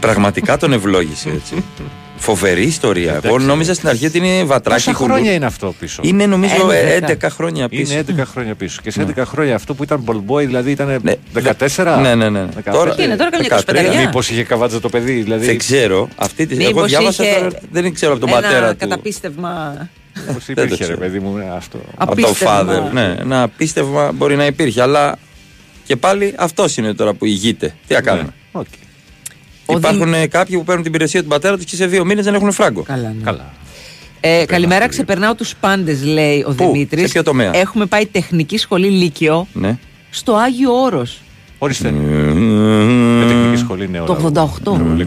Πραγματικά τον ευλόγησε
[LAUGHS]
έτσι. Φοβερή ιστορία. Εγώ νόμιζα στην αρχή ότι είναι βατράκι.
Πόσα
κουλού.
χρόνια είναι αυτό πίσω.
Είναι νομίζω 11
Ένα, δέκα.
χρόνια πίσω.
Είναι 11 χρόνια πίσω. Και σε 11 χρόνια αυτό που ήταν μπολμπόι, δηλαδή ήταν 14.
Ναι, ναι, ναι. Τώρα- Τι είναι, τώρα καμιά 15. εικοσιπενταριά.
Μήπως είχε καβάτζα το παιδί, δηλαδή.
Δεν ξέρω. Αυτή τη...
Μήπως
Εγώ διάβασα
είχε
τώρα, δεν ξέρω από τον
Ένα
πατέρα του.
καταπίστευμα. Ε,
Μήπως
Δεν το
υπήρχε, ρε
ξέρω.
παιδί μου, ναι, αυτό.
Από το
Απίστευμα.
father. Ναι, ένα απίστευμα μπορεί να υπήρχε. Αλλά και πάλι αυτός είναι τώρα που ηγείται. Τι να κάνουμε.
Ναι. οκ.
Υπάρχουν ε, κάποιοι που παίρνουν την υπηρεσία του πατέρα τους και σε δύο μήνες δεν έχουν φράγκο.
Καλά. ναι.
Καλά.
Ε, καλημέρα, ξεπερνάω τους πάντες, λέει ο Δημήτρης.
Σε ποιο τομέα?
Έχουμε πάει τεχνική σχολή Λύκειο
Ναι.
στο Άγιο Όρος.
Ορίστε. Με τεχνική σχολή
Ε,
είναι όλα.
Το 88.
Ναι,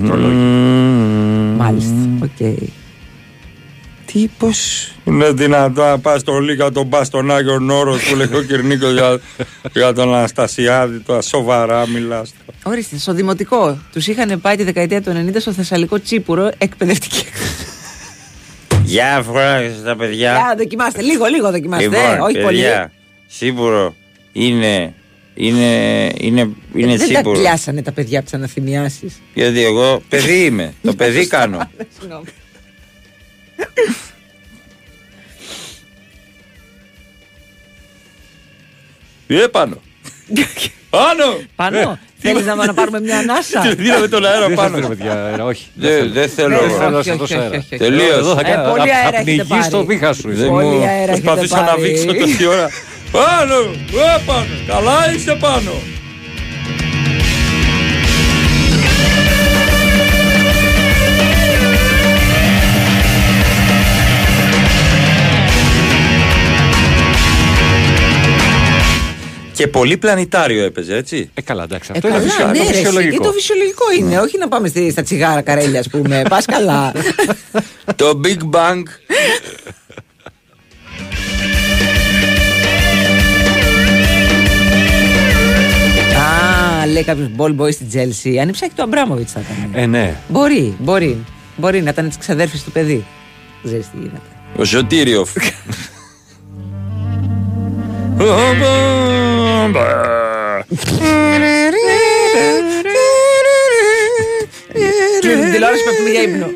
Μάλιστα. Οκ.
Τι πώ. Είναι δυνατό να πας στο Λίγα τον πας στον Άγιο Νόρος που λέει ο Κυρνίκος για, για τον Αναστασιάδη. Τώρα σοβαρά μιλάς.
Ορίστε, στο δημοτικό. Τους είχαν πάει τη δεκαετία του 90 στο Θεσσαλικό Τσίπουρο εκπαιδευτική εκδρομή.
Γεια φορά στα παιδιά.
Α, δοκιμάστε, λίγο, λίγο δοκιμάστε. ε,
Λοιπόν,
όχι
παιδιά, σίγουρο είναι. Είναι, είναι,
πολύ.
είναι
Δεν τα
σίγουρο.
πιάσανε τα παιδιά από τις αναθυμιάσεις.
Γιατί εγώ παιδί είμαι. Το παιδί κάνω. Τι έπανω. Πάνω!
Πάνω, θέλεις να, να πάρουμε μια ανάσα.
Ε, [LAUGHS] Τι δίναμε τον αέρα
Δεν σας
πάνω.
δίνω, παιδιά, αέρα, όχι.
Δεν δεν Ναι, θέλω.
Δεν θέλω να
όχι,
σα
όχι,
δώσω
όχι,
αέρα.
όχι, όχι.
Τελείως.
Εδώ θα
Ε,
κάνω-
πολύ
θα-
αέρα
Θα
έχετε
πνιγεί στο
πάρει.
βήχα σου.
Δεν
Πολύ
μου-
αέρα έχετε
Προσπαθούσα να
πάρει.
βήξω τόση ώρα. Πάνω! ε, Πάνω! Καλά είσαι πάνω! Και πολύ πλανητάριο έπαιζε, έτσι.
Ε, καλά, εντάξει.
Ε,
Αυτό είναι
καλά,
φυσιο-
ναι,
το
ρε, εσύ,
φυσιολογικό. Ναι.
και το φυσιολογικό είναι. Όχι να πάμε στη- στα τσιγάρα καρέλια, ας
[LAUGHS]
πούμε. Πας καλά.
Το Big Bang.
Α, λέει κάποιος ball boy στην Τζέλση. Αν ψάχνει το Αμπράμοβιτ θα ήταν.
Ε, ναι.
Μπορεί, μπορεί. Μπορεί να ήταν της ξαδέρφης του παιδί. Ξέρεις τι γίνεται.
Ο Σωτήριοφ.
Κλείνει την ώρα πέφτουμε για ύπνο.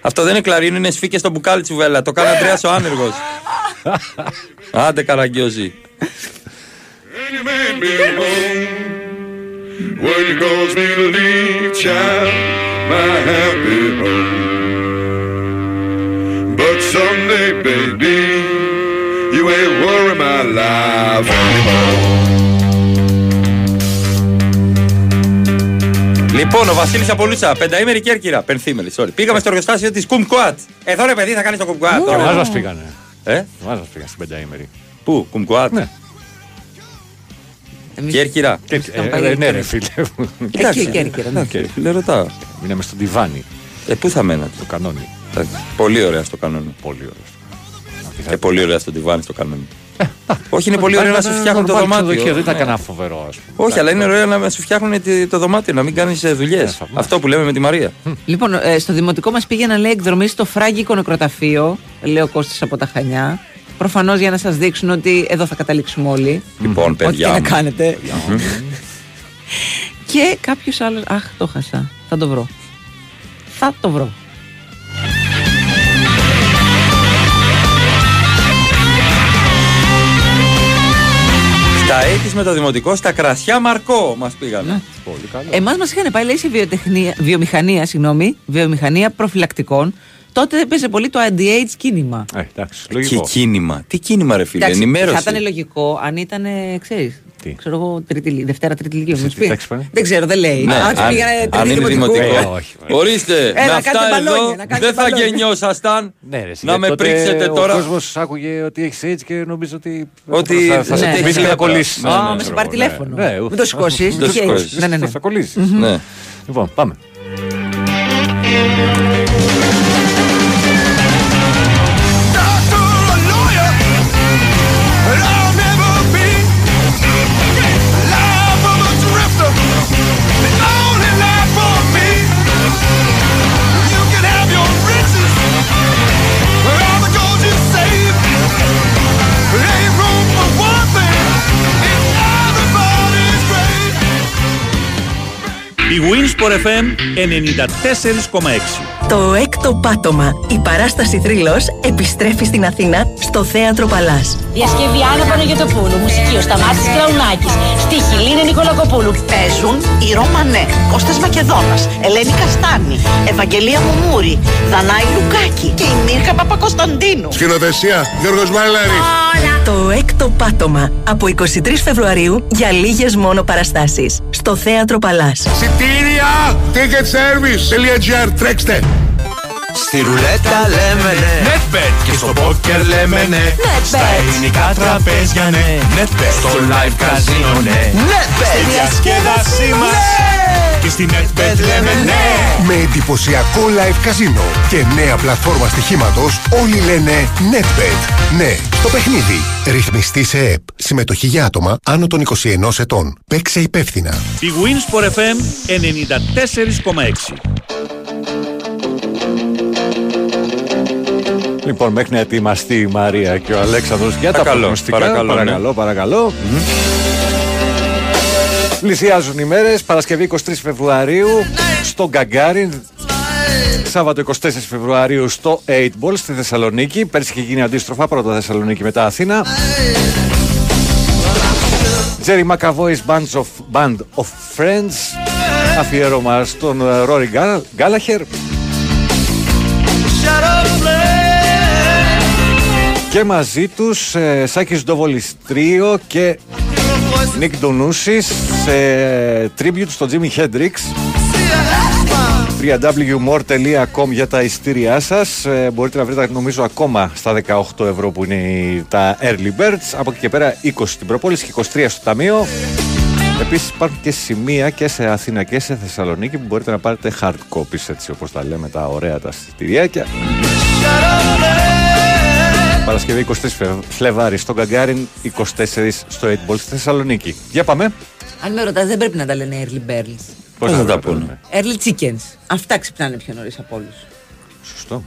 Αυτό δεν είναι κλαρίνο, είναι σφίκες στο μπουκάλι τσουβέλα. Το κάνει Αντρέα ο άνεργος. Άντε καραγκιόζη.
When you calls me to leave, child, my happy home. But someday, baby, you ain't worry my life anymore.
Λοιπόν, ο Βασίλης Απολούτσα, πενταήμερη Κέρκυρα, πενθήμερη, sorry. Πήγαμε στο εργοστάσιο της Κουμκουάτ. Εδώ ρε παιδί θα κάνεις το Κουμκουάτ.
Και
Ωραία.
εμάς μας πήγανε.
Ε?
Εμάς μας πήγαν στην πενταήμερη.
Πού, Κουμκουάτ.
Ναι.
Κέρκυρα.
Και- ε, ε, ναι, ρε φίλε. μου.
Εκεί η Κέρκυρα, ναι.
Οκ.
Φίλε, ρωτάω.
Μείναμε στον τιβάνι.
Ε, πού θα μένατε.
Το κανόνι.
Εντάξει, Πολύ ωραία στο κανόνι.
Πολύ ωραίο.
Ε, πολύ ωραία στο τιβάνι στο κανόνι. Όχι, είναι πολύ ωραίο να σου
Ε, Ήταν
φτιάχνουν το
normal
δωμάτιο.
ξενοδοχείο, Δεν ήταν
Ναι.
κανένα φοβερό, ας πούμε.
Όχι, αλλά είναι ωραίο να σου φτιάχνουν τη- το δωμάτιο, να μην κάνεις
Ναι,
δουλειέ. Αυτό που λέμε με τη Μαρία.
Λοιπόν, ε, στο δημοτικό μας πήγαιναν λέει εκδρομή στο φράγκικο νεκροταφείο, λέει ο Κώστης από τα Χανιά. Προφανώς για να σας δείξουν ότι εδώ θα καταλήξουμε όλοι.
Λοιπόν, παιδιά.
Ό,τι και
μου.
να κάνετε.
Μμμ.
Και κάποιος άλλος. Αχ, το χάσα. Θα το βρω. Θα το βρω.
Στα έτη με το δημοτικό, στα κρασιά Μαρκό μας
Ναι.
πήγανε.
Πολύ καλό.
Εμάς μας είχαν πάει λέει σε βιοτεχνία, βιομηχανία, συγγνώμη, βιομηχανία προφυλακτικών. Τότε έπαιζε πολύ το anti-age κίνημα.
Ε, εντάξει,
Τι
λογικό.
κίνημα, τι κίνημα, ρε φίλε,
Εντάξει,
ενημέρωση.
Θα ήταν λογικό αν ήταν, ξέρει. Ξέρω εγώ, τρίτη, λυ- Δευτέρα, τρίτη λυκείου. μου τους πει.
εντάξει, πάνε.
Δεν ξέρω, δεν λέει.
Ναι,
Αν τους
αν,
πήγανε τρίτη
αν είναι
δημοτικού.
δημοτικό.
Ε, όχι, όχι.
Ορίστε,
Ε,
με
να
αυτά
κάνετε
εδώ
μπαλόνια, να κάνετε
δεν θα
μπαλόνια.
γεννιώσασταν.
Ναι, ρε,
να
γιατί
με
τότε
πρίξετε τώρα.
Ο κόσμο άκουγε ότι έχεις AIDS και νομίζω ότι.
Ότι-
θα, θα σε
ναι.
κουμπίσει και
Ναι.
θα κολλήσει.
Α,
Ναι,
με
ναι,
σε
ναι,
πάρει
ναι.
τηλέφωνο.
Ναι, ου.
Μην το
[LAUGHS]
σηκώσει.
Μην το
Τι έχεις.
σηκώσεις.
Ναι, ναι, ναι.
Θα κολλήσει.
Ναι.
Λοιπόν, πάμε.
Η Winsport FM 94,6.
Το έκτο πάτωμα. Η παράσταση Θρύλος επιστρέφει στην Αθήνα στο Θέατρο Παλάς.
Διασκευή Άννα Παναγιωτοπούλου, μουσική ο Σταμάτης Κλαουνάκης, στίχη Λίνα Νικολακοπούλου.
Παίζουν η Ρωμανέ, Κώστας Μακεδόνας, Ελένη Καστάνη, Ευαγγελία Μουμούρη, Δανάη Λουκάκη και η Μίρκα Παπακοσταντίνου.
Σκηνοθεσία Γιώργος Μαλέρης.
Το έκτο πάτωμα. Από 23 Φεβρουαρίου για λίγες μόνο παραστάσεις. Στο Θέατρο Παλάς.
Εισιτήρια!
E
ticketservice.gr Τρέξτε!
Στη ρουλέτα λέμε ναι. Netbet. Και στο πόκερ λέμε ναι. Στα ελληνικά τραπέζια ναι. Netbet. Στο live καζίνο ναι.
Netbet.
Στη διασκέδασή μας. Και στη Netbet λέμε ναι.
Με εντυπωσιακό live casino και νέα πλατφόρμα στοιχήματος όλοι λένε NetBet. Ναι, στο παιχνίδι. Ρυθμιστή σε ΕΠ. Συμμετοχή για άτομα άνω των 21 ετών. Παίξε υπεύθυνα.
Η Winsport FM 94,6.
Λοιπόν, μέχρι να ετοιμαστεί η Μαρία και ο Αλέξανδρος για τα
Παρακαλώ,
προγνωστικά.
παρακαλώ, ναι.
παρακαλώ. παρακαλώ. Πλησιάζουν οι μέρες, Παρασκευή 23 Φεβρουαρίου στο Γκαγκάριν. Σάββατο 24 Φεβρουαρίου στο 8 Ball στη Θεσσαλονίκη. Πέρσι είχε γίνει αντίστροφα, πρώτα Θεσσαλονίκη, μετά Αθήνα. Jerry McAvoy's Bands of, Band of Friends αφιέρωμα στον ε, Ρόρι Γκάλαχερ
ναι.
και μαζί τους ε, Σάκης Ντοβολης Τρίο και Νίκ Ντονούσης σε tribute στον Τζίμι Χέντριξ www.more.com για τα ειστήριά σας Ε, μπορείτε να βρείτε νομίζω ακόμα στα 18 ευρώ που είναι η- τα early birds από εκεί και πέρα 20 στην προπόληση και 23 στο ταμείο Επίσης υπάρχουν και σημεία και σε Αθήνα και σε Θεσσαλονίκη που μπορείτε να πάρετε hard copies έτσι όπως τα λέμε τα ωραία τα εισιτηριάκια. Παρασκευή 23 Φε- Φλεβάρι στο Καγκάριν, 24 στο 8 Ball στη Θεσσαλονίκη. Για πάμε.
Αν με ρωτάς, δεν πρέπει να τα λένε early birds.
Πώς θα τα πούνε.
[LAUGHS]
Early chickens. Αυτά ξυπνάνε πιο νωρίς από όλους.
Σωστό.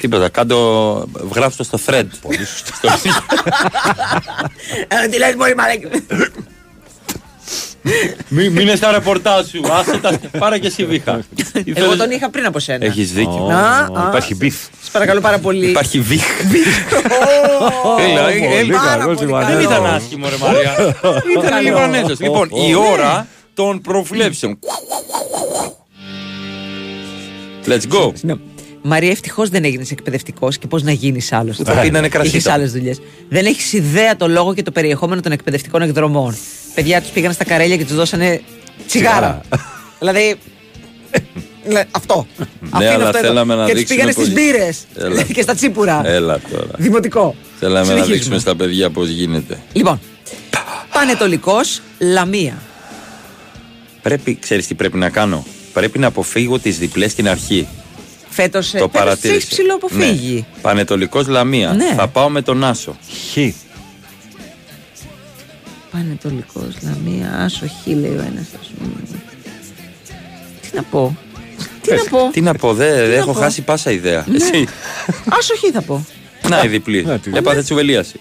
Τίποτα. Κάντο, γράψτε στο thread. Πολύ σωστό.
Ε, Τι λες μωρή [LAUGHS] μαλέκη.
Μην είναι στα ρεπορτάζ σου. Άσε τα. Πάρα και εσύ βήχα.
Εγώ τον είχα πριν από σένα.
Έχεις δίκιο.
Να, α,
Υπάρχει μπιφ.
Σε παρακαλώ πάρα πολύ.
Υπάρχει βήχα.
Έλα,
Πολύ
έλα,
καλός
καλός Λιβανέζος.
Δεν ήταν άσχημο, ρε Μαρία. Ήταν
Καλό.
Λιβανέζος. Λοιπόν, η
Ω, ω.
ώρα των προβλέψεων. Let's go.
Μαρία, ευτυχώς δεν έγινες εκπαιδευτικός και πώς να γίνεις άλλος.
Ούτε πει να είναι κρασί
Είχες
τώρα.
άλλες δουλειές. Δεν έχεις ιδέα το λόγο και το περιεχόμενο των εκπαιδευτικών εκδρομών. Παιδιά τους πήγαν στα καρέλια και τους δώσανε τσιγάρα. δηλαδή. λε, αυτό.
Ναι,
είναι
αλλά
αυτό εδώ.
θέλαμε να
Και τους
δείξουμε
πήγανε στις
πολύ.
μπύρες
Έλα.
[LAUGHS]
Ε,
και στα τσίπουρα.
Έλα τώρα.
Δημοτικό.
Θέλαμε να
Συνεχίζουμε.
δείξουμε στα παιδιά πώς γίνεται.
Λοιπόν, Πανετολικό Λαμία.
Πρέπει, ξέρεις τι πρέπει να κάνω. Πρέπει να αποφύγω τις διπλές στην αρχή.
Φέτος
Το παρατήρησε.
έχεις ψηλό αποφύγει.
Ναι. Πανετολικός Λαμία.
Ναι.
Θα πάω με τον Άσο. Χ.
Πανετολικό Λαμία, άσο χ, λέει ο ένας. Τι να πω. Τι να πω.
Τι να πω, δεν
να
έχω
πω.
χάσει πάσα ιδέα.
Ναι.
Εσύ.
Άσο χ θα πω.
Να η διπλή. Έπαθε τσουβελίαση.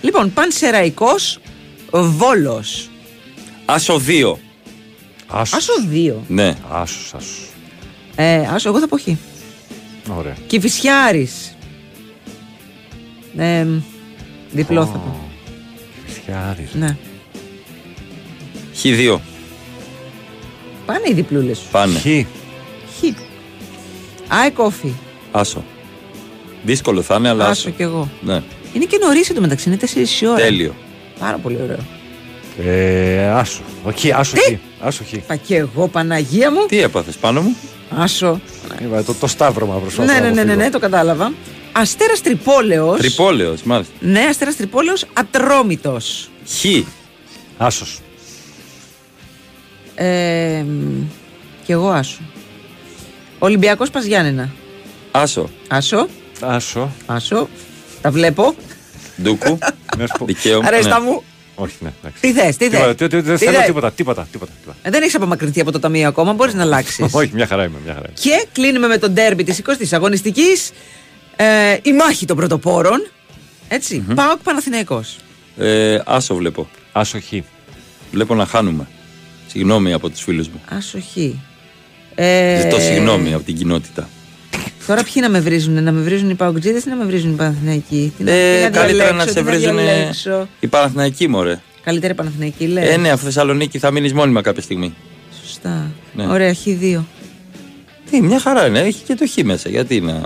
Λοιπόν, πανσεραϊκός Βόλος.
Άσο 2.
Άσο 2.
Ναι.
Άσο, άσο.
Ε, άσο, εγώ θα πω χ.
Ωραία.
Κυφυσιάρης. Ε, διπλό θα πω.
Φυσιάρης.
Ναι.
Χ2.
Πάνε οι διπλούλες σου.
Πάνε.
Χ.
Χ. Άε κόφι.
Άσο. Δύσκολο θα είναι, Ναι, αλλά.
Άσο κι εγώ.
Ναι.
Είναι και νωρίς το μεταξύ, είναι 4 η ώρα.
Τέλειο.
Πάρα πολύ ωραίο.
Ε, άσο. Όχι, άσο χ. Άσο χ.
Είπα και εγώ, Παναγία μου.
Τι έπαθες πάνω μου.
Άσο.
Είπα, το, το σταύρωμα προσπαθώ.
Ναι,
να
ναι, ναι, ναι,
αποφύγω.
ναι, το κατάλαβα. Αστέρας Τρυπόλεο.
Τριπόλεο, μάλιστα.
Ναι, Αστέρας Τρυπόλεο Ατρόμητος.
Χ.
Άσος.
Ε, μ, κι εγώ άσο. Ολυμπιακός Παζιάννενα.
Άσο.
Άσο.
Άσο.
Άσο. Τα βλέπω.
Ντούκου. Δικαίωμα.
Ρε, στα
ναι.
μου.
Όχι, ναι. εντάξει.
Τι θες, τι
Τίποτα,
θες.
Ε, τι- τι- Δεν
Τι
θέλω
θες.
τίποτα, τίποτα, τίποτα. τίποτα.
Ε, Δεν έχεις απομακρυνθεί από το ταμείο ακόμα, μπορείς να αλλάξεις.
Όχι, μια χαρά είμαι, μια χαρά είμαι.
Και κλείνουμε με τον τέρμπι τη 20η αγωνιστικής. Ε, η μάχη των πρωτοπόρων. Έτσι. Πάοκ Παναθηναϊκός.
Ε, άσο βλέπω.
Άσο χ.
Βλέπω να χάνουμε. Συγγνώμη από τους φίλους μου.
Ασοχή. Ε,
Ζητώ συγγνώμη από την κοινότητα.
Τώρα ποιοι να με βρίζουν, να με βρίζουν οι Παοκτζίδες ή να με βρίζουν οι Παναθηναϊκοί. Τι να- τι
Ε, καλύτερα
διαλέξω,
να
τι
σε βρίζουν
διαλέξω.
οι Παναθηναϊκοί, μωρέ.
Καλύτερα οι Παναθηναϊκοί, λέει.
Ε, ναι, αφού Θεσσαλονίκη θα μείνεις μόνιμα κάποια στιγμή.
Σωστά.
Ναι.
Ωραία, χ2.
Τι, μια χαρά είναι. Έχει και το χ μέσα. Γιατί να.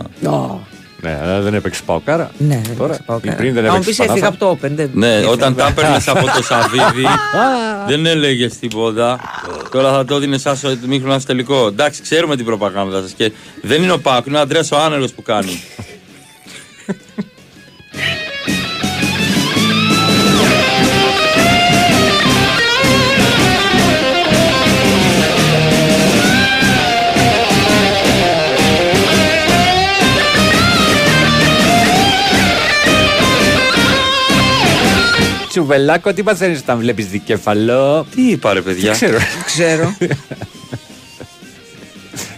Ναι, αλλά δεν έπαιξε Παοκάρα.
Ναι,
Τώρα, Ε, πριν δεν
Θα μου πει
έπαιξε
έφυγα
Πανάθα.
από το Open. Δεν...
Ναι,
δεν
όταν τα
έφυγα.
έπαιρνε από
[LAUGHS]
το Σαβίδι, δεν έλεγες τίποτα. Τώρα θα το έδινε σαν στο μήχρονο ένας τελικό. Εντάξει, ξέρουμε την προπαγάνδα σας. Και δεν είναι ο Πάκ, είναι ο Αντρέα ο Άνελο που κάνει.
Τσουβελάκο, τι παθαίνει όταν βλέπεις δικεφαλό.
Τι είπα, ρε παιδιά.
Ξέρω.
Ξέρω.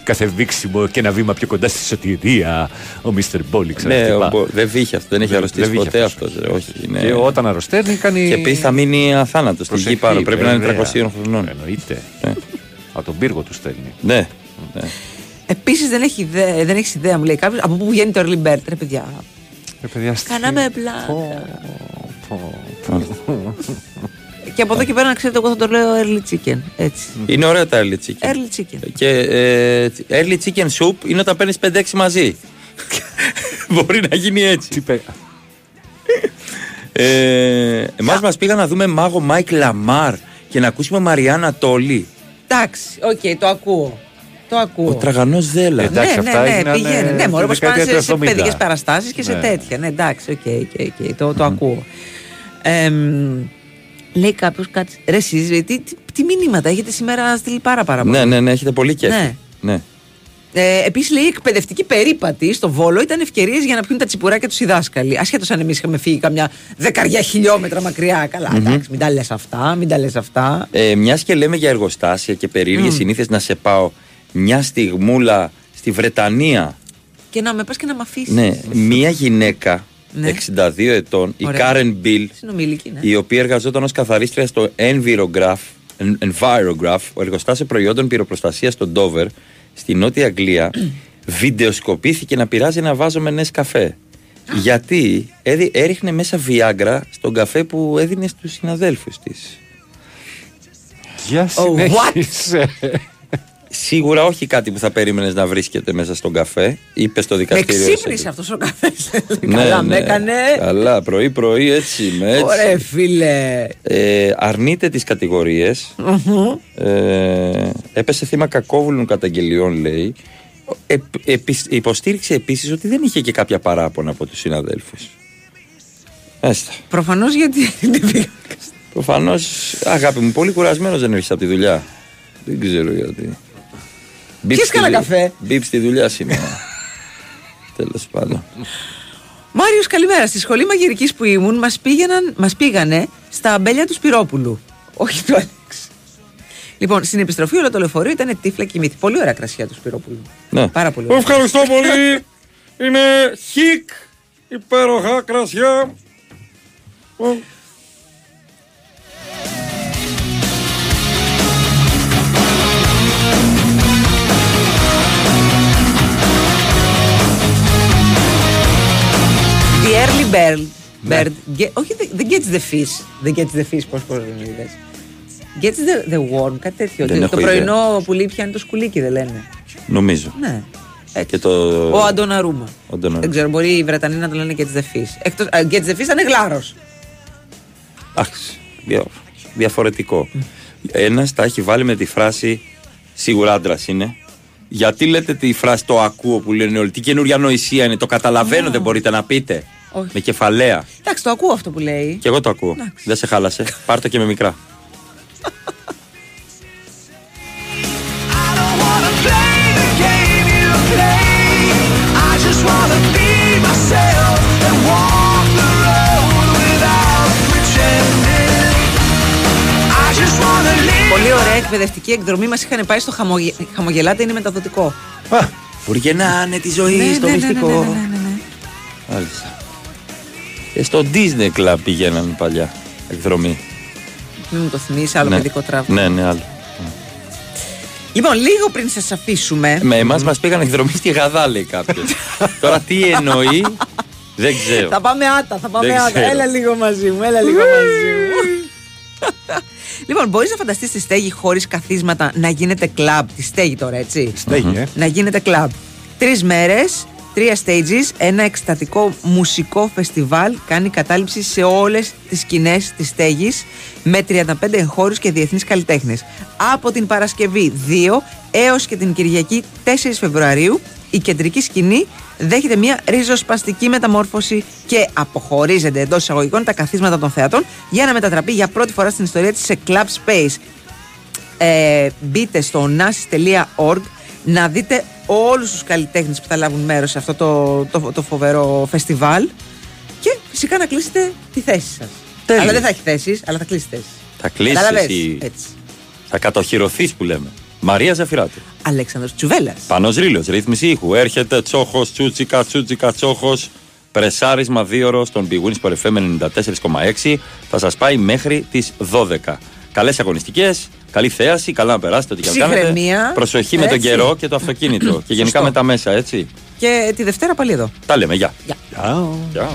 Κάθε βήξιμο και ένα βήμα πιο κοντά στη σωτηρία. Ο Μίστερ Μπόλι
Ναι, ο
ξαναχτυπά.
Μπο- δεν βύχει αυτό, δεν έχει αρρωστήσει
βύχει
ποτέ αυτός. Όχι, είναι-
Και όταν αρρωσταίνει κάνει.
Και επίση θα μείνει αθάνατος στην γη
Προσευχή,
πάνω. Πρέπει να είναι
βέβαια.
300 χρονών.
Εννοείται.
Ναι.
Από τον πύργο του στέλνει.
Ναι. ναι.
Επίσης δεν έχει ιδέα, δεν έχεις ιδέα, μου λέει κάποιος από πού βγαίνει το Early Bird, ρε παιδιά.
Ρε παιδιά, στη-
Κάναμε πλάκα. Και από εδώ και πέρα να ξέρετε, εγώ θα το λέω Early Chicken. [LAUGHS] Έτσι.
Είναι ωραία τα early chicken.
Early Chicken.
Και ε, early chicken soup είναι όταν παίρνεις 5-6 μαζί. [LAUGHS] Μπορεί να γίνει έτσι. ε, Εμάς μας πήγαν να δούμε μάγο Μάικ Λαμάρ και να ακούσουμε Μαριάννα Τόλι.
Εντάξει, οκ, το ακούω. Το ακούω.
Ο τραγανός Δέλα.
Ε, Εντάξει,
ναι,
αυτά
ναι, ναι,
έγιναν,
πηγαίνει.
ε,
Ναι, μωρέ,
τη
όπως πάνε
δεκαετία
σε,
του
σε
70.
παιδικές παραστάσεις και σε
Ναι.
τέτοια. Ναι, εντάξει, οκ, οκ, οκ, το, το ακούω. Εμ, λέει κάποιος κάτι. Ρε, εσείς, ρε, τι, τι, τι, μηνύματα έχετε σήμερα στείλει πάρα πάρα πολλά.
Ναι, ναι, ναι, έχετε πολύ κέφι.
Ναι.
ναι.
Ε, Επίσης, λέει η εκπαιδευτική περίπατη στο Βόλο ήταν ευκαιρίες για να πιούν τα τσιπουράκια τους οι δάσκαλοι. Ασχέτως αν εμείς είχαμε φύγει καμιά δεκαριά χιλιόμετρα μακριά. Καλά, εντάξει, μην τα λες αυτά, μην τα λες αυτά.
Ε, Μιας και λέμε για εργοστάσια και περίεργες
Μμμ.
συνήθειες, να σε πάω μια στιγμούλα στη Βρετανία.
και να με πας και να με αφήσεις.
Ναι, μία γυναίκα
Ναι.
62 ετών, η Karen Bill,
Συνομιλική, ναι.
η οποία εργαζόταν ως καθαρίστρια στο Envirograph, Εν- Envirograph ο εργοστάσιο προϊόντων πυροπροστασίας στο Dover, στη Νότια Αγγλία,
[CLEARS THROAT]
βιντεοσκοπήθηκε να πειράζει ένα βάζο με νες καφέ. Γιατί έδι- έριχνε μέσα βιάγκρα στον καφέ που έδινε στους συναδέλφους της. Oh,
Για συνέχισε.
Σίγουρα όχι κάτι που θα περίμενες να βρίσκεται μέσα στον καφέ. Είπες στο
Με
δικαστήριο.
ξύπνησε αυτός ο καφές.
Ναι,
Καλά, με
ναι.
έκανε.
Καλά, πρωί-πρωί έτσι με έτσι.
Ωραία, φίλε.
Ε, αρνείται τις κατηγορίες
Μμμ.
ε, έπεσε θύμα κακόβουλων καταγγελιών λέει ε, επι- υποστήριξε επίσης ότι δεν είχε και κάποια παράπονα από τους συναδέλφους Έστα.
Προφανώς γιατί.
Προφανώς αγάπη μου πολύ κουρασμένος δεν έρχεσαι από τη δουλειά Δεν ξέρω γιατί Μπιπ
Ποιος
στη
κάνα
δου-
καφέ?
Μπιπ στη δουλειά
[LAUGHS]
σήμερα Τέλος πάντων
Μάριος, καλημέρα. Στη σχολή μαγειρικής που ήμουν, μας μας πήγανε στα αμπέλια του Σπυρόπουλου. Όχι του Άλεξ. Λοιπόν, στην επιστροφή όλο το λεωφορείο ήταν τύφλα και μύθι. Πολύ ωραία κρασιά του Σπυρόπουλου.
Ναι.
Πάρα πολύ ωραία.
Ευχαριστώ πολύ. Είναι χικ. Υπέροχα κρασιά. Ω,
The early bird.
Ναι.
bird ge- όχι, the, the gets the fish. The gets the fish, πώ προσεγγίζεται. Gets the, the worm, κάτι τέτοιο.
Δεν
το
έχω
το πρωινό πουλί πιάνει το σκουλίκι, δεν λένε.
Νομίζω
Ναι.
Και το...
Ο Αντωναρούμα.
ο Αντωναρούμα.
Δεν ξέρω, μπορεί οι Βρετανοί να το λένε gets the fish. Εκτός, α, gets the fish ήταν γλάρος.
Εντάξει. δια- Διαφορετικό. Ένας τα έχει βάλει με τη φράση σίγουρα άντρας είναι. Γιατί λέτε τη φράση το ακούω που λένε όλοι. Τι καινούρια νοησία είναι. Το καταλαβαίνω, δεν μπορείτε να πείτε.
Ναι. Όχι.
Με κεφαλαία.
Εντάξει, το ακούω αυτό που λέει.
Και εγώ το ακούω. Δεν σε χάλασε. Πάρ το και με μικρά.
I just wanna be myself and walk the road without pretending. I just wanna live.
Πολύ ωραία εκπαιδευτική εκδρομή μας είχαν πάει στο χαμογε... χαμογελάτε, είναι μεταδοτικό.
Μπορεί να είναι τη
Ναι,
ζωή στο
ναι, ναι, ναι, ναι,
μυστικό.
ναι, ναι, ναι.
Μάλιστα. Ε, στο Disney Club πηγαίνανε παλιά εκδρομή.
Μην μου το θυμίσει, άλλο
ναι.
παιδικό τραύμα.
Ναι, ναι, άλλο.
Λοιπόν, λίγο πριν σας αφήσουμε.
Με εμάς μας πήγαν εκδρομή στη Γαδά, λέει κάποιος.
[LAUGHS]
Τώρα τι εννοεί, δεν ξέρω.
Θα πάμε άτα, θα πάμε
Δεν
άτα.
ξέρω.
Έλα λίγο μαζί μου, έλα λίγο μαζί μου. λοιπόν, μπορείς να φανταστείς τη στέγη χωρίς καθίσματα να γίνεται κλαμπ. Τη στέγη τώρα, έτσι.
Στέγη, ε.
Να γίνεται κλαμπ. Τρεις μέρες, τρία stages, ένα εκστατικό μουσικό φεστιβάλ κάνει κατάληψη σε όλες τις σκηνές της στέγης με 35 εγχώριους και διεθνείς καλλιτέχνες. Από την Παρασκευή 2 έως και την Κυριακή 4 Φεβρουαρίου η κεντρική σκηνή δέχεται μια ριζοσπαστική μεταμόρφωση και αποχωρίζεται εντός εισαγωγικών τα καθίσματα των θεατών για να μετατραπεί για πρώτη φορά στην ιστορία της σε club space ε, μπείτε στο nasis.org να δείτε όλους τους καλλιτέχνες που θα λάβουν μέρος σε αυτό το, το, το φοβερό φεστιβάλ και φυσικά να κλείσετε τη θέση σας.
Τέλειο.
Αλλά δεν θα έχει θέσεις, αλλά θα κλείσει θέση.
Θα κλείσει
Καταλαβες,
εσύ.
έτσι.
Θα κατοχυρωθείς που λέμε. Μαρία Ζαφυράτου.
Αλέξανδρος Τσουβέλλας.
Πάνω Ρίλο, ρύθμιση ήχου. Έρχεται τσόχος, τσούτσικα, τσούτσικα, τσόχος. Πρεσάρισμα δύο ώρο στον Big Wins for FM 94,6. Θα σας πάει μέχρι τις 12. Καλές αγωνιστικές, καλή θέαση, καλά να περάσετε ό,τι και να κάνετε.
Ψυχραιμία.
Προσοχή με τον
Έτσι.
καιρό και το αυτοκίνητο. και γενικά με τα μέσα, έτσι.
Και τη Δευτέρα πάλι εδώ.
Τα λέμε, γεια.
Γεια.
Γεια.